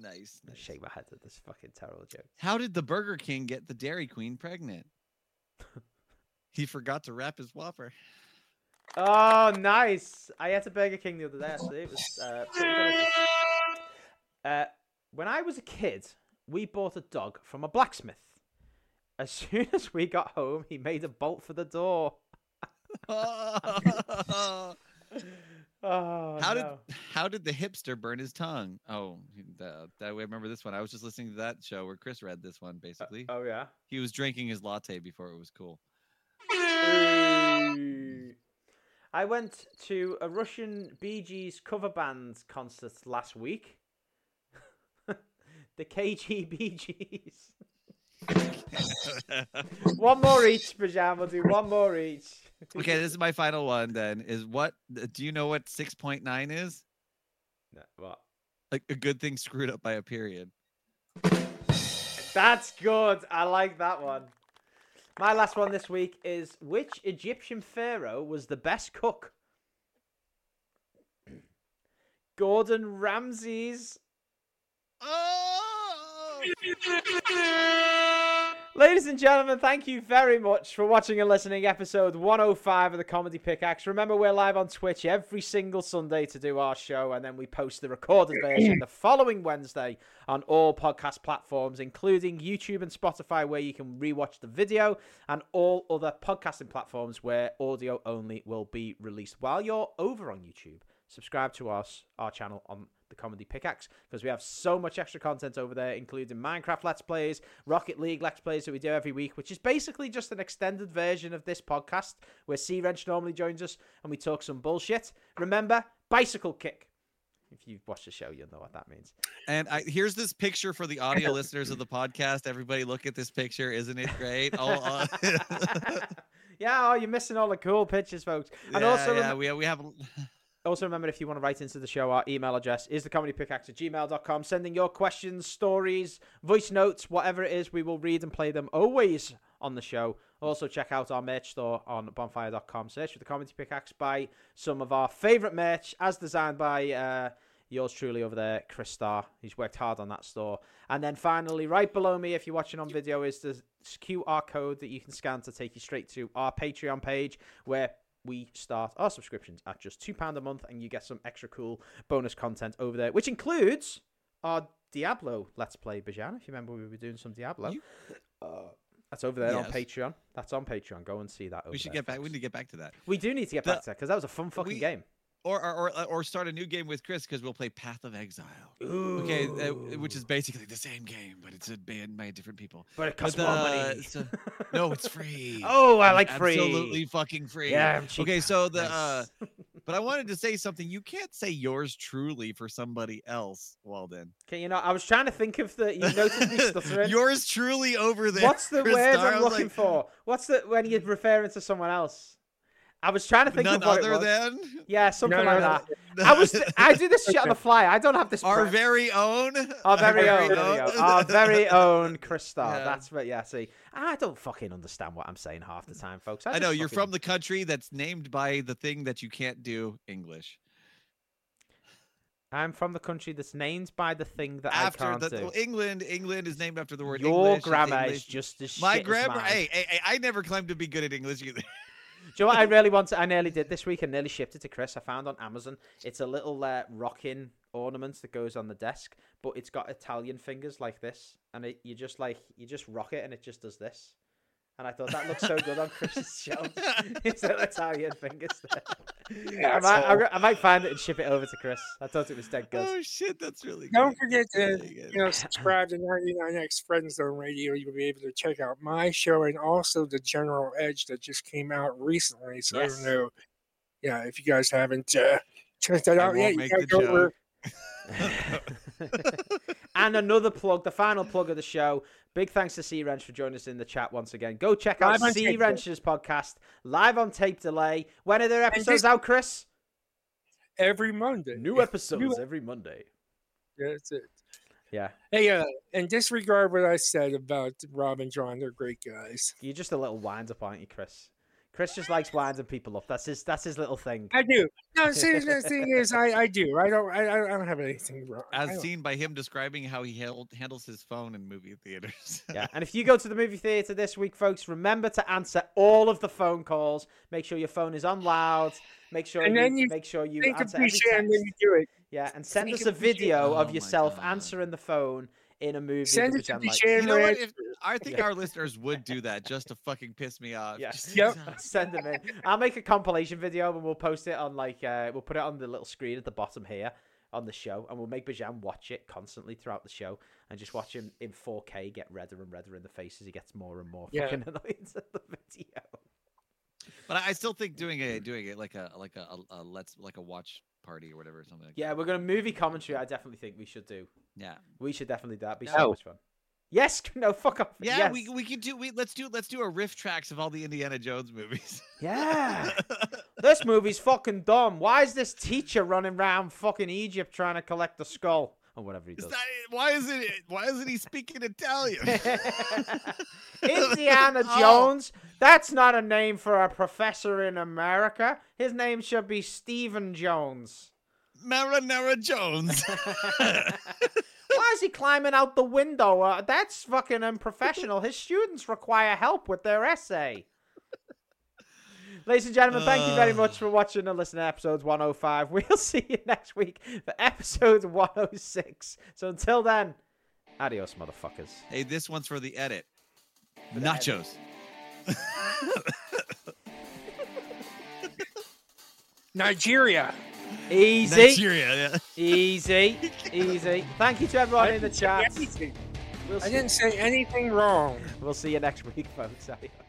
F: nice.
C: shake my head at this fucking terrible joke.
F: How did the Burger King get the Dairy Queen pregnant? he forgot to wrap his Whopper.
C: Oh, nice! I ate a Burger King the other day. Actually, it was uh, pretty delicious. Uh, when I was a kid, we bought a dog from a blacksmith. As soon as we got home, he made a bolt for the door. Oh, no.
F: how did how did the hipster burn his tongue? Oh, that, that I remember this one. I was just listening to that show where Chris read this one. Basically,
C: Oh yeah.
F: he was drinking his latte before it was cool.
C: I went to a Russian Bee Gees cover band concert last week. the KGBGs. one more each, Bajan. We'll do one more each.
F: okay, this is my final one. Then is what? uh, Do you know what six point nine is?
C: No, what?
F: Like a good thing screwed up by a period.
C: That's good. I like that one. My last one this week is which Egyptian pharaoh was the best cook? Gordon Ramses.
F: Oh,
C: Uh, Ladies and gentlemen, thank you very much for watching and listening episode 105 of the Comedy Pickaxe. Remember, we're live on Twitch every single Sunday to do our show, and then we post the recorded version the following Wednesday on all podcast platforms, including YouTube and Spotify, where you can rewatch the video, and all other podcasting platforms where audio only will be released. While you're over on YouTube, subscribe to us, our channel on the Comedy Pickaxe, because we have so much extra content over there, including Minecraft Let's Plays, Rocket League Let's Plays that we do every week, which is basically just an extended version of this podcast where Sea Wrench normally joins us and we talk some bullshit. Remember, bicycle kick. If you've watched the show, you'll know what that means.
F: And I, here's this picture for the audio listeners of the podcast. Everybody, look at this picture. Isn't it great? All, all-
C: yeah, oh, you're missing all the cool pictures, folks. And
F: uh. Yeah,
C: also,
F: yeah,
C: remem-
F: we, we have
C: Also, remember if you want to write into the show, our email address is thecomedypickaxe at gmail.com. Sending your questions, stories, voice notes, whatever it is, we will read and play them always on the show. Also, check out our merch store on bonfire.com. Search for the Comedy Pickaxe. Buy some of our favorite merch as designed by uh, yours truly over there, Chris Starr. He's worked hard on that store. And then finally, right below me, if you're watching on video, is the QR code that you can scan to take you straight to our Patreon page where we start our subscriptions at just £2 a month and you get some extra cool bonus content over there, which includes our Diablo Let's Play Bajan. If you remember, we were doing some Diablo.
F: You-
C: Uh, that's over there on
F: Yes.
C: Patreon. That's on Patreon. Go and see Oh, that. Over
F: we should
C: there,
F: get back. We
C: folks.
F: need to get back to that,
C: We do need to get
F: The-
C: back to that because that was a fun fucking
F: we-
C: game.
F: or or or, or start a new game with Chris because we'll play Path of Exile. Okay, uh, which is basically the same game, but it's made by different people.
C: But it costs
F: But,
C: more
F: uh,
C: money.
F: so- no, it's free.
C: Oh, I like free.
F: Absolutely fucking free.
C: Yeah, I'm cheap.
F: Okay, so the uh,
C: Nice.
F: but I wanted to say something. You can't say yours truly for somebody else, Walden.
C: Can you not? I was trying to think of the. You noticed me stuttering.
F: yours truly over there.
C: What's the
F: Chris
C: word
F: Starr. I
C: I'm
F: was
C: looking
F: like,
C: for? What's the when you're referring to someone else? I was trying to think
F: None
C: of what it
F: other
C: was.
F: than
C: Yeah, something
E: No, no,
C: like
E: no,
C: that. I was. I do this shit on the fly. I don't have this.
F: our
C: prep.
F: very own.
C: Our very
E: Our
C: own,
E: very
C: there we go. our very own Krista.
F: Yeah.
C: That's what. Yeah. See, I don't fucking understand what I'm saying half the time, folks. I,
F: I know you're from
C: fucking-
F: the country that's named by the thing that you can't do English.
C: I'm from the country that's named by the thing that I
F: After
C: can't
F: the
C: do.
F: well, England, England is named after the word
C: Your
F: English. it's
C: grammar
F: English.
C: is just as
F: my
C: shit
F: grammar.
C: As mine.
F: Hey, hey, hey, I never claimed to be good at English either.
C: Do you know what I really want? I nearly did this week and nearly shipped it to Chris. I found on Amazon. It's a little uh, rocking ornament that goes on the desk, but it's got Italian fingers like this, and it, you just like you just rock it, and it just does this. And I thought that looks so good on Chris's shelf. it's an Italian fingers. There. I, might, I, re- I might find it and ship it over to Chris. I thought it was dead good.
F: Oh shit, that's really.
E: Don't
F: good.
E: forget to
F: Really good.
E: you know subscribe to 99x Friend Zone Radio. You'll be able to check out my show and also the General Edge that just came out recently. So I
C: Yes.
E: don't know, yeah, if you guys haven't uh, checked that
F: I
E: out yet,
F: won't
E: you
F: make
E: gotta
F: the
E: go
F: joke.
E: over.
C: and another plug, the final plug of the show. Big thanks to C Wrench for joining us in the chat once again. Go check out
E: Live on
C: C
E: tape.
C: Wrench's podcast, live on tape delay. When are their episodes
E: this-
C: out, Chris?
E: every Monday.
C: episodes
E: e-
C: every Monday.
E: That's it.
C: Yeah,
E: Hey, uh, and disregard what I said about Rob and John. They're great guys.
C: you're just a little wind up, aren't you, Chris? Chris just likes winding people up. That's his. That's his little thing.
E: I do. No, see, the thing is, I, I do. I don't. I, I don't have anything wrong. I
F: As
E: don't-
F: seen by him describing how he held, handles his phone in movie theaters.
C: yeah. And if you go to the movie theater this week, folks, remember to answer all of the phone calls. Make sure your phone is on loud. Make sure
E: And
C: you,
E: then you
C: make sure you
E: Think
C: answer every
E: appreciate it and
C: text.
E: then you do it.
C: Yeah, and send
E: Sneak
C: us a
E: a picture-
C: video
F: Oh
C: of
F: my
C: yourself
F: God.
C: answering the phone in a movie.
E: Send
C: that
E: it to
C: we can,
E: the
C: like-
E: Shan
F: You know what?
E: Ranch
F: If-
E: first.
F: I think our listeners would do that just to fucking piss me off.
C: Yeah.
F: Just-
E: Yep.
C: Send them in. I'll make a compilation video and we'll post it on like uh, we'll put it on the little screen at the bottom here on the show, and we'll make Bajan watch it constantly throughout the show and just watch him in 4K get redder and redder in the face as he gets more and more
E: Yeah.
C: fucking annoyed at the video.
F: But I I still think doing
C: Mm-hmm.
F: a doing it like a like a, a, a let's like a watch party or whatever something like
C: Yeah, we're gonna movie commentary. I definitely think we should do.
F: yeah
C: We should definitely do. That'd be so
E: No.
C: much fun. Yes, no, fuck off.
F: yeah
C: yes.
F: we we could do we let's do let's do a riff tracks of all the Indiana Jones movies.
C: Yeah. this movie's fucking dumb. Why is this teacher running around fucking Egypt trying to collect the skull? Or whatever he
F: Is
C: does.
F: that, why is it why isn't he speaking Italian?
C: Indiana
F: Oh.
C: Jones. That's not a name for a professor in America. His name should be Stephen Jones.
F: Marinara Jones.
C: Why is he climbing out the window? Uh, that's fucking unprofessional. His students require help with their essay. Ladies and gentlemen, thank you very
F: Ugh.
C: much for watching and listening to episodes 105. We'll see you next week for episode 106. So until then, adios, motherfuckers.
F: hey, this one's for the edit. Nachos.
E: Nigeria.
C: Easy.
F: Nigeria. Yeah.
C: Easy, easy. Thank you to everyone in the chat.
E: Everything.
C: We'll
E: I
C: see,
E: didn't say anything wrong.
C: we'll see you next week, folks. Adios.